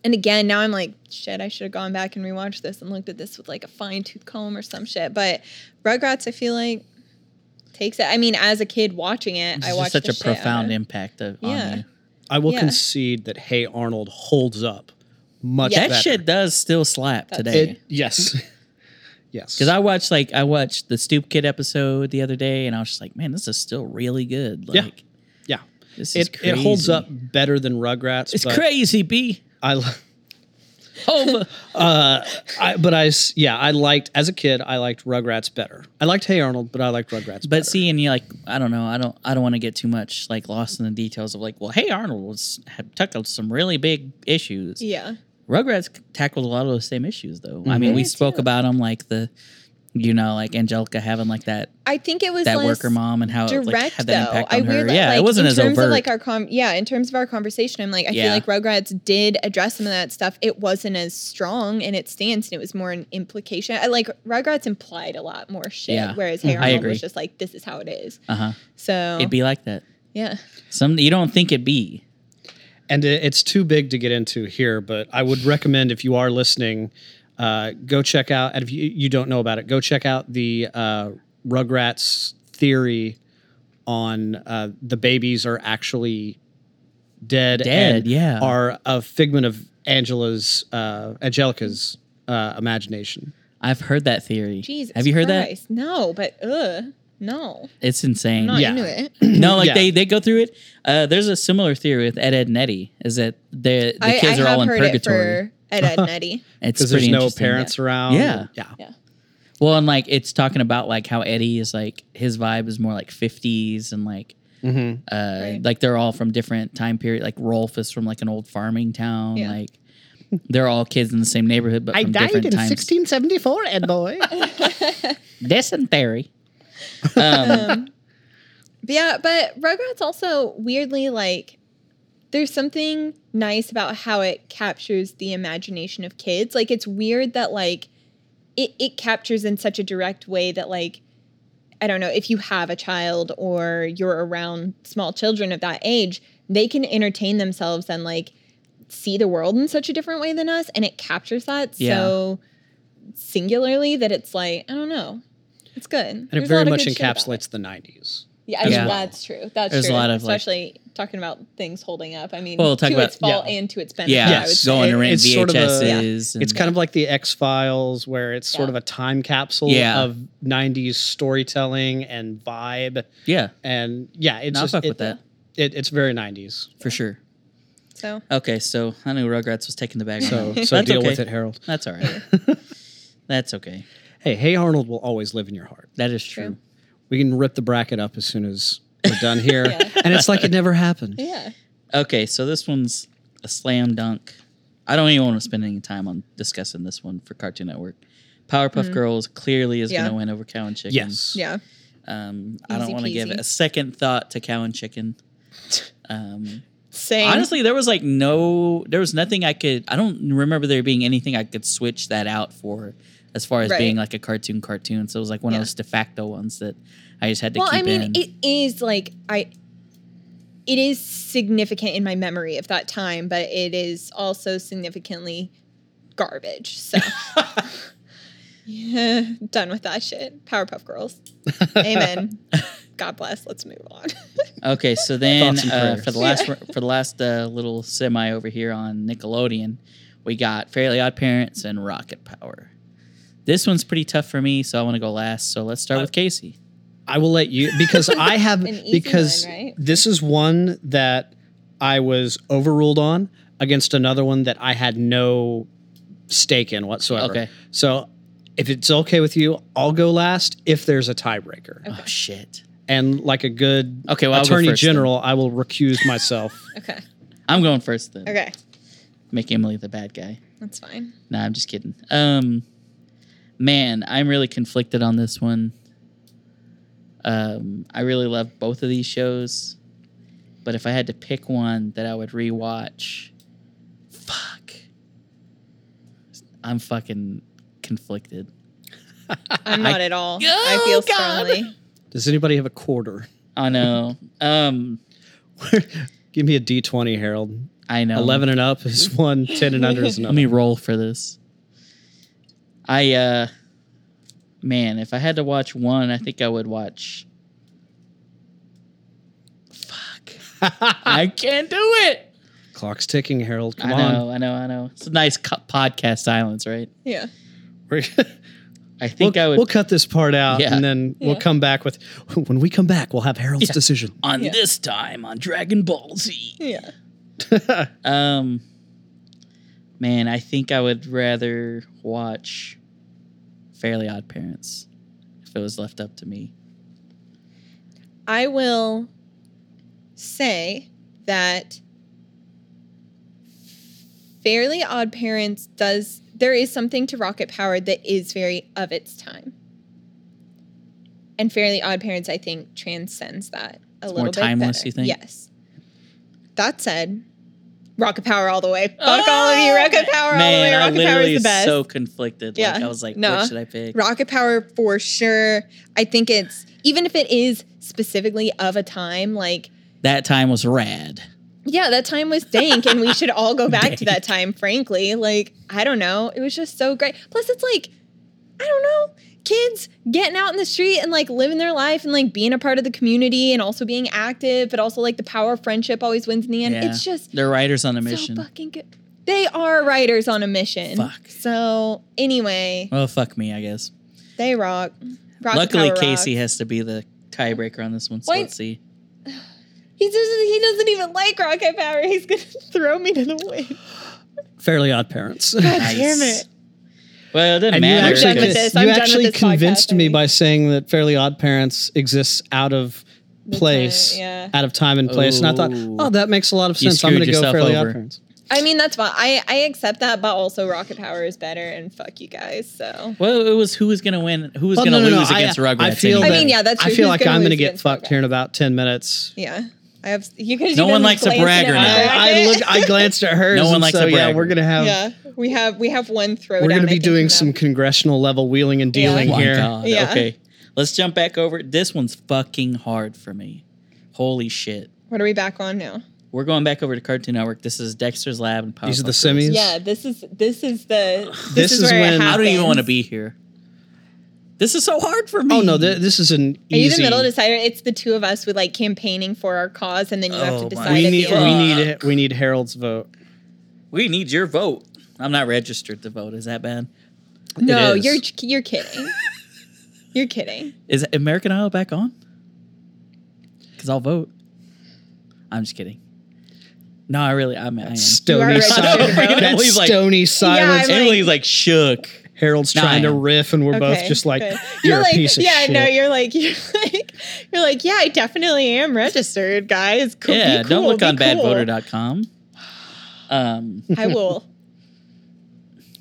C: And again, now I'm like, shit, I should have gone back and rewatched this and looked at this with like a fine tooth comb or some shit. But Rugrats, I feel like takes it. I mean, as a kid watching it,
A: It's
C: I
A: just
C: watched
A: such
C: the
A: a
C: shit out of
A: profound
C: it.
A: impact of,
C: Yeah.
A: on you.
B: I will
C: Yeah.
B: concede that Hey Arnold holds up much.
A: That
B: better.
A: shit does still slap
C: That's-
A: today.
B: It, yes. yes.
A: Because I watched like I watched the Stoop Kid episode the other day, and I was just like, man, this is still really good.
B: Yeah.
A: Like,
B: Yeah.
A: This is
B: it, it holds
A: crazy.
B: up better than Rugrats.
A: It's
B: but
A: crazy, B.
B: I, lo-
A: Hova.
B: Uh, I, but I, s- yeah, I liked as a kid. I liked Rugrats better. I liked Hey Arnold, but I liked Rugrats. better.
A: But see, and you like, I don't know, I don't, I don't want to get too much like lost in the details of like, well, hey, Arnold was had tackled some really big issues.
C: Yeah.
A: Rugrats tackled a lot of those same issues, though. I mean,
C: Mhm.
A: we
B: Mm-hmm.
C: Yeah,
A: spoke
C: too.
A: about them, like the, you know, like Angelica having like that
C: I think it was
A: that
C: less
A: worker mom and how it uh, like,
C: direct
A: had
C: though.
A: that impact
C: I
A: on her.
C: weird,
A: Yeah,
C: like,
A: it wasn't
C: in
A: as
C: terms
A: overt.
C: of like our com. Yeah, in terms of our conversation, I'm like, I
A: Yeah.
C: feel like Rugrats did address some of that stuff. It wasn't as strong in its stance, and it was more an implication. I like Rugrats implied a lot more shit,
A: Yeah. Mm-hmm.
C: whereas Hey
A: I
C: Arnold
A: agree.
C: was just like, this is how it is.
A: uh huh.
C: So
A: It'd be like that.
C: yeah,
A: Some you don't think it'd be.
B: and it, it's too big to get into here. But I would recommend if you are listening, uh, go check out. And if you, you don't know about it, go check out the uh, Rugrats theory on uh, the babies are actually dead.
A: Dead,
B: and
A: yeah.
B: Are a figment of Angela's uh, Angelica's uh, imagination.
A: I've heard that theory.
C: Jesus.
A: Have you heard
C: Christ. No, but ugh, no,
A: that? It's
C: I'm
A: insane.
C: not
B: Yeah.
C: into it.
A: No, like
B: Yeah.
A: they they go through it. Uh, there's a similar theory with Ed Ed Nettie is that the the
C: I,
A: kids
C: I
A: are
C: have
A: all in
C: heard
A: purgatory.
C: it for Ed Ed Netty.
A: It's
B: Because
A: pretty
B: there's no
A: interesting,
B: parents
A: yeah.
B: around.
A: Yeah.
B: Yeah.
A: Well, and like it's talking about like how Eddie is like his vibe is more like 50s and like
B: hmm
A: uh
C: Right.
A: like they're all from different time period. Like Rolf is from like an old farming town.
C: Yeah.
A: Like they're all kids in the same neighborhood, but from different times.
B: 1674, Ed boy.
A: Dysentery. Um,
C: um, but yeah, but Rugrats also weirdly like there's something nice about how it captures the imagination of kids. Like it's weird that like it, it captures in such a direct way that like I don't know if you have a child or you're around small children of that age, they can entertain themselves and like see the world in such a different way than us, and it captures that
A: Yeah.
C: so singularly that it's like I don't know, it's good. And
B: And it very much encapsulates the 90s.
C: yeah, I
A: as
C: mean,
A: well.
C: that's true. That's
A: There's a
C: true.
A: lot of, like-
C: especially talking about things holding up. I mean,
A: Well, talk
C: to
A: about-
C: its fault
B: yeah.
C: and to its benefit.
A: yeah,
C: I
B: Yes,
C: would
A: going
C: say.
A: to rent
B: it's
A: VHSs.
B: sort of a-
A: and,
B: It's kind of like the X Files, where it's sort
C: Yeah.
B: of a time capsule
A: Yeah.
B: of '90s storytelling and vibe,
A: yeah,
B: and yeah, it's
A: No, I
B: just
A: fuck
B: it-
A: with that.
B: It, it's very '90s.
A: for sure.
C: So
A: Okay, so I knew Rugrats was taking the bag. on
B: So,
A: that one.
B: so
A: That's
B: deal
A: okay.
B: with it, Harold.
A: That's all right. That's okay.
B: Hey, Hey Arnold will always live in your heart.
A: That is true.
C: True.
B: We can rip the bracket up as soon as we're done here,
C: Yeah.
B: and it's like it never happened.
C: yeah,
A: Okay, so this one's a slam dunk. I don't even want to spend any time on discussing this one for Cartoon Network. Powerpuff Girls clearly is
C: Mm-hmm. Yeah.
A: going to win over Cow and Chicken.
B: Yes.
C: yeah.
A: Um, I don't
C: Easy
A: want to give
C: peasy.
A: a second thought to Cow and Chicken. Um,
C: Same.
A: honestly, there was like no, there was nothing I could. I don't remember there being anything I could switch that out for, as far as
C: Right.
A: being like a cartoon cartoon. So it was like one
C: Yeah.
A: of those de facto ones that I just had to
C: well,
A: keep
C: I mean,
A: in.
C: it is like I. It is significant in my memory of that time, but it is also significantly garbage. So. Yeah, done with that shit. Powerpuff Girls. Amen. God bless. Let's move on.
A: Okay, so then
B: Thoughts and
A: uh,
B: prayers.
A: for the last for the last uh, little semi over here on Nickelodeon, we got Fairly Odd Parents and Rocket Power. This one's pretty tough for me, so I want to go last. So let's
C: Uh,
A: start with Casey.
B: I will let you because I have
C: An easy
B: because
C: one, right?
B: this is one that I was overruled on against another one that I had no stake in whatsoever.
A: Okay.
B: So if it's okay with you, I'll go last if there's a tiebreaker.
A: Oh shit!
B: And like a good
A: Okay, well, I'll go
B: attorney
A: first
B: general, I will recuse myself.
C: okay.
A: I'm going first then.
C: Okay.
A: Make Emily the bad guy.
C: That's fine.
A: Nah, I'm just kidding. Um, man, I'm really conflicted on this one. Um, I really love both of these shows, but if I had to pick one that I would rewatch, fuck, I'm fucking conflicted.
C: I'm
A: I-
C: not at all.
A: Oh,
C: I feel
A: God.
C: strongly.
B: Does anybody have a quarter?
A: I know. um,
B: Give me a D twenty, Harold.
A: I know.
B: Eleven and up is one, 10 and under is
A: Let
B: another.
A: me roll for this. I uh man, if I had to watch one, I think I would watch Fuck.
B: Ah.
A: I can't do it.
B: Clock's ticking, Harold. Come
A: I
B: on.
A: know, I know, I know. It's a nice co- podcast silence, right?
C: Yeah.
B: We're-
A: I think
B: we'll,
A: I would
B: we'll cut this part out
A: Yeah.
B: and then we'll
C: Yeah.
B: come back with when we come back we'll have Harold's
A: Yeah.
B: decision.
A: on
C: Yeah.
A: this time on Dragon Ball Z.
C: Yeah.
A: Um, Man, I think I would rather watch Fairly Odd Parents if it was left up to me.
C: I will say that Fairly Odd Parents does there is something to Rocket Power that is very of its time. And Fairly Odd Parents, I think, transcends that
A: It's
C: a little
A: more
C: bit.
A: timeless,
C: better.
A: you think?
C: Yes. That said, Rocket Power all the way. Fuck all of you.
A: Oh!
C: Rocket Power all the way.
A: Man, I
C: Rocket Power
A: literally
C: is the best.
A: so conflicted. Like
C: Yeah.
A: I was like,
C: No.
A: what should I pick?
C: Rocket Power for sure. I think it's even if it is specifically of a time like
A: That time was rad.
C: yeah, that time was dank and we should all go back to that time frankly. Like, I don't know, it was just so great. Plus it's like I don't know, kids getting out in the street and like living their life and like being a part of the community and also being active, but also like the power of friendship always wins in the end.
A: Yeah.
C: It's just
A: They're writers on a
C: so
A: mission.
C: fucking good. They are writers on a mission.
A: Fuck.
C: So anyway,
A: well, Oh, fuck me, I guess.
C: they rock. Rocket
A: Luckily,
C: Power rocks.
A: Casey has to be the tiebreaker on this one. So
C: Wait.
A: let's see.
C: He doesn't. He doesn't even like rocket power. He's gonna throw me to the wind.
D: Fairly Odd Parents.
A: Nice.
C: damn it.
A: Well, it didn't
B: And you
A: matter.
B: actually,
C: I'm done with
B: con-
C: this. I'm
B: you
C: done with
B: actually
C: this podcast,
B: convinced
C: I
B: me
C: think.
B: by saying that Fairly Odd Parents exists out of
C: The
B: place,
C: time, yeah.
B: out of time and place. And I thought,
A: Ooh.
B: oh, that makes a lot of
A: You
B: sense. I'm going
A: screwed
B: to go
A: yourself
B: Fairly
A: over.
B: Odd Parents.
C: I mean, that's fine. I I accept that, but also rocket power is better. And fuck you guys. So
A: Well, it was who was going to win, who was
B: Well,
A: going to
B: no, no, no,
A: lose against
B: I,
A: Rugrats.
B: I feel
A: anyway.
C: I mean,
B: that-
C: yeah, that's
B: I
C: true.
B: feel
C: Who's
B: like
C: gonna
B: I'm going to
C: lose
B: get
C: against
B: fucked
C: Rugrats?
B: here in about 10 minutes.
C: yeah, I have. You guys.
A: No
C: even
A: one likes a
C: glanced
A: bragger
C: at
A: now.
C: my
B: I, I
C: racket.
B: look. I glanced at hers.
A: No one
B: and
A: likes
B: so,
A: a
B: yeah,
A: bragger.
B: we're gonna have.
C: Yeah, we have we have one throwdown.
B: We're gonna
C: I
B: be
C: think,
B: doing
C: from
B: some
C: that.
B: congressional level wheeling and
C: Yeah.
B: dealing
A: Oh my
B: here.
A: God.
C: Yeah.
A: Okay. Let's jump back over. This one's fucking hard for me. Holy shit.
C: What are we back on now?
A: We're going back over to Cartoon Network. This is Dexter's Lab and Powerpuff
B: These are the
A: Girls.
B: semis.
C: Yeah, this is this is the this,
B: This
C: is,
B: is
C: where it
B: when-
A: I don't even
C: happens.
A: want to be here. This is so hard for me.
B: Oh no, th- this is an
C: Are
B: easy.
C: you the middle decider? It's the two of us with like campaigning for our cause, and then you have to
A: Oh, my-
C: decide.
B: we
C: at
B: need
C: the end.
B: we
A: Fuck.
B: need we need Harold's vote.
A: we need your vote. I'm not registered to vote. Is that bad?
C: No,
B: is.
C: you're you're kidding. you're kidding.
A: Is American Idol back on? Because I'll vote. I'm just kidding. No, I really, I'm, I am.
B: Stony
C: ready to
B: silence.
C: vote.
B: That
A: Emily's like-
B: stony silence.
C: I'm like-
A: Emily's like shook.
B: Harold's
A: No,
B: trying
A: I
B: to
A: am.
B: riff, and we're both just like,
C: good.
B: "You're, a
C: like,
B: piece of
C: yeah,
B: shit."
C: no, you're like, you're like, you're like, yeah, I definitely am registered, guys. Cool, be
A: yeah, don't
C: cool,
A: look
C: be
A: on
C: cool.
A: badvoter.com. Um,
C: I will.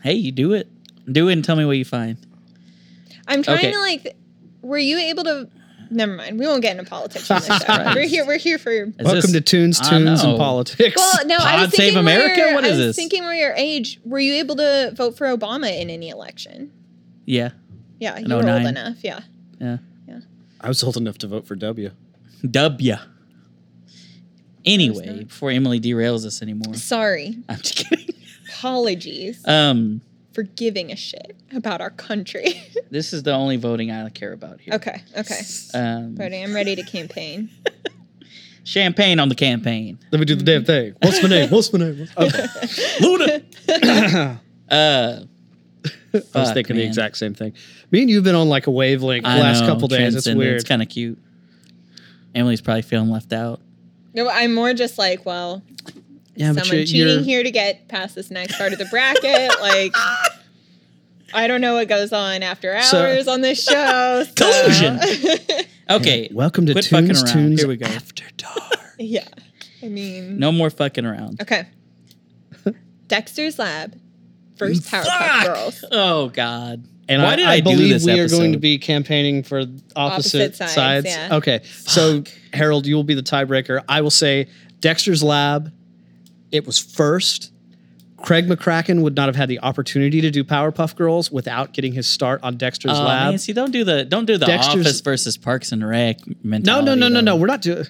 A: hey, you do it. Do it and tell me what you find.
C: I'm trying
A: Okay.
C: to like. th- Were you able to? Never mind. We won't get into politics. On this show.
A: Christ.
C: we're here. We're here for.
A: Is
B: Welcome
A: this-
B: to Tunes,
A: I
B: Tunes,
A: know.
B: and Politics.
C: Well, no, I
A: Pod
C: was
A: Save
C: thinking. were
A: America?
C: your-
A: What is
C: I was
A: this?
C: Thinking, were your age? Were you able to vote for Obama in any election?
A: Yeah.
C: Yeah, you
A: In
C: were
A: 09.
C: old enough. Yeah.
A: Yeah.
B: I was old enough to vote for W.
A: W.
C: There's
A: Anyway,
C: that.
A: before Emily derails us anymore,
C: Sorry.
A: I'm just kidding.
C: Apologies
A: Um,
C: for giving a shit about our country.
A: this is the only voting I care about here.
C: okay. Okay.
A: Um,
C: Ready. I'm ready to campaign.
A: champagne on the campaign.
B: Let me do the damn thing. What's my name? What's my name? Okay.
A: Luna.
B: I
A: Uh,
B: was
A: Fuck,
B: thinking the
A: man.
B: exact same thing. Me and you've been on like a wavelength the
A: I
B: last
A: know,
B: couple days. It's
A: transcendent.
B: weird.
A: It's kind of cute. Emily's probably feeling left out.
C: No, I'm more just like, well,
B: yeah,
C: someone cheating here to get past this next part of the bracket. like, I don't know what goes on after
B: So-
C: hours on this show. so-
A: Collusion. Okay.
B: Welcome to
A: Quit fucking
B: Tunes,
A: around.
B: Tunes
A: Here we go.
B: After Dark.
C: yeah. I mean,
A: No more fucking around.
C: okay. Dexter's Lab, first Powerpuff
A: Fuck!
C: Girls.
A: Oh God.
B: And
A: Why
B: I,
A: did
B: I
A: I do
B: believe
A: this
B: we are going
A: episode?
B: to be campaigning for opposite,
C: Opposite sides,
B: sides.
C: yeah.
B: Okay. So, Harold, you will be the tiebreaker. I will say Dexter's Lab, it was first. Craig McCracken would not have had the opportunity to do Powerpuff Girls without getting his start on Dexter's
A: Oh,
B: Lab.
A: man, see, don't do the don't do the
B: Dexter's-
A: Office versus Parks and Rec
B: No,
A: mentality.
B: no, no, no, no.
A: though.
B: We're not doing.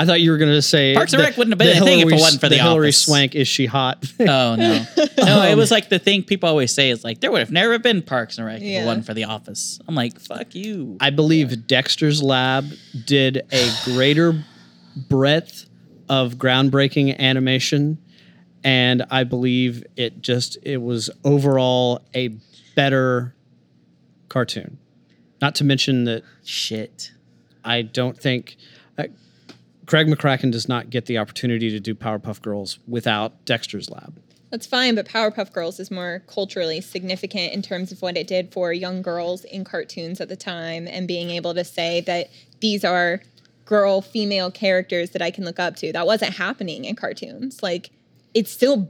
B: I thought you were going to say
A: Parks and
B: the-
A: Rec wouldn't have been
B: the
A: a thing if it
B: Hillary-
A: wasn't for The
B: Hillary
A: Office.
B: Swank. Is she hot?
A: Oh no, no!
B: Um,
A: it was like the thing people always say is like there would have never been Parks and Rec if
C: Yeah.
A: it wasn't for The Office. I'm like, fuck you.
B: I believe Dexter's Lab did a greater breadth of groundbreaking animation, and I believe it just it was overall a better cartoon. Not to mention that
A: Shit.
B: I don't think uh, Craig McCracken does not get the opportunity to do Powerpuff Girls without Dexter's Lab.
C: That's fine, but Powerpuff Girls is more culturally significant in terms of what it did for young girls in cartoons at the time and being able to say that these are girl female characters that I can look up to. That wasn't happening in cartoons. Like it still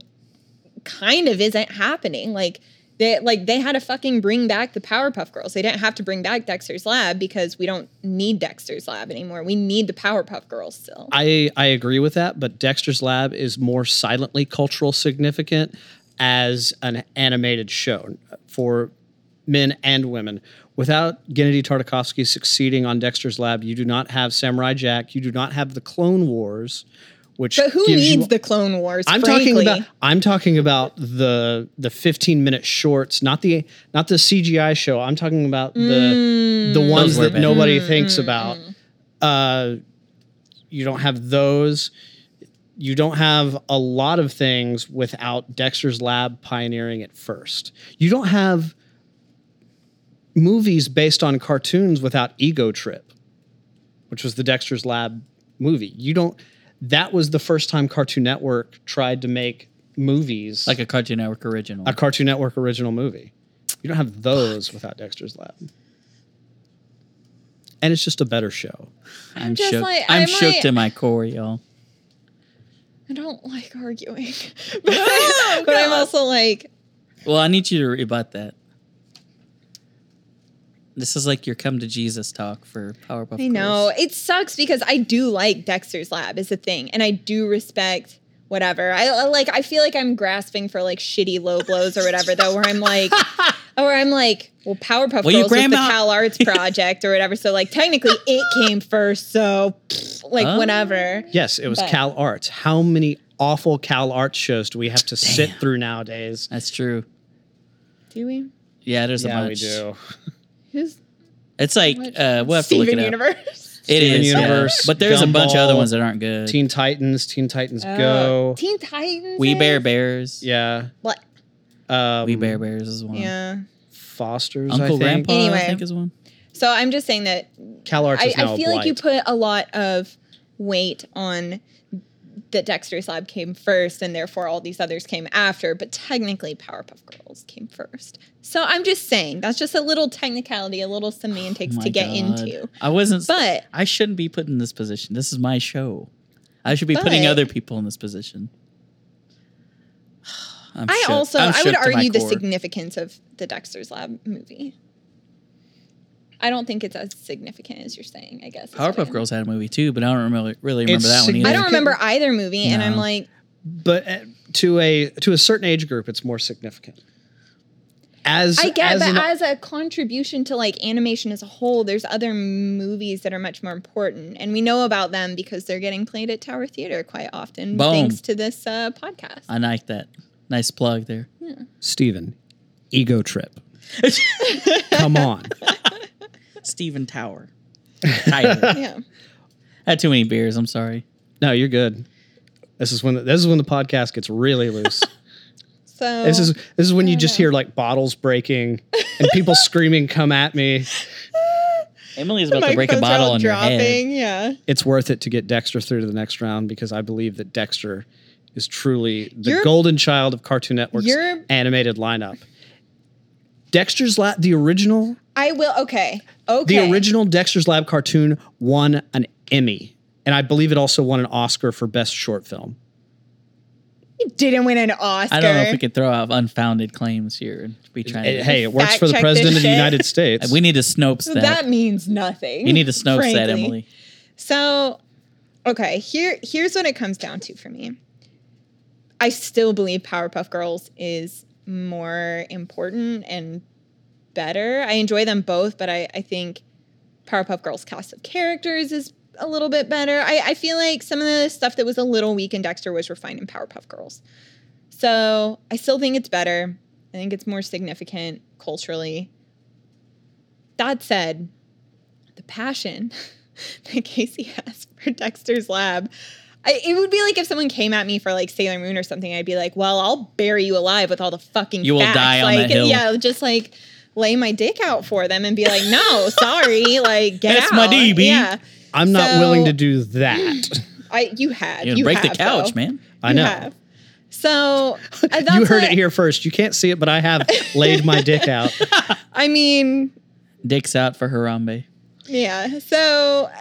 C: kind of isn't happening. Like they like they had to fucking bring back the Powerpuff Girls. They didn't have to bring back Dexter's Lab because we don't need Dexter's Lab anymore. We need the Powerpuff Girls still.
B: I, I agree with that, but Dexter's Lab is more silently cultural significant as an animated show for men and women. Without Gennady Tartakovsky succeeding on Dexter's Lab, you do not have Samurai Jack. You do not have the Clone Wars, which
C: but who
B: gives you-
C: needs the Clone Wars?
B: I'm
C: frankly?
B: talking about I'm talking about the the 15 minute shorts, not the not the CGI show. I'm talking about the the
A: Those
B: ones
A: were
B: that
A: bad.
B: nobody thinks about. Uh, you don't have those. You don't have a lot of things without Dexter's Lab pioneering it first. You don't have movies based on cartoons without Ego Trip, which was the Dexter's Lab movie. You don't. That was the first time Cartoon Network tried to make movies
A: like a Cartoon Network original.
B: a Cartoon Network original movie. You don't have those without Dexter's Lab. And it's just a better show.
A: I'm,
C: just
A: shook.
C: like,
A: I'm
C: I
A: shook
C: might-
A: to my core, y'all.
C: I don't like arguing, but, but I'm also like,
A: Well, I need you to rebut that. This is like your come to Jesus talk for Powerpuff Girls.
C: I know it sucks because I do like Dexter's Lab is the thing, and I do respect whatever. I, I like. I feel like I'm grasping for like shitty low blows or whatever though, where I'm like, or I'm like, well, Powerpuff
A: Well, your
C: Girls was the
A: grandma-
C: Cal Arts Project or whatever, so like technically it came first, so like
A: Oh.
C: whatever.
B: Yes, it was
C: But-
B: Cal Arts. How many awful Cal Arts shows do we have to sit through nowadays?
A: That's true.
C: Do we?
A: Yeah, there's a
B: yeah,
A: bunch.
B: we do.
C: Who's
A: It's like
C: What?
A: uh, we'll have to
C: Steven
A: look it up.
C: Universe?
A: It
B: Steven
A: is, yeah.
B: Universe,
A: but there's a bunch of other
B: Gumball,
A: ones that aren't good.
B: Teen Titans, Teen Titans Go.
C: Oh, Teen Titans.
A: we
C: is?
A: Bear Bears.
B: yeah.
C: What?
B: Um,
A: We Bear Bears is one.
C: Yeah.
B: Fosters, I
A: Uncle
B: think.
A: Grandpa,
C: Anyway.
A: I think is one.
C: So I'm just saying that
B: Cal Arts
C: I,
B: is now
C: I
B: a
C: feel like you
B: blight.
C: put a lot of weight on that Dexter's Lab came first and therefore all these others came after, but technically Powerpuff Girls came first. So I'm just saying that's just a little technicality, a little semantics
A: Oh My
C: to get
A: God.
C: into.
A: I wasn't.
C: But
A: I shouldn't be put in this position. This is my show. I should be putting
C: But-
A: other people in this position. I'm
C: I
A: shook.
C: also
A: I'm
C: I would
A: shook to my
C: argue the
A: core.
C: significance of the Dexter's Lab movie. I don't think it's as significant as you're saying, I guess. is what
A: Powerpuff
C: I'm-
A: Girls had a movie too, but I don't remember, really remember
B: It's
A: that one either.
C: I don't remember either movie, and I'm
A: No.
C: like,
B: but uh, to a to a certain age group, it's more significant. As
C: I get,
B: as
C: but
B: an-
C: as a contribution to like animation as a whole, there's other movies that are much more important, and we know about them because they're getting played at Tower Theater quite often,
A: Boom.
C: thanks to this uh, podcast.
A: I like that. Nice plug there.
B: Steven, ego trip. Come on.
A: Steven Tower. Tyler.
C: yeah,
A: had too many beers. I'm sorry.
B: No, you're good. This is when the, this is when the podcast gets really loose.
C: so
B: this is this is when you just hear like bottles breaking and people screaming, "Come at me!"
A: Emily's about to break a bottle on your head.
C: Yeah,
B: It's worth it to get Dexter through to the next round because I believe that Dexter is truly the
C: You're-
B: golden child of Cartoon Network's
C: You're-
B: animated lineup. Dexter's Lab, the original,
C: I will. Okay,
B: the
C: okay.
B: original Dexter's Lab cartoon won an Emmy, and I believe it also won an Oscar for best short film.
C: It didn't win an Oscar.
A: I don't know if we could throw out unfounded claims here and be trying
B: Hey,
A: to. Uh,
B: hey, it works for the
C: Fact check this
B: president of the
C: shit.
B: United States.
A: We need to Snopes
C: So
A: that.
C: that means nothing.
A: you need to Snopes that,
C: frankly.
A: Emily.
C: So, okay, here here's what it comes down to for me. I still believe Powerpuff Girls is more important and better. I enjoy them both, but I, I think Powerpuff Girls cast of characters is a little bit better. I, I feel like some of the stuff that was a little weak in Dexter was refined in Powerpuff Girls. So I still think it's better. I think it's more significant culturally. That said, the passion that Casey has for Dexter's Lab. I, it would be like if someone came at me for like Sailor Moon or something. I'd be like, "Well, I'll bury you alive with all the fucking
A: You will
C: facts."
A: die on
C: like,
A: that hill.
C: Yeah, just like lay my dick out for them and be like, "No, sorry, like get
A: That's
C: out."
A: my DB.
C: Yeah,
B: I'm not
C: So-
B: willing to do that.
C: I you had
A: You're
C: you
A: break the
C: have,
A: couch,
C: though.
A: man.
B: I
C: You
B: know.
C: have. So uh, that's
B: you heard
C: what-
B: it here first. You can't see it, but I have laid my dick out.
C: I mean,
A: Dicks out for Harambe.
C: yeah. So uh,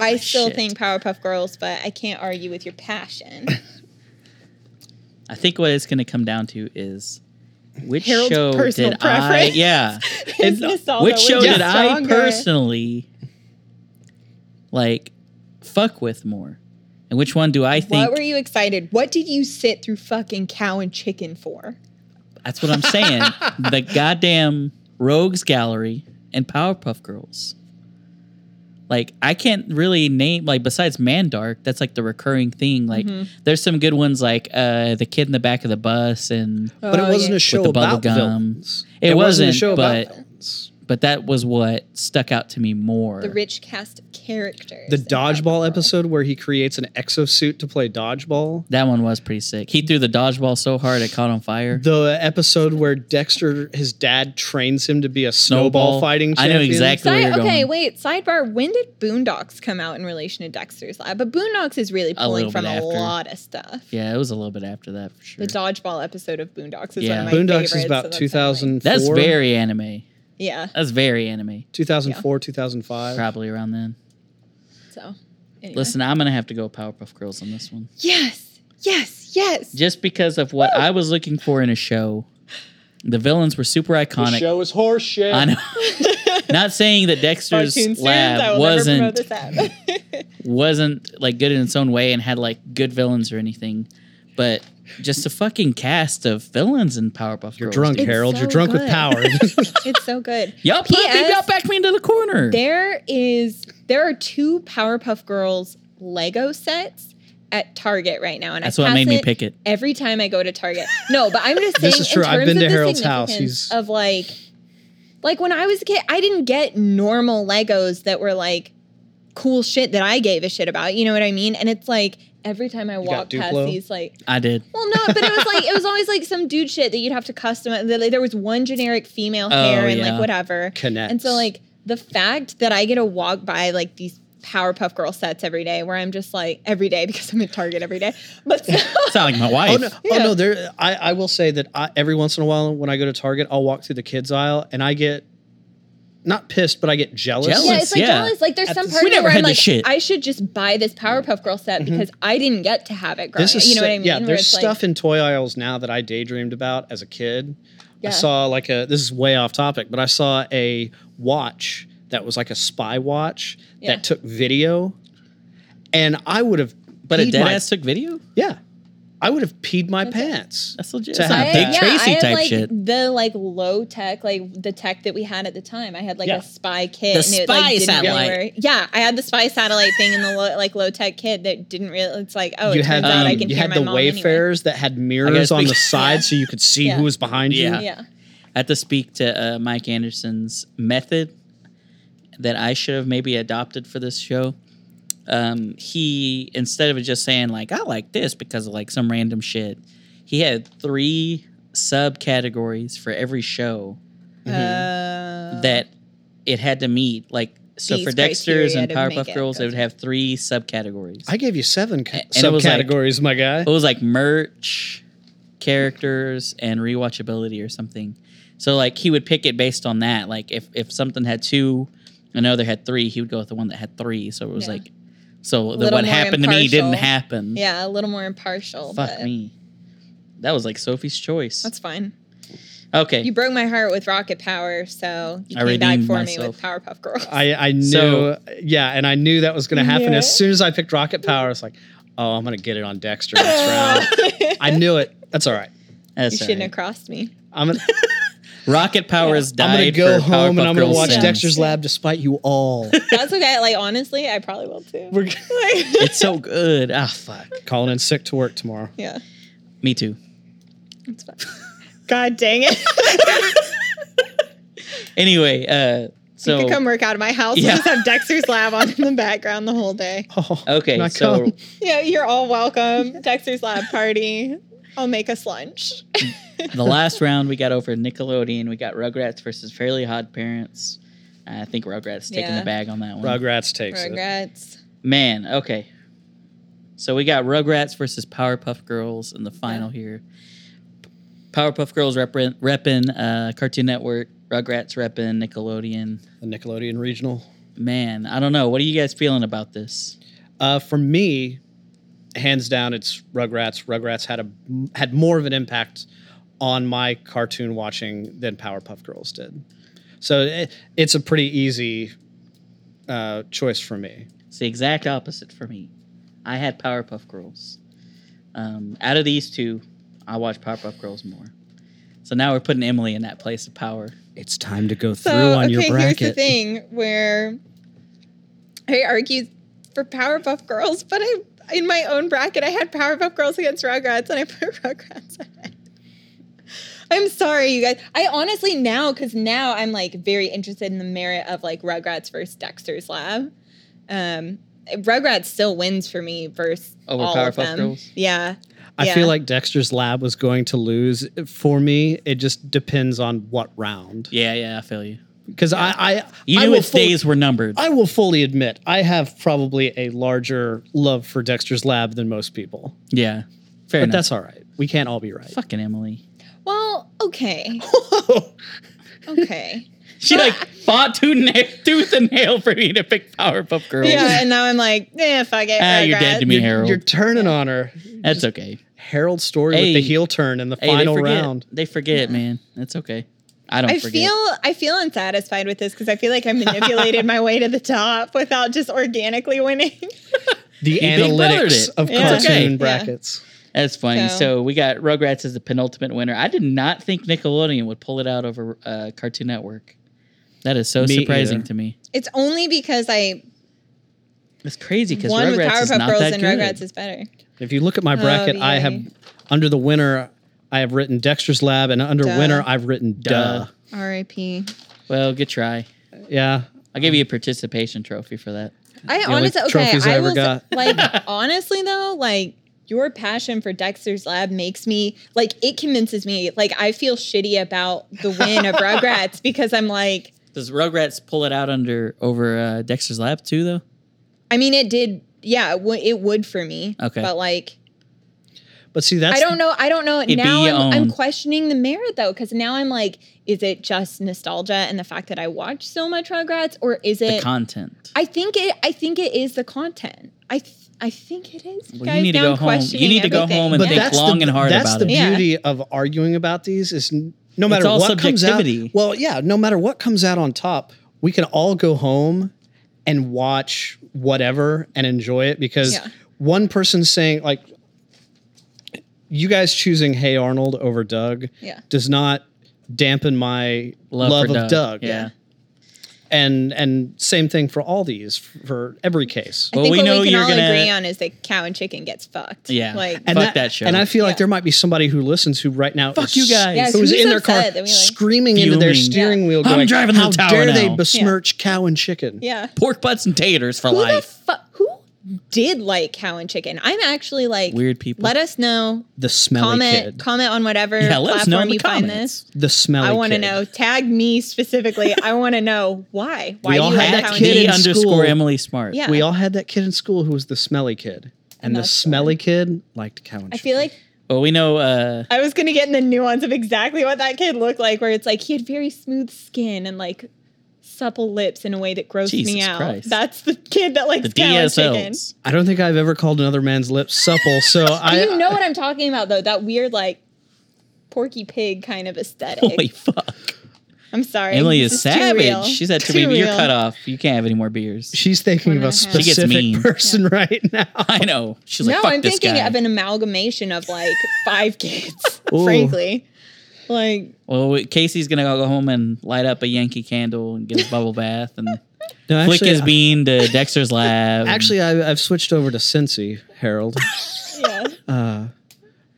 C: I still
A: Shit.
C: think Powerpuff Girls, but I can't argue with your passion.
A: I think what it's going to come down to is which
C: Harold's
A: show
C: personal
A: did I?
C: preference.
A: Yeah.
C: It's nostalgia
A: which show
C: was
A: did I
C: stronger.
A: personally like fuck with more? And which one do I think
C: What were you excited? What did you sit through fucking cow and chicken for?
A: That's what I'm saying. the goddamn Rogues Gallery and Powerpuff Girls. Like I can't really name like besides Mandark, that's like the recurring thing. Like
C: Mm-hmm.
A: there's some good ones like uh the kid in the back of the bus and
B: But it
C: Oh,
B: wasn't
C: yeah.
B: a show
A: the
B: about
A: bubblegum.
B: villains.
A: It wasn't,
B: a show
A: but-
B: about villains.
A: but that was what stuck out to me more.
C: the rich cast of characters.
B: The
C: in Powerpuff
B: dodgeball
C: Girls.
B: episode where he creates an exosuit to play dodgeball.
A: that one was pretty sick. He threw the dodgeball so hard it caught on fire.
B: The episode where Dexter, his dad, trains him to be a snowball, fighting
A: I
B: champion.
A: know exactly where
C: Side,
A: you're
C: okay,
A: going.
C: wait. Sidebar: When did Boondocks come out in relation to Dexter's Lab? But Boondocks is really pulling
A: little
C: from
A: bit
C: a
A: after.
C: lot of stuff.
A: Yeah, it was a little bit after that for sure.
C: The dodgeball episode of Boondocks is
A: Yeah.
C: one of my
B: Boondocks
C: favorites,
B: is
C: so
B: about
C: that's
B: two thousand.
A: that's very anime.
C: kinda like- yeah.
A: That's very anime.
B: 2004, 2005.
A: Probably around then.
C: So, anyway.
A: Listen, I'm gonna have to go Powerpuff Girls on this one,
C: Yes, yes, yes.
A: just because of what I was looking for in a show. The villains were super iconic.
B: is horseshit.
A: I know. Not saying that Dexter's
C: Cartoon series, I
A: Lab
C: will never promote
A: wasn't
C: this app.
A: wasn't like good in its own way and had like good villains or anything, but just a fucking cast of villains in Powerpuff
B: You're
A: Girls.
B: drunk,
C: It's
B: Harold. You're
C: so
B: drunk
C: good.
B: with power.
C: it's so good.
A: Y'all put me,
C: P.S.
A: y'all back me into the corner.
C: There is there are two Powerpuff Girls Lego sets at Target right now, and
A: That's
C: I
A: what
C: pass
A: made me
C: it
A: pick it.
C: every time I go to Target. No, but I'm just saying.
B: This is true.
C: In
B: I've
C: terms
B: been
C: of
B: to
C: the
B: Harold's house.
C: significance
B: He's-
C: of like, like when I was a kid, I didn't get normal Legos that were like cool shit that I gave a shit about. You know what I mean? And it's like every time I
B: got
C: walk past
B: Duplo?
C: these, like
A: I did.
C: well, no, but it was like it was always like some dude shit that you'd have to customize. There- There was one generic female
A: Oh,
C: hair and
A: yeah.
C: like whatever.
B: Connects.
C: And so like the fact that I get to walk by like these Powerpuff Girl sets every day, where I'm just like every day because I'm at Target every day. But so,
A: It's not like my
B: Oh
A: wife.
B: no,
C: Yeah.
B: oh no! There, I, I will say that I, every once in a while, when I go to Target, I'll walk through the kids aisle and I get not pissed, but I get jealous.
A: Jealous?
C: yeah, it's like
A: yeah.
C: jealous. Like there's
B: At
C: some
B: the-
C: part
A: We
C: of me
A: never
C: where I'm
A: had this
C: like,
A: shit.
C: I should just buy this Powerpuff Girl set because I didn't get to have it growing.
B: This
C: up.
B: is
C: You know what
B: so-
C: I mean?
B: Yeah,
C: Where
B: there's
C: it's like-
B: stuff in toy aisles now that I daydreamed about as a kid.
C: Yeah.
B: I saw like a this is way off topic, but I saw a watch that was like a spy watch
C: Yeah.
B: that took video, and I would have.
A: but a
B: peed
A: dead
B: my-
A: ass took video.
B: Yeah, I would have peed my
C: That's it.
B: pants.
A: That's legit.
B: To
A: It's not
B: have
A: Dick
B: that.
C: yeah,
A: Tracy
C: I had
A: type
C: like
A: shit.
C: the like low tech, like the tech that we had at the time. I had like
B: Yeah.
C: a spy kit.
A: The
C: it, like,
A: spy
C: didn't
A: satellite.
C: Really work. Yeah, I had the spy satellite thing in the lo- like low tech kit that didn't really. It's like oh,
B: you
C: it
B: had
C: turns out I
B: um,
C: can
B: you
C: hear
B: had
C: my
B: the
C: mom
B: wayfarers that had mirrors
A: guess
B: on
A: we-
B: the side so you could see
C: Yeah.
B: who was behind you.
A: Yeah.
C: Anyway. Mm-hmm. Yeah,
A: I have to speak to uh, Mike Anderson's method that I should have maybe adopted for this show. Um, he instead of just saying like I like this because of like some random shit, he had three subcategories for every show
C: Uh,
A: that it had to meet. Like so
C: These
A: for Dexter's
C: criteria
A: and
C: to make
A: Powerpuff
C: it
A: Girls,
C: go
A: they would have three subcategories.
B: I gave you seven ca-
A: And it was like- Oh,
B: subcategories, my guy.
A: it was like merch, characters, and rewatchability or something. So like he would pick it based on that. Like if if something had two, another had three, he would go with the one that had three. So it was
C: Yeah.
A: like, so the
C: Little
A: what
C: more
A: happened to me didn't
C: impartial.
A: happen.
C: yeah, a little more impartial.
A: Fuck
C: but
A: me. That was like Sophie's choice.
C: That's fine.
A: okay.
C: You broke my heart with Rocket Power, so you
A: I
C: came back
A: redeemed
C: for me
A: myself.
C: with Powerpuff Girls.
B: I, I knew,
A: So-
B: yeah, and I knew that was going to happen.
C: Yeah.
B: As soon as I picked Rocket Power, I was like, oh, I'm going to get it on Dexter next round. I knew it. That's all right.
C: you
A: That's all
C: shouldn't
A: right.
C: have crossed me.
B: I'm gonna,
A: Rocket Powers
B: I'm gonna
A: died.
B: go
A: for
B: home and
A: Powerpuff
B: I'm gonna
A: Girls
B: watch
A: sins.
B: Dexter's Lab despite you all.
C: That's okay. Like honestly, I probably will too.
B: We're
A: It's so good. Ah, fuck.
B: calling in sick to work tomorrow.
C: yeah.
A: Me too.
C: It's fine. God dang it.
A: Anyway, uh, so
C: you could come work out of my house.
A: Yeah.
C: We just have Dexter's lab on in the background the whole day.
B: Oh,
A: okay,
B: not
A: so
B: come.
C: Yeah, you're all welcome. Dexter's lab party. I'll make us lunch.
A: the last round we got over Nickelodeon. We got Rugrats versus Fairly Odd Parents. I think Rugrats taking
C: Yeah.
A: the bag on that one.
B: Rugrats takes it.
C: Regrets.
A: Man, okay. So we got Rugrats versus Powerpuff Girls in the final here. Powerpuff Girls reppin', reppin' uh, Cartoon Network, Rugrats reppin' Nickelodeon.
B: the Nickelodeon regional.
A: Man, I don't know. What are you guys feeling about this?
B: Uh, for me, hands down, it's Rugrats. Rugrats had a had more of an impact on my cartoon watching than Powerpuff Girls did. So it, it's a pretty easy uh, choice for me.
A: It's the exact opposite for me. I had Powerpuff Girls. Um, out of these two, I watch Powerpuff Girls more. So now we're putting Emily in that place of power.
D: It's time to go
C: So
D: through on
C: okay,
D: your
C: here's the
D: bracket.
C: thing where I argued for Powerpuff Girls, but I in my own bracket I had Powerpuff Girls against Rugrats, and I put Rugrats ahead. I'm sorry, you guys. I honestly now, because now I'm like very interested in the merit of like Rugrats versus Dexter's Lab. Um, Rugrats still wins for me versus
A: Over
C: all
A: Powerpuff
C: of them.
A: Girls?
C: Yeah,
B: I
C: Yeah.
B: feel like Dexter's Lab was going to lose for me. It just depends on what round,
A: Yeah, yeah, I feel you.
B: because I, I
A: You
B: I
A: knew
B: will
A: its
B: fully-
A: days were numbered.
B: I will fully admit I have probably a larger love for Dexter's Lab than most people,
A: yeah, fair
B: but
A: enough.
B: that's all right. We can't all be right.
A: Fucking Emily.
C: Well, okay, okay.
A: She like fought tooth and, nail, tooth and nail for me to pick Powerpuff Girls.
C: yeah, and now I'm like, eh, fuck it.
A: Ah, you're dead to
C: Rugrats.
A: me,
B: You're,
A: Harold.
B: you're turning on her.
A: That's okay.
B: Harold Story with
A: Hey.
B: the heel turn in the
A: Hey,
B: final
A: they forget.
B: round.
A: They forget, man. That's okay. I don't
C: I
A: forget.
C: feel I feel unsatisfied with this because I feel like I manipulated my way to the top without just organically winning.
B: The
A: Big Brothered
B: analytics
A: it.
B: of
C: Yeah.
B: cartoon
A: Okay.
C: Yeah.
B: brackets.
A: That's funny. So.
C: So-
A: we got Rugrats as the penultimate winner. I did not think Nickelodeon would pull it out over uh, Cartoon Network. That is so
B: Me
A: surprising
B: either.
A: to me.
C: it's only because I
A: It's crazy because
C: won with
A: Rugrats is
C: Powerpuff
A: not
C: Girls
A: that
C: and
A: good.
C: Rugrats is better.
B: If you look
C: Oh,
B: at my bracket, I
C: yeah.
B: have under the winner, I have written Dexter's Lab, and under
C: Duh.
B: winner, I've written
A: Duh.
B: duh.
C: R.I.P.
A: well, good try.
B: Yeah.
A: I'll give you a participation trophy for that.
C: I
B: only
C: honestly okay.
B: trophies I
C: I,
B: ever
C: will s-
B: got.
C: like honestly though, like your passion for Dexter's Lab makes me like it convinces me. Like I feel shitty about the win of Rugrats because I'm like,
A: Does Rugrats pull it out under over uh, Dexter's Lab too, though?
C: I mean, it did. Yeah, it, would- it would for me.
A: Okay.
C: but like
B: But see, that's
C: I don't know. I don't know.
A: It'd be
C: now
A: your
C: I'm, I'm
A: own.
C: questioning the merit though, because now I'm like, is it just nostalgia and the fact that I watched so much Rugrats, or is
A: The
C: it?
A: content.
C: I think it. I think it is the content. I th- I think it is.
A: Well, you need to go
C: I'm
A: home. You
C: questioning
A: need to go home and
C: everything.
A: think long
B: the,
A: and hard
B: that's
A: about
B: the
A: it.
C: Yeah.
B: beauty of arguing about these is n- no matter
A: all
B: what comes out.
A: subjectivity.
B: Well, yeah, no matter what comes out on top, we can all go home and watch whatever and enjoy it because
C: Yeah.
B: one person's saying like you guys choosing Hey Arnold over Doug
C: Yeah.
B: does not dampen my
A: Love,
B: love,
A: for
B: of
A: Doug.
B: Doug.
A: Yeah.
B: And and same thing for all these for every case.
C: I
A: Well,
C: think
A: we
C: what
A: know
C: we can
A: you're
C: all
A: gonna-
C: agree on is that cow and chicken gets fucked.
A: Yeah.
C: Like
A: And- Fuck that show.
B: show. And I feel
C: Yeah.
B: like there might be somebody who listens who right now
A: Fuck
B: is
A: you guys.
C: Yeah,
B: who's
C: who's
B: in their car
C: upset that we, like-
B: screaming into their
A: Fuming.
B: steering
C: Yeah.
B: wheel
A: I'm
B: going,
A: driving the
B: how
A: tower
B: dare
A: now."
B: they besmirch cow and chicken?
C: yeah.
A: Pork butts and taters for
C: Who the
A: life.
C: fuck? Who did like cow and chicken? I'm actually like
A: Weird people.
C: Let us know.
B: The smelly
C: Comment.
B: kid.
C: Comment on whatever
A: yeah, let us know
C: platform
A: in the
C: you find
A: comments.
C: this.
B: the smelly
C: I want to
B: kid.
C: know. Tag me specifically. I want to know why. Why
B: all
C: do you
B: had
C: have
B: that
C: that
B: kid
A: the
B: in
A: underscore
B: school.
A: Emily Smart.
C: Yeah.
B: We all had that kid in school who was the smelly kid. And, the
C: that's
B: smelly kid liked cow and chicken.
C: I feel like
A: Well, we know. Uh,
C: I was gonna get in the nuance of exactly what that kid looked like, where it's like he had very smooth skin and like supple lips in a way that grossed me
A: Jesus
C: out.
A: Christ.
C: That's the kid that likes
A: the
C: cow and chicken.
A: DSLs.
B: I don't think I've ever called another man's lips supple. So I
A: uh,
C: you know what I'm talking about though? That weird like Porky Pig kind of aesthetic.
A: Holy fuck!
C: I'm sorry.
A: Emily
C: this
A: is
C: too real.
A: savage. She's had too,
C: Too
A: many. You're
C: real.
A: cut off. You can't have any more beers.
B: she's thinking of a
C: She gets
B: specific
A: mean.
B: person right now.
A: I know. She's like,
C: No,
A: fuck
C: I'm
A: this
C: thinking
A: guy.
C: of an amalgamation of like five kids.
B: Ooh.
C: frankly, like
A: well, wait, Casey's gonna go home and light up a Yankee candle and get his bubble bath and
B: No,
A: flick his
C: uh,
B: I-
A: bean to Dexter's lab.
B: Actually, I, I've switched over to Cincy, Harold.
C: yeah.
B: Uh,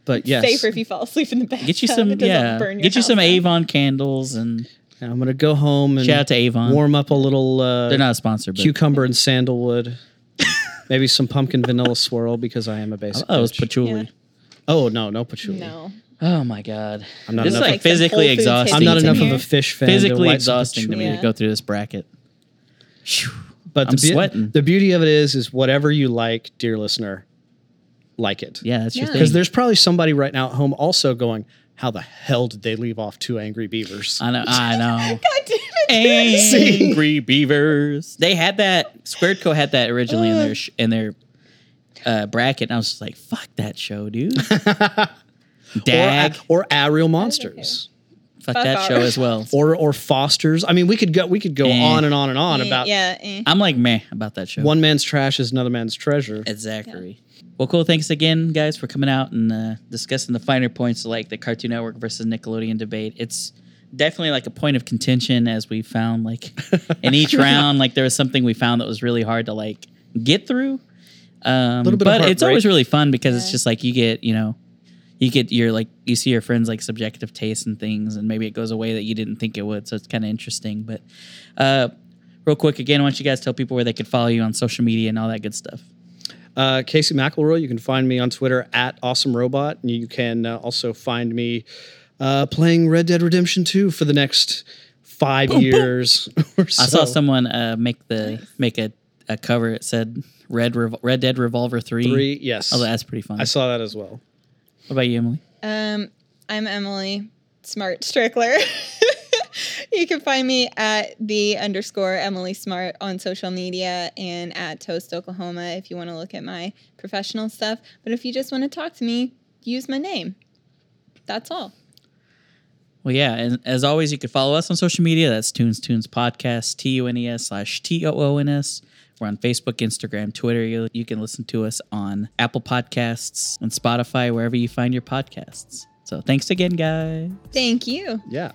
B: but yes,
C: safer if you fall asleep in the bed.
A: get you some yeah, get you some Avon candles and
B: I'm gonna go home and
A: shout out to Avon.
B: warm up a little
A: They're
B: uh,
A: not a sponsor, but
B: cucumber and sandalwood. Maybe some pumpkin vanilla swirl because I am a basic.
A: oh, it was
B: bitch.
A: patchouli.
C: Yeah.
B: oh no, no patchouli.
C: No,
A: Oh my god,
B: I'm not
A: this is
B: enough-
A: like
C: Like some
A: physically
C: Whole Foods
A: exhausting.
B: I'm not
A: to
B: enough
A: me.
B: of a fish fan. to
A: physically
B: like some
A: exhausting to
B: patchouli.
A: me to
C: Yeah.
A: go through this bracket. Phew.
B: But
A: I'm
B: the, beau-
A: sweating.
B: the beauty of it is, is whatever you like, dear listener, like it.
A: Yeah, that's your
C: Yeah.
A: thing.
B: Because there's probably somebody right now at home also going, how the hell did they leave off two angry beavers?
A: I know. I know.
C: God damn it.
B: See?
A: Angry Beavers. They had that. Squared Co had that originally in their sh- in their uh, bracket, and I was just like, "Fuck that show, dude." Dag,
B: Or, or aerial monsters.
A: fuck
C: fuck
A: that
C: off.
A: show as well.
B: Or or Foster's. I mean, we could go we could go
A: Eh.
B: on and on and on
C: Eh,
B: about
C: yeah. eh.
A: I'm like meh about that show.
B: one man's trash is another man's treasure.
A: exactly. Well, cool. Thanks again, guys, for coming out and uh, discussing the finer points, like the Cartoon Network versus Nickelodeon debate. It's definitely like a point of contention, as we found. Like in each round, like there was something we found that was really hard to like get through. Um,
B: Little bit
A: but
B: of
A: it's
B: heartbreak.
A: always really fun because it's
C: Yeah.
A: just like you get, you know, you get your like you see your friends like subjective tastes and things, and maybe it goes away that you didn't think it would. So it's kind of interesting. But uh, real quick, again, why don't you guys tell people where they could follow you on social media and all that good stuff?
B: Uh, Casey McElroy, you can find me on Twitter at Awesome Robot. And you can uh, also find me uh, playing Red Dead Redemption 2 for the next five years or so.
A: I saw someone uh, make the make a, a cover. It said Red Revol- Red Dead Revolver Three.
B: Three, yes.
A: Oh, that's pretty fun.
B: I saw that as well.
A: what about you, Emily?
C: Um, I'm Emily Smart Strickler. you can find me at the underscore Emily Smart on social media and at Toast Oklahoma if you want to look at my professional stuff. But if you just want to talk to me, use my name. That's all.
A: Well, yeah, and as always, you can follow us on social media. That's Tunes Tunes Podcast, T U N E S slash T O O N S. We're on Facebook, Instagram, Twitter. You, you can listen to us on Apple Podcasts and Spotify, wherever you find your podcasts. So thanks again, guys.
C: Thank you.
B: Yeah.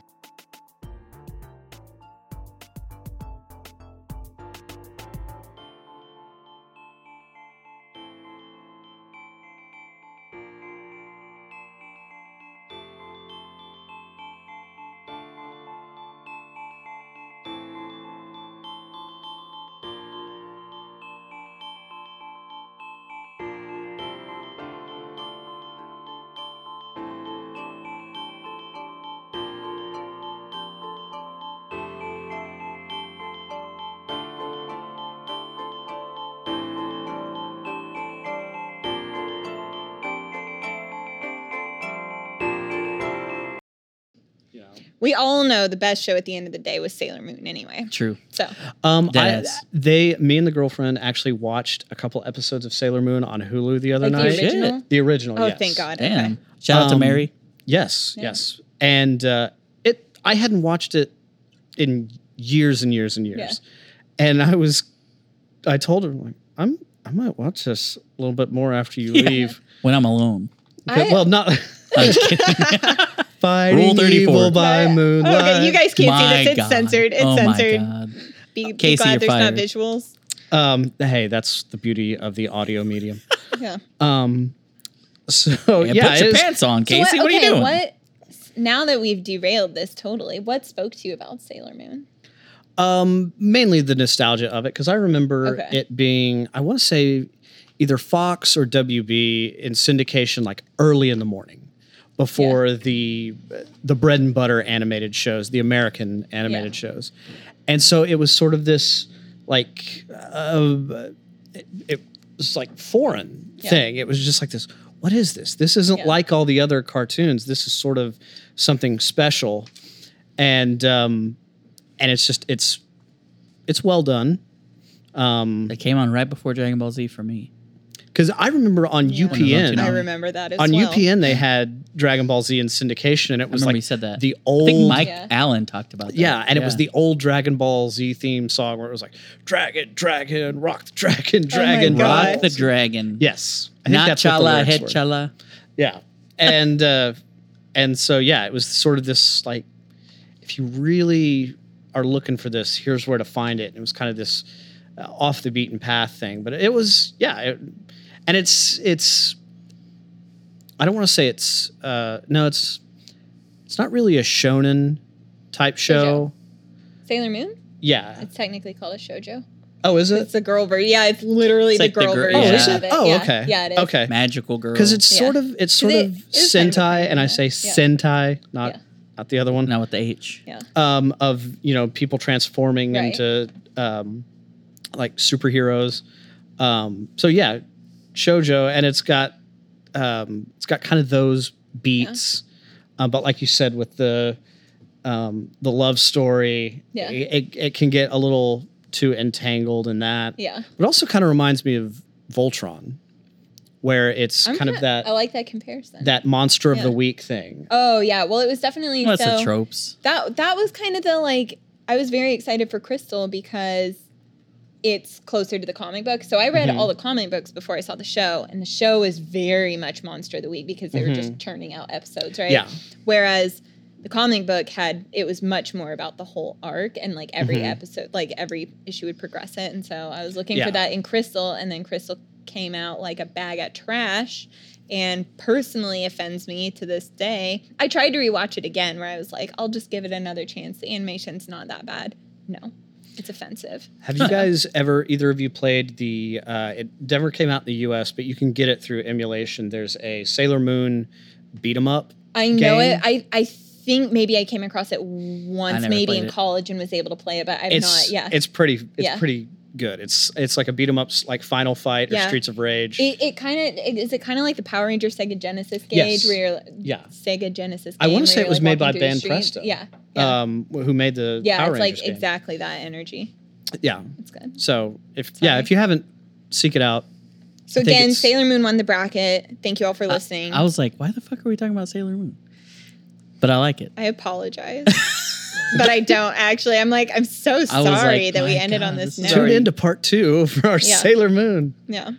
C: We all know the best show at the end of the day was Sailor Moon anyway.
A: True.
C: So
B: Um, I,
A: Deadass.
B: they, me and the girlfriend actually watched a couple episodes of Sailor Moon on Hulu the other
C: like
B: night.
C: the original.
B: The original,
C: Oh,
B: yes.
C: thank God.
A: Damn.
C: Okay.
A: Shout out to
B: Um,
A: Mary.
B: Yes,
C: Yeah.
B: yes. And uh, it, I hadn't watched it in years and years and years. And I was, I told her, like, I'm, I might watch this a little bit more after you leave.
A: When I'm alone.
B: But-
C: I-
B: well, not
A: I'm just kidding.
B: fighting
A: Rule 34.
B: evil by moonlight.
C: Oh, Okay, you guys can't see this. It's
A: God.
C: censored. It's
A: oh
C: censored.
A: My God.
C: Be, be
A: Casey,
C: glad
A: you're
C: there's
A: fired.
C: not visuals.
B: Um, hey, that's the beauty of the audio medium.
C: Yeah.
B: Um, so
A: Yeah,
B: yeah,
A: put
B: it
A: your
B: is-
A: pants on, Casey. what, are you doing?
C: What now that we've derailed this totally, what spoke to you about Sailor Moon?
B: Um, mainly the nostalgia of it because I remember
C: Okay.
B: it being I want to say either Fox or WB in syndication like early in the morning before the the bread and butter animated shows, the American animated shows, and so it was sort of this like uh, it, it was like foreign
C: Yeah.
B: thing. It was just like this. What is this? This isn't
C: Yeah.
B: like all the other cartoons. This is sort of something special, and um, and it's just it's it's well done. Um,
A: They came on right before Dragon Ball Z for me.
B: because I remember on
C: Yeah.
B: UPN,
A: No.
C: I remember that as
B: on
C: well.
B: UPN they had Dragon Ball Z in syndication, and it
A: I
B: was
A: remember
B: like
A: you said that.
B: the
A: I
B: old,
A: think Mike
C: Yeah.
A: Allen talked about that.
B: yeah, and it was the old Dragon Ball Z theme song where it was like Dragon, Dragon, Rock the Dragon, Dragon,
C: Oh God.
A: Rock the Dragon.
B: Yes, I think
A: Not
B: that's what the
A: Chala,
B: lyrics
A: Head
B: were.
A: Chala.
B: Yeah, and uh, and so yeah, it was sort of this like, if you really are looking for this, here's where to find it. And it was kind of this uh, off the beaten path thing, but it was yeah, it, and it's it's. I don't want to say it's uh, no, it's it's not really a shonen type show.
C: Sailor Moon?
B: Yeah.
C: It's technically called a shoujo.
B: Oh, is
C: It's
B: it?
C: the girl version. Yeah, it's literally
A: It's
C: the
A: like the
C: girl
A: gir-
C: version
B: Oh, is
A: yeah.
B: it?
C: of it.
B: Oh,
C: yeah.
B: okay.
C: Yeah, it is.
B: Okay.
A: Magical girl.
B: Because it's
C: Yeah.
B: sort of it's sort
C: It-
B: of
C: it is kind of a
B: Sentai, and I
C: manga,
B: say
C: yeah.
B: Sentai, not
C: Yeah.
B: not the other one.
A: now with the H.
C: Yeah.
B: um, of you know people transforming
C: Right.
B: into um, like superheroes. Um, so yeah, shojo, and it's got um, it's got kind of those beats, uh, but like you said, with the um, the love story,
C: Yeah.
B: it, it can get a little too entangled in that.
C: Yeah.
B: But it also kind of reminds me of Voltron, where it's kind of that
C: I like that comparison.
B: that monster of
C: Yeah.
B: the week thing.
C: oh yeah. Well, it was definitely
A: Well, that's
C: so
A: the tropes.
C: that that was kind of the like I was very excited for Crystal because it's closer to the comic book. So I read
B: Mhm.
C: all the comic books before I saw the show, and the show is very much Monster of the Week because they were just turning out episodes, right?
B: Yeah.
C: Whereas the comic book had it was much more about the whole arc and like every episode, like every issue would progress it. And so I was looking
B: Yeah.
C: for that in Crystal, and then Crystal came out like a bag of trash and personally offends me to this day. I tried to rewatch it again where I was like, I'll just give it another chance. The animation's not that bad. No, it's offensive.
B: Have you guys ever, either of you, played the? Uh, it never came out in the U.S., but you can get it through emulation. There's a Sailor Moon beat 'em up.
C: I know
B: Game?
C: it. I, I think maybe I came across it once,
A: never
C: maybe
A: played
C: in
A: it.
C: college and was able to play it, but I've
B: It's
C: not. Yeah.
B: it's pretty. It's
C: Yeah.
B: pretty good. It's it's like a beat 'em up, like Final Fight or
C: Yeah.
B: Streets of Rage.
C: It, it kind of is it kind of like the Power Ranger Sega Genesis gauge
B: Yes.
C: where you're,
B: Yeah.
C: Sega Genesis.
B: I wanna
C: game
B: say
C: where
B: it
C: you're,
B: was
C: like,
B: made
C: walking
B: by
C: through the
B: Ban
C: streets.
B: Presto.
C: Yeah, yeah,
B: Um, who made the
C: yeah.
B: Power
C: it's like
B: Rangers game.
C: exactly that energy.
B: Yeah.
C: It's good.
B: So if yeah,
C: Sorry.
B: if you haven't, seek it out.
C: So
B: I think
C: again,
B: it's-
C: Sailor Moon won the bracket. Thank you all for listening.
A: I was like, why the fuck are we talking about Sailor Moon? But I like it.
C: I apologize. but I don't actually. I'm like, I'm so
A: I was
C: sorry
A: like,
C: that we
A: my
C: ended on
A: God,
C: this
A: this is
C: note.
A: Sorry.
B: Tune in to part two for our
C: Yeah.
B: Sailor Moon.
C: Yeah.